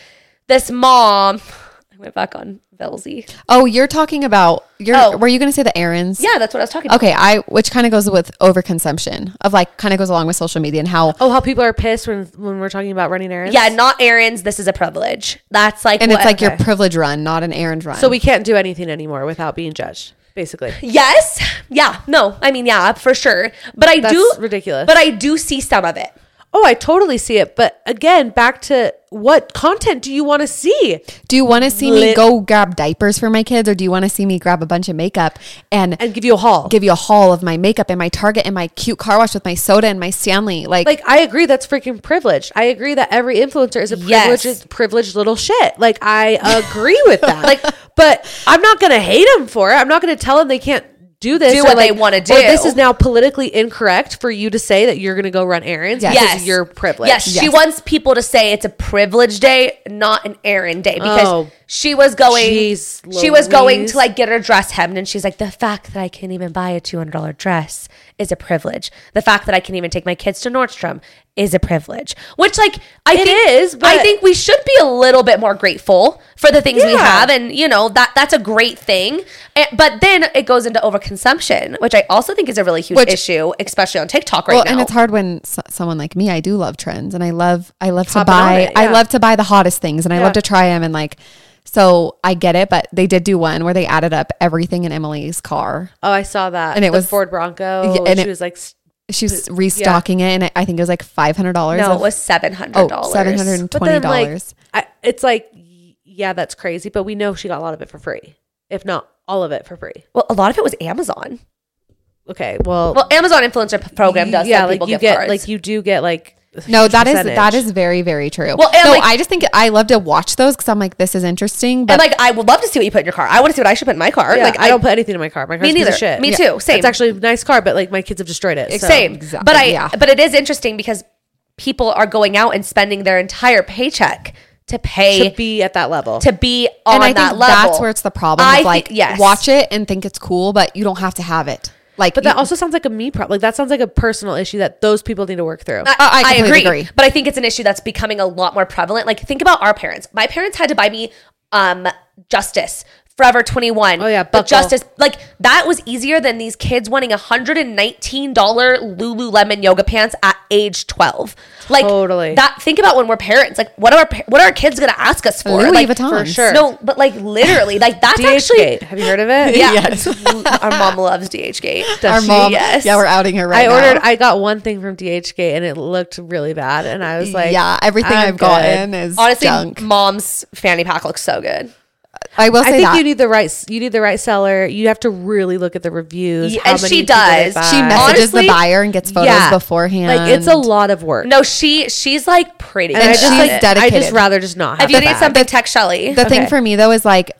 Speaker 1: this mom, I went back on Velzy.
Speaker 4: oh you're talking about you're
Speaker 1: Oh.
Speaker 4: were you gonna say the errands
Speaker 1: Yeah, that's what I was talking about.
Speaker 4: okay i which kind of goes with overconsumption of like kind of goes along with social media and how
Speaker 3: Oh, how people are pissed when when we're talking about running errands.
Speaker 1: Yeah, not errands. This is a privilege. That's like
Speaker 4: and
Speaker 1: what,
Speaker 4: it's like your
Speaker 3: okay.
Speaker 4: privilege run not an errand run
Speaker 3: So we can't do anything anymore without being judged, basically.
Speaker 1: Yes. Yeah. No. I mean, yeah, for sure. But I
Speaker 3: That's
Speaker 1: do
Speaker 3: ridiculous.
Speaker 1: But I do see some of it.
Speaker 3: Oh, I totally see it. But again, back to what content do you want to see?
Speaker 4: Do you want to see me
Speaker 3: Lit-
Speaker 4: go grab diapers for my kids, or do you want to see me grab a bunch of makeup and,
Speaker 3: And give you a haul.
Speaker 4: give you a haul of my makeup and my Target and my cute car wash with my soda and my Stanley? Like,
Speaker 3: like I agree that's freaking privileged. I agree that every influencer is a
Speaker 1: Yes.
Speaker 3: privileged privileged little shit. Like I agree with that. like but I'm not going to hate them for it. I'm not going to tell them they can't do this
Speaker 1: Do
Speaker 3: or,
Speaker 1: what they
Speaker 3: like,
Speaker 1: wanna
Speaker 3: or
Speaker 1: do.
Speaker 3: this is now politically incorrect for you to say that you're going to go run errands
Speaker 4: Yes.
Speaker 3: because
Speaker 1: Yes.
Speaker 3: you're privileged.
Speaker 1: Yes, She wants people to say it's a privilege day, not an errand day, because
Speaker 3: Oh.
Speaker 1: she was going.
Speaker 3: Jeez
Speaker 1: she was going
Speaker 3: Louise.
Speaker 1: to like get her dress hemmed, and she's like, the fact that I can't even buy a two hundred dollar dress is a privilege. The fact that I can even take my kids to Nordstrom is a privilege. Which, like, I
Speaker 3: It
Speaker 1: think
Speaker 3: is,
Speaker 1: I
Speaker 3: but-
Speaker 1: think we should be a little bit more grateful for the things we
Speaker 3: Yeah.
Speaker 1: have, and you know that that's a great thing. And- but then it goes into overconsumption, which I also think is a really huge
Speaker 4: Which-
Speaker 1: issue, especially on TikTok right
Speaker 4: well,
Speaker 1: now.
Speaker 4: and it's hard when s someone like me, I do love trends, and I love, I love to
Speaker 3: Hopping on
Speaker 4: buy,
Speaker 3: it,
Speaker 4: I
Speaker 3: yeah.
Speaker 4: love to buy the hottest things, and I
Speaker 3: Yeah.
Speaker 4: love to try them, and like, so I get it. But they did do one where they added up everything in Emily's car.
Speaker 3: Oh, I saw that.
Speaker 4: And it
Speaker 3: The
Speaker 4: was-
Speaker 3: Ford Bronco.
Speaker 4: Yeah, and
Speaker 3: she
Speaker 4: it-
Speaker 3: was like s-
Speaker 4: She was restocking it, and I, I think it was like five hundred dollars.
Speaker 1: no, it was seven hundred dollars.
Speaker 4: oh, seven hundred and
Speaker 3: But
Speaker 4: twenty
Speaker 3: then, like,
Speaker 4: dollars.
Speaker 3: I, it's like, y- yeah, that's crazy, but we know she got a lot of it for free, if not all of it for free.
Speaker 1: Well, a lot of it was Amazon.
Speaker 3: Okay, well,
Speaker 1: Well, Amazon influencer p- program does. Yeah,
Speaker 3: yeah,
Speaker 1: send
Speaker 3: like
Speaker 1: people
Speaker 3: you
Speaker 1: gift
Speaker 3: get,
Speaker 1: cards.
Speaker 3: like you do get like.
Speaker 4: No, that is that
Speaker 3: percentage.
Speaker 4: is very very true.
Speaker 1: Well,
Speaker 4: Well,
Speaker 1: and,
Speaker 4: no,
Speaker 1: like-
Speaker 4: I just think I love to watch those because I'm like, this is interesting. But
Speaker 1: and like I would love to see what you put in your car. I want to see what I should put in my car.
Speaker 3: Yeah,
Speaker 1: like
Speaker 3: I, don't put anything in my car. My car's
Speaker 1: me
Speaker 3: a piece of
Speaker 1: neither.
Speaker 3: Shit.
Speaker 1: Me
Speaker 3: Yeah.
Speaker 1: too. Same.
Speaker 3: It's actually a nice car, but like my kids have destroyed it. so-
Speaker 1: same.
Speaker 4: Exactly,
Speaker 1: But I.
Speaker 4: yeah.
Speaker 1: But it is interesting because people are going out and spending their entire paycheck to pay
Speaker 3: to be at that level.
Speaker 1: to be on
Speaker 6: and I
Speaker 1: that
Speaker 6: think
Speaker 1: level.
Speaker 6: that's where it's the problem.
Speaker 1: I
Speaker 6: of like,
Speaker 1: think- yes.
Speaker 6: watch it and think it's cool, but you don't have to have it. Like,
Speaker 3: but that
Speaker 6: you-
Speaker 3: also sounds like a me problem. Like that sounds like a personal issue that those people need to work through.
Speaker 6: Oh, I- I completely agree.
Speaker 1: But I think it's an issue that's becoming a lot more prevalent. Like think about our parents. My parents had to buy me um justice. Forever 21.
Speaker 3: Oh, yeah,
Speaker 1: The
Speaker 3: buckle.
Speaker 1: justice. Like that was easier than these kids wanting $119 Lululemon yoga pants at age 12. Like
Speaker 3: Totally.
Speaker 1: that think about when we're parents. Like what are our par- what are our kids going to ask us for?
Speaker 6: Louis
Speaker 1: like
Speaker 6: Vuittons. For
Speaker 3: sure.
Speaker 1: No, but like literally like that's
Speaker 3: DHgate.
Speaker 1: actually
Speaker 3: Have you heard of it?
Speaker 1: yeah. Our mom loves DHgate.
Speaker 6: our
Speaker 1: she?
Speaker 6: mom.
Speaker 1: Yes.
Speaker 6: Yeah, we're outing her right
Speaker 3: I
Speaker 6: now.
Speaker 3: ordered. I got one thing from DHgate and it looked really bad, and I was like,
Speaker 6: yeah, everything
Speaker 3: I'm
Speaker 6: i have gotten is
Speaker 1: Honestly,
Speaker 6: junk.
Speaker 1: mom's fanny pack looks so good.
Speaker 6: I will
Speaker 3: I
Speaker 6: say
Speaker 3: think
Speaker 6: that
Speaker 3: you need the right. s- You need the right seller. You have to really look at the reviews.
Speaker 1: Yeah,
Speaker 3: how
Speaker 1: and
Speaker 3: many
Speaker 1: she
Speaker 3: people they
Speaker 1: does.
Speaker 3: buy.
Speaker 6: she messages
Speaker 1: honestly,
Speaker 6: the buyer and gets photos beforehand.
Speaker 3: Like it's a lot of work.
Speaker 1: No, she she's like pretty.
Speaker 3: and, I
Speaker 6: and
Speaker 3: just
Speaker 6: she's
Speaker 3: like. I just
Speaker 6: dedicated.
Speaker 3: rather just not.
Speaker 1: if
Speaker 3: Have
Speaker 1: you need something, tech Shelly.
Speaker 6: The thing for me though is like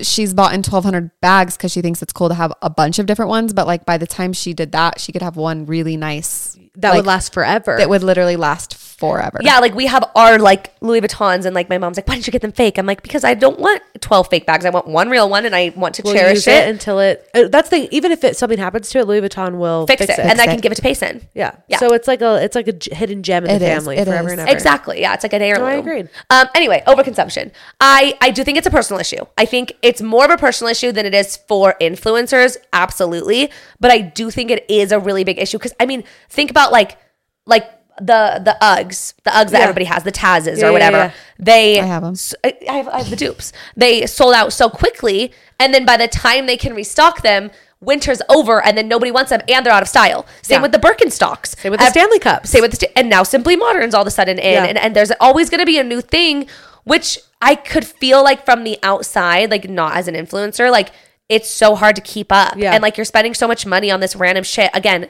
Speaker 6: she's bought in 1200 bags because she thinks it's cool to have a bunch of different ones but like by the time she did that she could have one really nice
Speaker 3: that
Speaker 6: like,
Speaker 3: would last forever.
Speaker 6: that would literally last forever
Speaker 1: yeah, like we have our like Louis Vuittons, and like my mom's like, "Why didn't you get them fake?" I'm like, "Because I don't want 12 fake bags. I want one real one, and I want to
Speaker 3: We'll
Speaker 1: cherish
Speaker 3: use
Speaker 1: it, and
Speaker 3: until it. uh, That's the even if it something happens to it, Louis Vuitton will
Speaker 1: fix, it, and
Speaker 6: it.
Speaker 1: I can give it to Payson."
Speaker 3: Yeah.
Speaker 1: Yeah.
Speaker 3: So it's like a it's like a j- hidden gem in the
Speaker 6: It is,
Speaker 3: family
Speaker 6: it
Speaker 3: forever
Speaker 6: is.
Speaker 3: and ever.
Speaker 1: Exactly. Yeah, it's like an heirloom.
Speaker 3: I agreed.
Speaker 1: Um, anyway, overconsumption. I I do think it's a personal issue. I think it's more of a personal issue than it is for influencers. Absolutely, but I do think it is a really big issue because I mean, think about like like the the Uggs, the Uggs that everybody has, the Tazes
Speaker 3: yeah,
Speaker 1: or whatever.
Speaker 3: yeah.
Speaker 1: They
Speaker 6: I have 'em.
Speaker 1: s- I, I have, I have the dupes. They sold out so quickly, and then by the time they can restock them. Winter's over, and then nobody wants them, and they're out of style. Same with the Birkenstocks.
Speaker 3: Same with the
Speaker 1: Ev-
Speaker 3: Stanley Cups.
Speaker 1: Same with the sta- and now Simply Modern's all of a sudden in,
Speaker 3: Yeah.
Speaker 1: and, and there's always going to be a new thing, which I could feel like from the outside, like not as an influencer, like it's so hard to keep up,
Speaker 3: Yeah.
Speaker 1: and like you're spending so much money on this random shit. Again,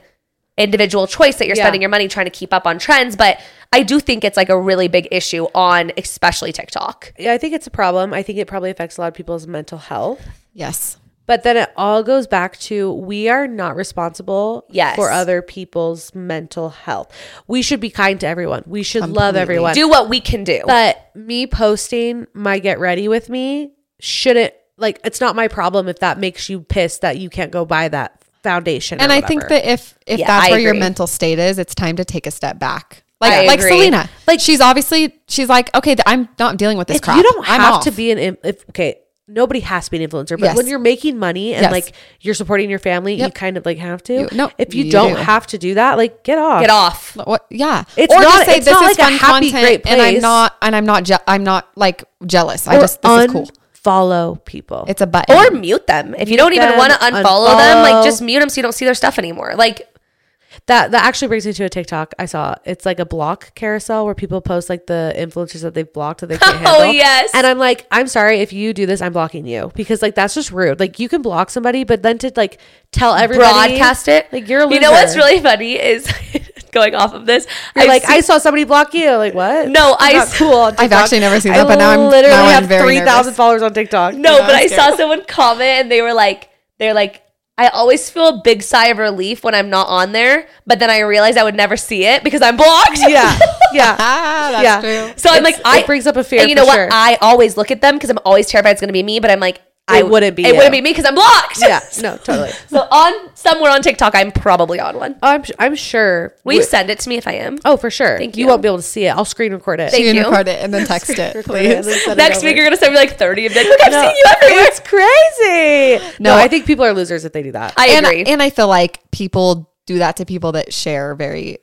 Speaker 1: individual choice that you're
Speaker 3: Yeah.
Speaker 1: spending your money trying to keep up on trends, but I do think it's like a really big issue on especially TikTok.
Speaker 3: Yeah, I think it's a problem. I think it probably affects a lot of people's mental health.
Speaker 6: yes
Speaker 3: But then it all goes back to we are not responsible
Speaker 1: Yes.
Speaker 3: for other people's mental health. We should be kind to everyone. We should love everyone.
Speaker 1: Do what we can do.
Speaker 3: but me posting my get ready with me shouldn't like it's not my problem if that makes you pissed that you can't go buy that foundation. or
Speaker 6: and i think
Speaker 3: whatever.
Speaker 6: that if if
Speaker 1: Yeah,
Speaker 6: that's
Speaker 1: I
Speaker 6: where your
Speaker 1: agree.
Speaker 6: mental state is it's time to take a step back like
Speaker 1: I
Speaker 6: like
Speaker 1: agree.
Speaker 6: selena like she's obviously she's like okay th- i'm not dealing with this
Speaker 3: if
Speaker 6: crap
Speaker 3: you don't
Speaker 6: I'm
Speaker 3: have to
Speaker 6: off."
Speaker 3: be an im- if okay nobody has to be an influencer but
Speaker 6: Yes.
Speaker 3: when you're making money and
Speaker 6: Yes.
Speaker 3: like you're supporting your family you kind of like have to
Speaker 6: You- no,
Speaker 3: if you,
Speaker 6: you
Speaker 3: don't
Speaker 6: do.
Speaker 3: have to do that like get off
Speaker 1: Get off.
Speaker 6: what yeah
Speaker 3: It's not- it's not like a happy, great
Speaker 6: and i'm
Speaker 3: place.
Speaker 6: not and i'm not je- i'm not like jealous i
Speaker 3: Or
Speaker 6: just this is cool
Speaker 3: follow people
Speaker 6: it's a button
Speaker 1: Or mute them. If you don't even
Speaker 3: them,
Speaker 1: want to unfollow, them,
Speaker 3: unfollow.
Speaker 1: like just mute them so you don't see their stuff anymore. Like
Speaker 3: that that actually brings me to a tiktok i saw it's like a block carousel where people post like the influencers that they've blocked that they can't
Speaker 1: Oh,
Speaker 3: handle
Speaker 1: yes.
Speaker 3: and i'm like i'm sorry if you do this i'm blocking you because like that's just rude like you can block somebody but then to like tell everybody
Speaker 1: broadcast it.
Speaker 3: like you're a
Speaker 1: You know what's
Speaker 3: loser.
Speaker 1: really funny is going off of this.
Speaker 3: You're
Speaker 1: I've
Speaker 3: like
Speaker 1: seen-
Speaker 3: I saw somebody block you. Like what?
Speaker 6: Oh,
Speaker 1: No,
Speaker 3: That's
Speaker 1: I
Speaker 3: not
Speaker 1: s-
Speaker 3: cool. on
Speaker 6: I've
Speaker 3: TikTok.
Speaker 6: actually never seen
Speaker 3: I
Speaker 6: that, but now I'm-
Speaker 3: literally
Speaker 6: now I'm
Speaker 3: have
Speaker 6: very
Speaker 3: three thousand
Speaker 6: nervous.
Speaker 3: followers on TikTok.
Speaker 1: no, but I saw someone comment and they were like, they're like, I always feel a big sigh of relief when I'm not on there, but then I realize I would never see it because I'm blocked.
Speaker 3: yeah, yeah,
Speaker 6: ah, that's
Speaker 3: yeah.
Speaker 6: true
Speaker 1: So I'm like, I
Speaker 3: it brings up a fear.
Speaker 1: And you know
Speaker 3: for
Speaker 1: what?
Speaker 3: sure.
Speaker 1: I always look at them because I'm always terrified it's going to be me. But I'm like, I
Speaker 3: wouldn't be
Speaker 1: It
Speaker 3: you.
Speaker 1: wouldn't be me because I'm blocked.
Speaker 3: yeah, no, totally.
Speaker 1: so on somewhere on TikTok, I'm probably on one.
Speaker 3: Oh, I'm, su- I'm sure.
Speaker 1: Will you send it to me if I am?
Speaker 3: Oh, for sure.
Speaker 1: Thank
Speaker 3: you.
Speaker 1: you.
Speaker 3: won't be able to see it. I'll screen record it.
Speaker 6: you
Speaker 1: you.
Speaker 6: can record it and then text it please
Speaker 1: Next week, you're going to send me like 30 of like, look, I've
Speaker 3: No,
Speaker 1: seen you everywhere.
Speaker 3: It's crazy. No,
Speaker 6: No,
Speaker 3: I think people are losers if they do that.
Speaker 1: I
Speaker 6: and,
Speaker 1: agree.
Speaker 6: and I feel like people do that to people that share very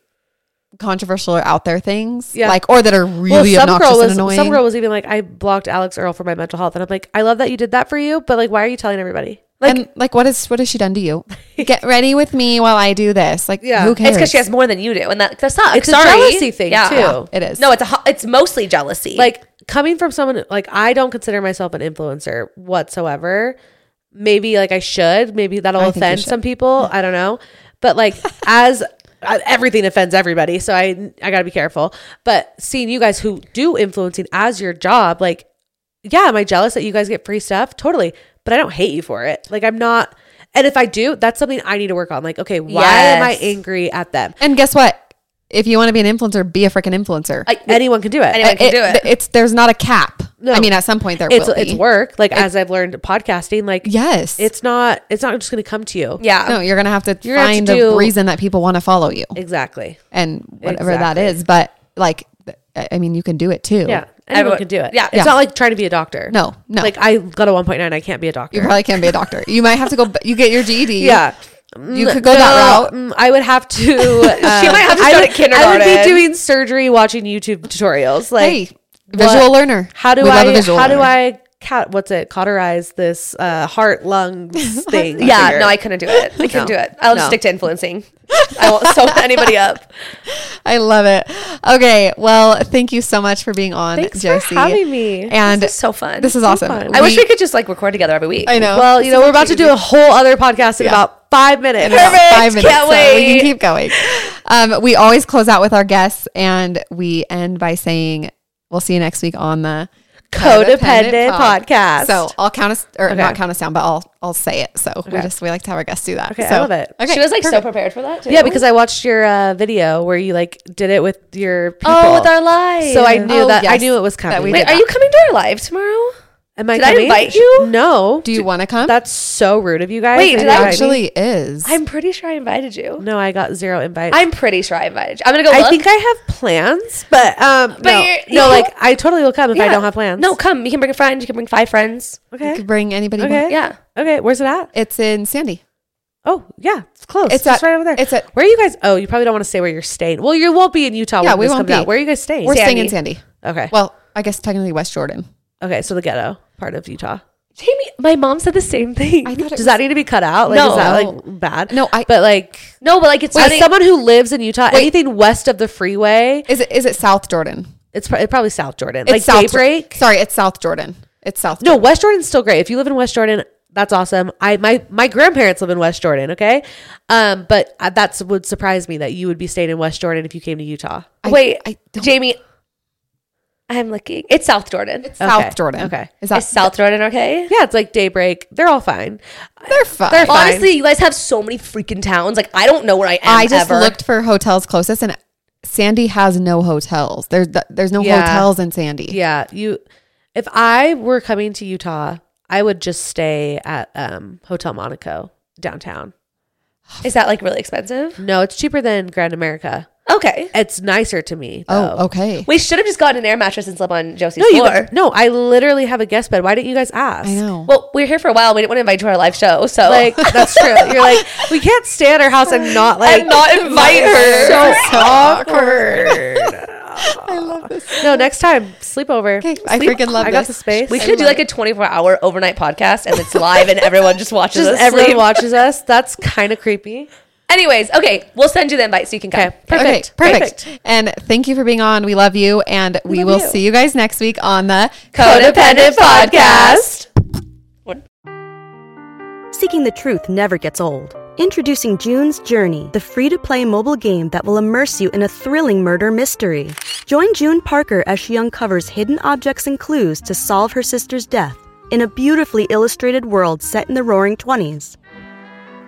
Speaker 6: controversial or out there things,
Speaker 3: Yeah.
Speaker 6: like or that are really obnoxious
Speaker 3: girl was
Speaker 6: and annoying.
Speaker 3: some girl was even like, I blocked Alex Earl for my mental health, and I'm like, I love that you did that for you, but like, why are you telling everybody?
Speaker 6: like, and like, what is what has she done to you? Get ready with me while I do this. Like,
Speaker 3: Yeah.
Speaker 6: yeah, who
Speaker 3: It's
Speaker 6: cares?
Speaker 1: It's because she has more than you do, and that that sucks.
Speaker 3: It's a
Speaker 1: Sorry.
Speaker 3: jealousy thing, too.
Speaker 6: It is.
Speaker 1: No, it's a ho- it's mostly jealousy.
Speaker 3: like coming from someone like I don't consider myself an influencer whatsoever. Maybe like I should. Maybe that'll
Speaker 6: think you
Speaker 3: offend
Speaker 6: should.
Speaker 3: some people. I don't know. But like as I, everything offends everybody, so I I gotta be careful. But seeing you guys who do influencing as your job, like yeah, am I jealous that you guys get free stuff? Totally. But I don't hate you for it. Like I'm not. And if I do, that's something I need to work on. Like okay, why am I
Speaker 1: Yes.
Speaker 3: angry at them?
Speaker 6: And guess what?
Speaker 2: if you want to be an influencer, be a freaking influencer.
Speaker 6: Like,
Speaker 3: Anyone can do it.
Speaker 6: Anyone can do it.
Speaker 2: It's there's not a cap.
Speaker 3: No.
Speaker 2: I mean, at some point there
Speaker 3: it's
Speaker 2: will be.
Speaker 3: it's work. Like as I've learned podcasting, like
Speaker 2: Yes.
Speaker 3: it's not it's not just going to come to you.
Speaker 6: yeah.
Speaker 2: no, you're gonna have to
Speaker 3: You're gonna have
Speaker 2: find
Speaker 3: to
Speaker 2: a
Speaker 3: do-
Speaker 2: reason that people want to follow you
Speaker 3: exactly.
Speaker 2: and whatever
Speaker 3: Exactly.
Speaker 2: that is. But like, th- I mean, you can do it too.
Speaker 3: Yeah, anyone
Speaker 6: Everyone-
Speaker 3: can do it.
Speaker 6: yeah.
Speaker 3: it's not like trying to be a doctor.
Speaker 2: No, no.
Speaker 3: Like I got a one point nine. I can't be a doctor.
Speaker 2: You probably can't be a doctor. You might have to go. b- You get your E GED.
Speaker 3: yeah.
Speaker 2: you could go that route.
Speaker 3: Mm, I would have to. she might
Speaker 6: have to
Speaker 3: I would,
Speaker 6: start at
Speaker 3: I would
Speaker 6: kindergarten.
Speaker 3: be doing surgery, watching YouTube tutorials. Like,
Speaker 2: hey, visual
Speaker 3: what-
Speaker 2: learner.
Speaker 3: How do
Speaker 2: We
Speaker 3: I?
Speaker 2: love a visual
Speaker 3: How do
Speaker 2: learner.
Speaker 3: I? Ca- what's it? Cauterize this uh, heart lungs thing.
Speaker 6: Yeah,
Speaker 3: Figure
Speaker 6: no,
Speaker 3: it.
Speaker 6: I couldn't do it. I couldn't
Speaker 3: No.
Speaker 6: do it. I'll
Speaker 3: No.
Speaker 6: just stick to influencing. I won't sew anybody up.
Speaker 2: I love it. Okay, well, thank you so much for being on,
Speaker 3: Thanks for
Speaker 2: Josie.
Speaker 3: having me.
Speaker 2: And
Speaker 6: This is so fun.
Speaker 2: This is awesome.
Speaker 3: fun.
Speaker 6: I wish we could just like record together every week.
Speaker 2: I know.
Speaker 3: Well, you know, we're about to do a whole other podcast in about five minutes.
Speaker 6: Perfect.
Speaker 2: five minutes.
Speaker 6: Can't
Speaker 2: so we
Speaker 6: wait.
Speaker 2: can keep going. Um, we always close out with our guests, and we end by saying, "We'll see you next week on the
Speaker 3: Codependent
Speaker 2: Pod."
Speaker 3: Podcast.
Speaker 2: So I'll count us, or not count us down, but I'll I'll say it. So we just we like to have our guests do that.
Speaker 3: Okay, I
Speaker 2: so,
Speaker 3: love it.
Speaker 2: Okay,
Speaker 6: she was like so prepared for that too.
Speaker 3: Yeah, because I watched your uh, video where you like did it with your people.
Speaker 6: oh, with our live.
Speaker 3: so I knew
Speaker 2: Oh,
Speaker 3: that I
Speaker 2: yes,
Speaker 3: knew it was coming.
Speaker 2: that we
Speaker 6: Wait,
Speaker 2: did
Speaker 6: are you coming to our live tomorrow?
Speaker 3: Am I
Speaker 6: Did I
Speaker 3: coming?
Speaker 6: invite you?
Speaker 3: No.
Speaker 2: do you want to come?
Speaker 3: That's so rude of you guys.
Speaker 6: Wait,
Speaker 3: to
Speaker 6: did
Speaker 2: it
Speaker 6: I-
Speaker 3: invite me.
Speaker 2: actually is.
Speaker 6: I'm pretty sure I invited you.
Speaker 3: No, I got zero invites.
Speaker 6: I'm pretty sure I invited you. I'm gonna go.
Speaker 3: I
Speaker 6: look.
Speaker 3: think I have plans, but um, no,
Speaker 6: you're-
Speaker 3: no,
Speaker 6: you-
Speaker 3: like I totally will come if I
Speaker 6: Yeah.
Speaker 3: don't have plans.
Speaker 6: No, come. You can bring a friend. You can bring five friends.
Speaker 2: you
Speaker 3: okay,
Speaker 2: could bring anybody. you
Speaker 3: okay,
Speaker 2: want.
Speaker 6: Yeah.
Speaker 3: okay. Where's it at?
Speaker 2: It's in Sandy.
Speaker 3: Oh, yeah, it's close.
Speaker 2: It's
Speaker 3: It's just
Speaker 2: at-
Speaker 3: right over there.
Speaker 2: it's at-
Speaker 3: where are you guys? Oh, you probably don't want to say where you're staying. Well, you won't be in Utah.
Speaker 2: Yeah,
Speaker 3: when
Speaker 2: we
Speaker 3: this
Speaker 2: won't
Speaker 3: comes out.
Speaker 2: be.
Speaker 3: Where are you guys staying?
Speaker 2: We're staying
Speaker 6: Sandy.
Speaker 2: in Sandy.
Speaker 3: okay,
Speaker 2: Well, I guess technically West Jordan.
Speaker 3: okay. So the ghetto part of Utah.
Speaker 6: Jamie, my mom said the same thing.
Speaker 2: I thought it
Speaker 3: Does that need to be cut out? Like,
Speaker 6: No.
Speaker 3: is that like bad?
Speaker 2: No, I-
Speaker 3: But like,
Speaker 6: no, but like it's
Speaker 3: as
Speaker 6: funny-
Speaker 3: someone who lives in Utah, anything west of the freeway,
Speaker 2: Is it is it South Jordan?
Speaker 3: it's pro- probably South Jordan,
Speaker 2: It's
Speaker 3: like
Speaker 2: South
Speaker 3: Daybreak.
Speaker 2: Sorry, it's South Jordan. It's South.
Speaker 3: No, West Jordan's still great. If you live in West Jordan, that's awesome. I my my grandparents live in West Jordan. Okay, um, but uh, that's would surprise me that you would be staying in West Jordan if you came to Utah.
Speaker 2: I-
Speaker 6: Wait,
Speaker 2: I don't-
Speaker 6: Jamie, I'm looking. It's South Jordan. It's,
Speaker 2: South
Speaker 3: Okay,
Speaker 2: Jordan.
Speaker 3: okay.
Speaker 2: Is that
Speaker 6: South Jordan, okay?
Speaker 3: Yeah, it's like Daybreak. They're all fine.
Speaker 2: they're fine.
Speaker 3: They're fine.
Speaker 6: Honestly, you guys have so many freaking towns. Like I don't know where I am.
Speaker 2: I just
Speaker 6: ever.
Speaker 2: looked for hotels closest, and Sandy has no hotels. There's th- there's no
Speaker 3: Yeah.
Speaker 2: hotels in Sandy.
Speaker 3: Yeah, you. If I were coming to Utah, I would just stay at um, Hotel Monaco downtown.
Speaker 6: Is that like really expensive?
Speaker 3: No, it's cheaper than Grand America.
Speaker 6: Okay.
Speaker 3: It's nicer to me. Though.
Speaker 2: Oh, okay.
Speaker 6: We should have just gotten an air mattress and slept on Josie's
Speaker 3: No, you
Speaker 6: floor.
Speaker 3: no, I literally have a guest bed. Why didn't you guys ask?
Speaker 2: I know. Oh.
Speaker 6: Well, we were here for a while. We didn't want to invite you to our live show, so
Speaker 3: Like that's true. You're like, we can't stay at her house and not like
Speaker 6: and not invite her.
Speaker 3: so awkward.
Speaker 2: I love this.
Speaker 3: No, next time sleepover.
Speaker 2: Okay, I freaking love
Speaker 3: I
Speaker 2: this.
Speaker 3: got the space.
Speaker 6: we could do like a 24 hour overnight podcast, and it's live, and everyone just watches.
Speaker 3: just
Speaker 6: us
Speaker 3: everyone
Speaker 6: sleep.
Speaker 3: watches us. That's kind of creepy.
Speaker 6: Anyways, okay, we'll send you the invite so you can come.
Speaker 3: Okay,
Speaker 2: Perfect.
Speaker 3: perfect.
Speaker 2: Okay, perfect. And thank you for being on. We love you, and we will see you guys next week on the
Speaker 6: Codependent Podcast.
Speaker 7: Seeking the truth never gets old. Introducing June's Journey, the free to play mobile game that will immerse you in a thrilling murder mystery. Join June Parker as she uncovers hidden objects and clues to solve her sister's death in a beautifully illustrated world set in the roaring 20s.